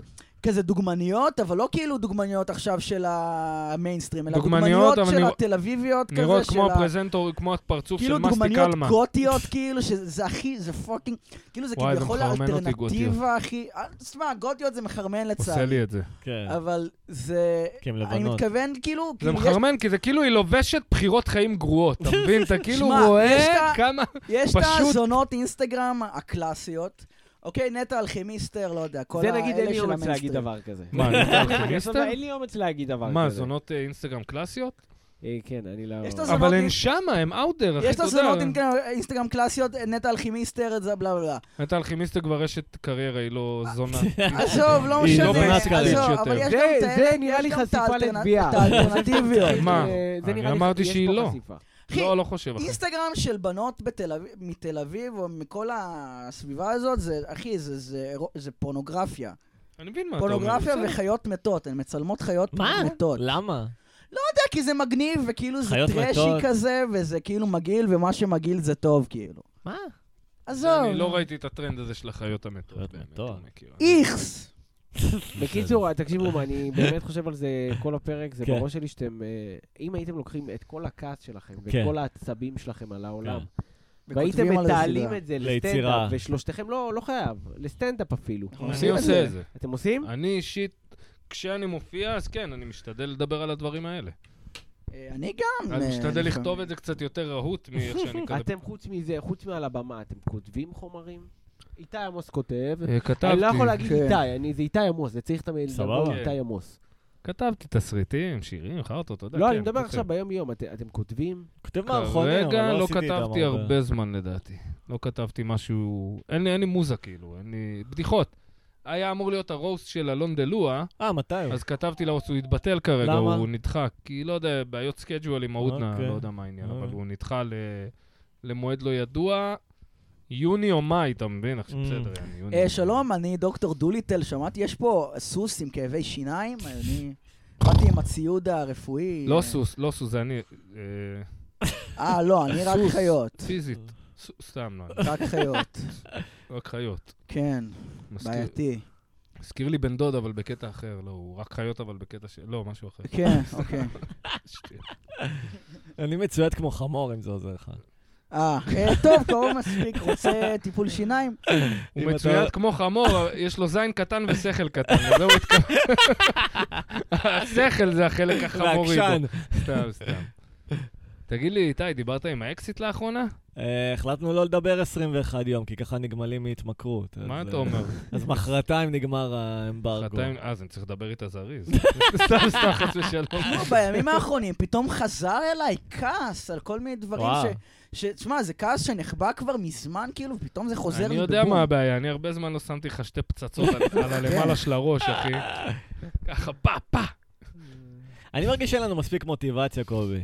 כזה דוגמניות, אבל לא כאילו דוגמניות עכשיו של המיינסטרים, אלא
דוגמניות,
דוגמניות
אבל
של
נרא-
התל אביביות כזה,
נראות כמו
של ה-
הפרזנטור, כמו הפרצוף של
כאילו
מסטיק
דוגמניות
עלמה.
גותיות, כאילו, שזה הכי, זה פאקינג, כאילו זה
וואי, זה
כביכול
מחרמן אותי, גותיות.
האלטרנטיבה הכי, אה, תשמע, גותיות זה מחרמן
עושה
לצערי,
לי את זה.
כן.
אבל זה,
כי הם
אני
לבנות.
מתכוון, כאילו,
זה
כאילו, יש-
מחרמן, כי זה כאילו היא לובשת בחירות חיים גרועות, אתה מבין? אתה כאילו
שמע, יש
רואה
לה-
כמה...
יש את
פשוט-
הזונות אינסטגרם הקלאסיות, אוקיי, נטע אלכימיסטר, לא יודע, כל
זה
האלה של
נגיד
המיינסטרים.
אין לי אומץ להגיד דבר כזה.
מה, נטע אלכימיסטר?
אין לי אומץ להגיד דבר כזה.
מה, זונות אה, אינסטגרם קלאסיות?
אה, כן, אני לא...
יש את הזונות
אבל
עם-
הן שמה, הן אאוטר, אחי,
יש את
אתה
הזונות
יודע.
עם- אינסטגרם קלאסיות, נטע אלכימיסטר, את זה בלה בלה בלה.
נטע אלכימיסטר כבר אשת קריירה, היא לא זונה.
עזוב, לא
היא
לא
משנה,
באמת קלאסית
עזוב,
יותר.
אבל יש
זה-
גם את
זה
האלה,
נראה לי
יש גם את
חשיפה
האלטרנ-
לתביעה.
את האלטרנטיות.
מה?
אה, זה
אני
נראה לי-
אמרתי
יש פה
שהיא לא.
חשיפה.
אחי,
לא, לא חושב, אחי.
אינסטגרם של בנות בתל אביב- מתל אביב, או מכל הסביבה הזאת, זה, אחי, זה- זה זה פורנוגרפיה.
אני מבין מה אתה אומר.
פורנוגרפיה
בסדר. לא.
וחיות מתות, הן מצלמות חיות
מה?
מתות.
למה?
יודע, כי זה מגניב, וכאילו זה
חיות
טרשי
מתות.
כזה, וזה כאילו מגעיל, ומה שמגעיל זה טוב, כאילו.
מה?
עזוב.
אני לא ראיתי את הטרנד הזה של החיות המתות.
חיות
באמת,
מתות.
אני מכיר.
איכס.
בקיצור, תקשיבו, מה, אני באמת חושב על זה כל הפרק, זה
כן.
בראש שלי שאתם... אה, אם הייתם לוקחים את כל הכעס שלכם, ואת
כן.
כל העצבים שלכם על העולם, והייתם
וכותבים על זה
מתעלים
סדרה.
את זה
ליצירה.
לסטנדאפ, ושלושתכם לא לא חייב, לסטנדאפ אפילו.
אני עושה את זה.
אתם עושים?
אני אישית, כשאני מופיע, אז כן, אני משתדל לדבר על הדברים האלה.
אה, אני גם.
אני
אה,
משתדל
לפעמים.
לכתוב את זה קצת יותר רהוט מאיך שאני כזה...
אתם חוץ מזה, חוץ מעל הבמה, אתם כותבים חומרים? איתי עמוס כותב.
אה, כתבתי,
אני לא יכול להגיד
כן.
איתי, אני- זה איתי עמוס, זה צריך תמיד
סבבה.
לבוא איתי עמוס.
כתבתי תסריטים, שירים, חרטות, אתה יודע.
לא,
כן,
אני מדבר
כותב.
עכשיו ביום יום, אתם אתם כותבים?
כותב מערכונים, אבל
כרגע
לא
לא
עשיתי איתם
כתבתי הרבה זמן לדעתי. לא כתבתי משהו... אין לי- אין לי מוזה כאילו, אין לי... בדיחות. היה אמור להיות הרוסט של אלון דלואה,
אה, מתי הוא?
אז כתבתי לרוסט, הוא התבטל כרגע,
למה?
הוא נדחה. כי לא יודע, בעיות סקייג'ואל עם ההודנה,
אוקיי.
לא יודע מה העניין, אבל
אוקיי.
הוא נדחה ל- למועד לא ידוע. יוני או מאי, אתה מבין? עכשיו
Mm.
בסדר, יעני, יוני.
אה, שלום, אני דוקטור דוליטל, שמעתי, יש פה סוס עם כאבי שיניים, אני באתי עם הציוד הרפואי.
לא
אה,
סוס, לא סוס, זה אני... אה,
אה, לא, אני רק
סוס.
חיות.
פיזית. ס- סתם, לא, אני-
רק חיות.
רק חיות.
כן,
מזכיר-
בעייתי.
הזכיר לי בן דוד, אבל בקטע אחר, לא, הוא רק חיות, אבל בקטע ש... לא, משהו אחר.
כן, אוקיי.
שטויות.
אני מצויד כמו חמור, אם זה עוזר לך.
אה, אה, טוב, קרוב מספיק, רוצה טיפול שיניים?
הוא
אם אתה-
מצויד כמו חמור, יש לו זין קטן ושכל קטן, לזה הוא התכוון. השכל זה החלק החמורי. בו.
ועקשן.
סתם, סתם. תגיד לי, איתי, דיברת עם האקסיט לאחרונה?
אה, החלטנו לא לדבר 21 יום, כי ככה נגמלים מהתמכרות. אז,
מה אתה
אה,
אומר?
אז מחרתיים נגמר האמברגו.
חתיים- אה, אז אני צריך לדבר איתה זריז. סתם, סתם, חס ושלום.
לא, בימים האחרונים פתאום חזר אליי כעס על כל מיני דברים
וואו.
ש... ש... תשמע, זה כעס שנחבא כבר מזמן, כאילו, ופתאום זה חוזר
אני
לי
יודע
בבום.
מה הבעיה, אני הרבה זמן לא שמתי לך שתי פצצות על על הלמעלה של הראש, אחי. ככה, פה, פה.
אני מרגיש שאין לנו מספיק מוטיבציה, קובי.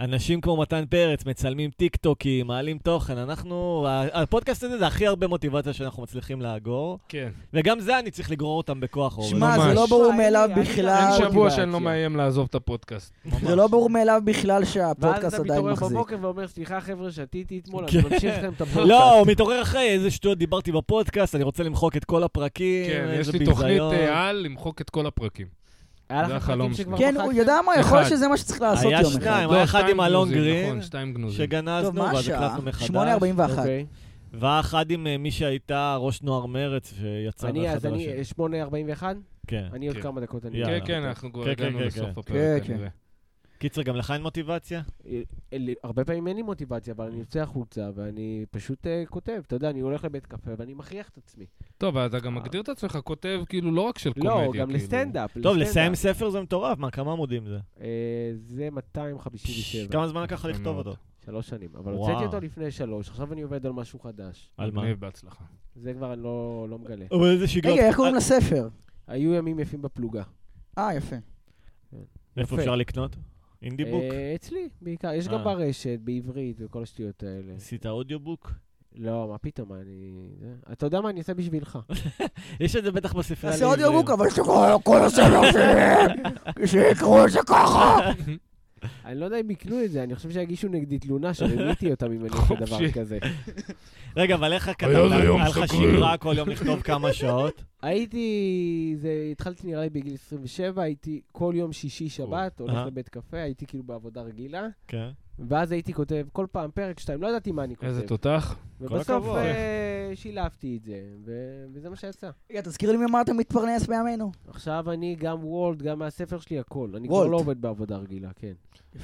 אנשים כמו מתן פרץ מצלמים טיק טוקים, מעלים תוכן, אנחנו... ה- הפודקאסט הזה זה הכי הרבה מוטיבציה שאנחנו מצליחים לאגור,
כן.
וגם זה אני צריך לגרור אותם בכוח, אורן.
שמע, זה
ממש.
לא ברור
אין לי-
מאליו
אין לי
בכלל,
אה,
אין
גם
שבוע שאני
מוטיבציה.
לא מאיים לעזוב את הפודקאסט. ממש.
זה לא ברור מאליו בכלל
ואז
שהפודקאסט
אתה
עדיין
מתעורר
מחזיק.
בבוקר ואומר, סליחה חבר'ה, שתיתי אתמול,
כן.
אני ממשיך לכם את הפודקאסט.
לא, הוא מתעורר אחרי איזה שטויות דיברתי בפודקאסט, אני רוצה למחוק את כל הפרקים,
כן, יש
איזה
לי תוכנית
ביזיון.
אה, על למחוק את כל הפרקים.
היה
זה
לך
החלום
חלום
שלי.
שכבר
כן, הוא
מחקתם?
יודע מה, יכול להיות
אחד.
שזה מה שצריך לעשות
היה
יום אחד.
שניים, היה
לא,
אחד
שתיים
עם אלון
גנוזים,
גרין,
נכון, שתיים גנוזים.
טוב,
שגנזנו,
מה
ואז
השעה?
הקלטנו מחדש.
8.41.
אוקיי.
ואחד עם אה, מי שהייתה ראש נוער מרץ, שיצא
אני, אז
באחד
אני, אה,
הראשי.
8.41?
כן.
אני עוד
כן.
כמה דקות. אני...
יאללה.
כן, כן, אנחנו כבר
כן, כן,
הגענו
כן,
לסוף
כן.
הפרק,
כן,
כנראה.
קיצר, גם לך אין מוטיבציה?
אה, אה, לי- הרבה פעמים אין לי מוטיבציה, אבל אני יוצא החוצה ואני פשוט אה, כותב. אתה יודע, אני הולך לבית קפה ואני מכריח את עצמי.
טוב, אבל אתה גם מגדיר את עצמך, כותב כאילו לא רק של קומדיה.
לא, גם
כאילו.
לסטנדאפ.
טוב,
לסטנדאפ.
לסיים ספר זה מטורף, מה, כמה עמודים זה?
אה, זה 257,
כמה זמן לקח לך לכתוב
מאוד.
אותו?
שלוש שנים. אבל
וואו.
הוצאתי אותו לפני שלוש, עכשיו אני עובד על משהו חדש.
על מה?
מגניב, בהצלחה.
זה כבר אני לא לא מגלה.
אבל איזה אה, שגרת...
רגע, איך קוראים לספר?
היו ימים יפים בפלוגה.
אה, יפה.
איפה
יפה.
אפשר לקנות? אינדי בוק.
אה, אצלי, בעיקר. יש גם
אה.
ברשת, בעברית וכל השטויות האלה.
עשית אודיובוק?
לא, מה פתאום, אני... זה- אתה יודע מה, אני אעשה בשבילך.
יש את זה בטח בספרייה
תעשה
לעבריים.
עוד ירוק, אבל שכל כל הספר שלי, שיקראו את זה ככה.
אני לא יודע אם יקנו את זה, אני חושב שיגישו נגדי תלונה שרימיתי אותם אם אני עושה דבר
חופשי.
כזה.
רגע, אבל איך הכתב?
היה זה יום
היה לך
סגריר.
שגרה כל יום לכתוב כמה שעות?
הייתי, זה, התחלתי נראה לי בגיל 27, הייתי כל יום שישי שבת, הולך
אהה.
לבית קפה, הייתי כאילו בעבודה רגילה,
כן.
ואז הייתי כותב כל פעם פרק שתיים, לא ידעתי מה אני
איזה
כותב.
תותח.
ובסוף
הכבוד.
אה, שילבתי את זה, ו- וזה מה שיצא.
רגע, תזכיר לי ממה אתה מתפרנס בימינו.
עכשיו אני גם וולט, גם מהספר שלי, הכל. אני
וולט.
כבר לא עובד בעבודה רגילה, כן.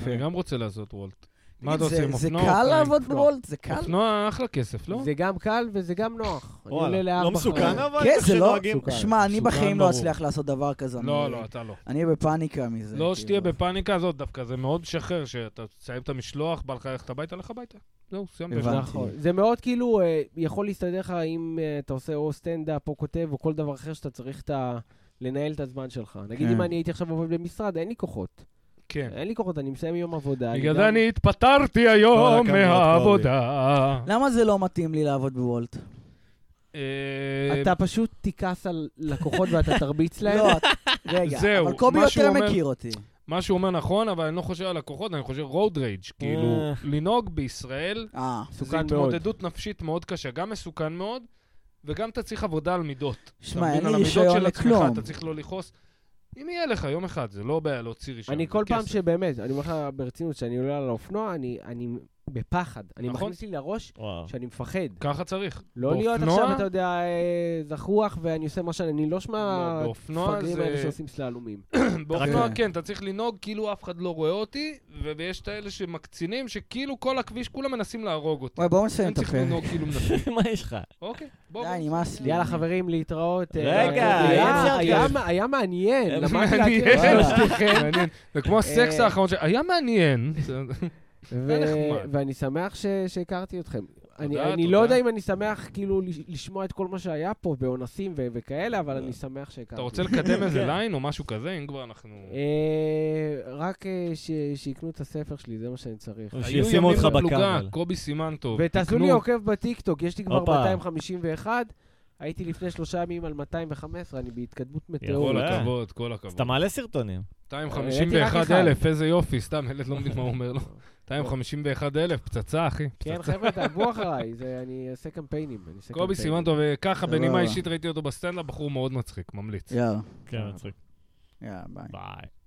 אני גם רוצה לעשות וולט. מה
תגיד,
אתה
זה-
עושה עם
זה
אופנוע?
קל
אופניים?
לעבוד
אופנוע.
בוולט? זה קל?
אופנוע אחלה כסף, לא?
זה גם קל וזה גם נוח. אני
וואלה.
עולה לארבע
לא מסוכן
חמש.
אבל?
כן,
איך
זה לא-
שנוהגים?
מסוכן.
שמע, אני
מסוכן,
בחיים לא
ברור.
אצליח לעשות דבר כזה.
לא,
אני-
לא, אתה לא.
אני בפאניקה מזה.
לא שתהיה
כאילו.
בפאניקה הזאת דווקא, זה מאוד משחרר, שאתה תסיים את המשלוח, בא לך ללכת הביתה, לך הביתה. לא, זהו, סיימת.
הבנתי.
נכון. זה מאוד כאילו, אה, יכול להסתדר לך אם אה, אתה עושה או סטנדאפ או כותב או כל דבר אחר שאתה צריך את ה... לנהל את הזמן שלך. נגיד
כן.
אם אני הייתי עכשיו עובד במשרד, אין לי כוחות.
כן.
אין לי כוחות, אה, אני מסיים יום עבודה.
בגלל
גם-
זה אני התפטרתי היום
כל הכבוד,
מהעבודה.
למה זה לא מתאים לי לעבוד בוולט?
אה,
אתה פשוט תכעס על לקוחות ואתה תרביץ להם.
לא, את- רגע,
זהו,
אבל קובי
מה שהוא
יותר
אומר-
מכיר אותי.
מה שהוא אומר נכון, אבל אני לא חושב על לקוחות, אני חושב road rage. כאילו,
אה.
לנהוג בישראל
אה,
זה
מסוכן מאוד.
התמודדות נפשית מאוד קשה, גם מסוכן מאוד, וגם אתה צריך עבודה על מידות.
שמע,
אתה מבין?
אין לי
על המידות
רישיון
של עצמך,
לכלום.
אתה צריך לא לכעוס. אם יהיה לך יום אחד, זה לא בעיה להוציא רישיון.
אני
זה
כל פעם
כסף.
שבאמת, אני אומר לך ברצינות, שאני עולה על האופנוע, אני- אני בפחד. אני
נכון.
מכניס לי לראש
וואו.
שאני מפחד.
ככה צריך.
לא להיות
באופנוע-
עכשיו, אתה יודע, אה, זחוח ואני עושה מה שאני, אני לא שמע...
לא, באופנוע
פגרים
זה-
האלה שעושים סללומים.
באופנוע
רק-
כן, אתה צריך לנהוג כאילו אף אחד לא רואה אותי, ו- ויש את האלה שמקצינים, שכאילו כל הכביש, כולם מנסים להרוג אותי.
וואי, בואו נסיים
הם
את
צריכים
הפרק.
לנהוג כאילו מנסים.
מה יש לך?
אוקיי, בואו.
די, נמאס לי.
יאללה חברים, להתראות. אה,
רגע,
היה-
אי אפשר
היה-
כזה.
היה מעניין,
היה
למדתי
מעניין.
להכיר את
וואלה.
שלושתכם.
מעניין. זה כמו הסקס
אה.
האחרון ש... היה מעניין.
ו-
היה נחמד.
ואני שמח ש- שהכרתי אתכם. אני-
תודה,
אני
תודה.
לא יודע אם אני שמח כאילו לש- לשמוע את כל מה שהיה פה באונסים ו- וכאלה, אבל אני שמח שהכרתי.
לא. אתה רוצה
כן.
לקדם איזה ליין או משהו כזה, אם כבר אנחנו...
אה, רק אה, ש- שיקנו את הספר שלי, זה מה שאני צריך.
או
היו
שישימו
ימים
אותך
בפלוגה,
בקאמל.
קובי סימנטוב.
ותעשו
תקנו.
לי עוקב בטיקטוק, יש לי כבר
הופה.
251, הייתי לפני שלושה ימים על 215, אני בהתקדמות
כל
מטאורית.
אה.
הכבוד, כל
אז
הכבוד.
אתה מעלה סרטונים.
251 אלף, איזה יופי, סתם, ילד לא מבין מה הוא אומר לו. 251 אלף, פצצה, אחי.
כן,
פצצה.
חבר'ה, תעברו אחריי, זה- אני אעשה קמפיינים. אני אעשה
קובי
קמפיינים.
סימנטוב, אה, ככה,
סבבה.
בנימה אישית ראיתי אותו בסטנדאפ, בחור מאוד מצחיק, ממליץ.
יאללה,
כן, מצחיק.
יאללה, ביי.
ביי.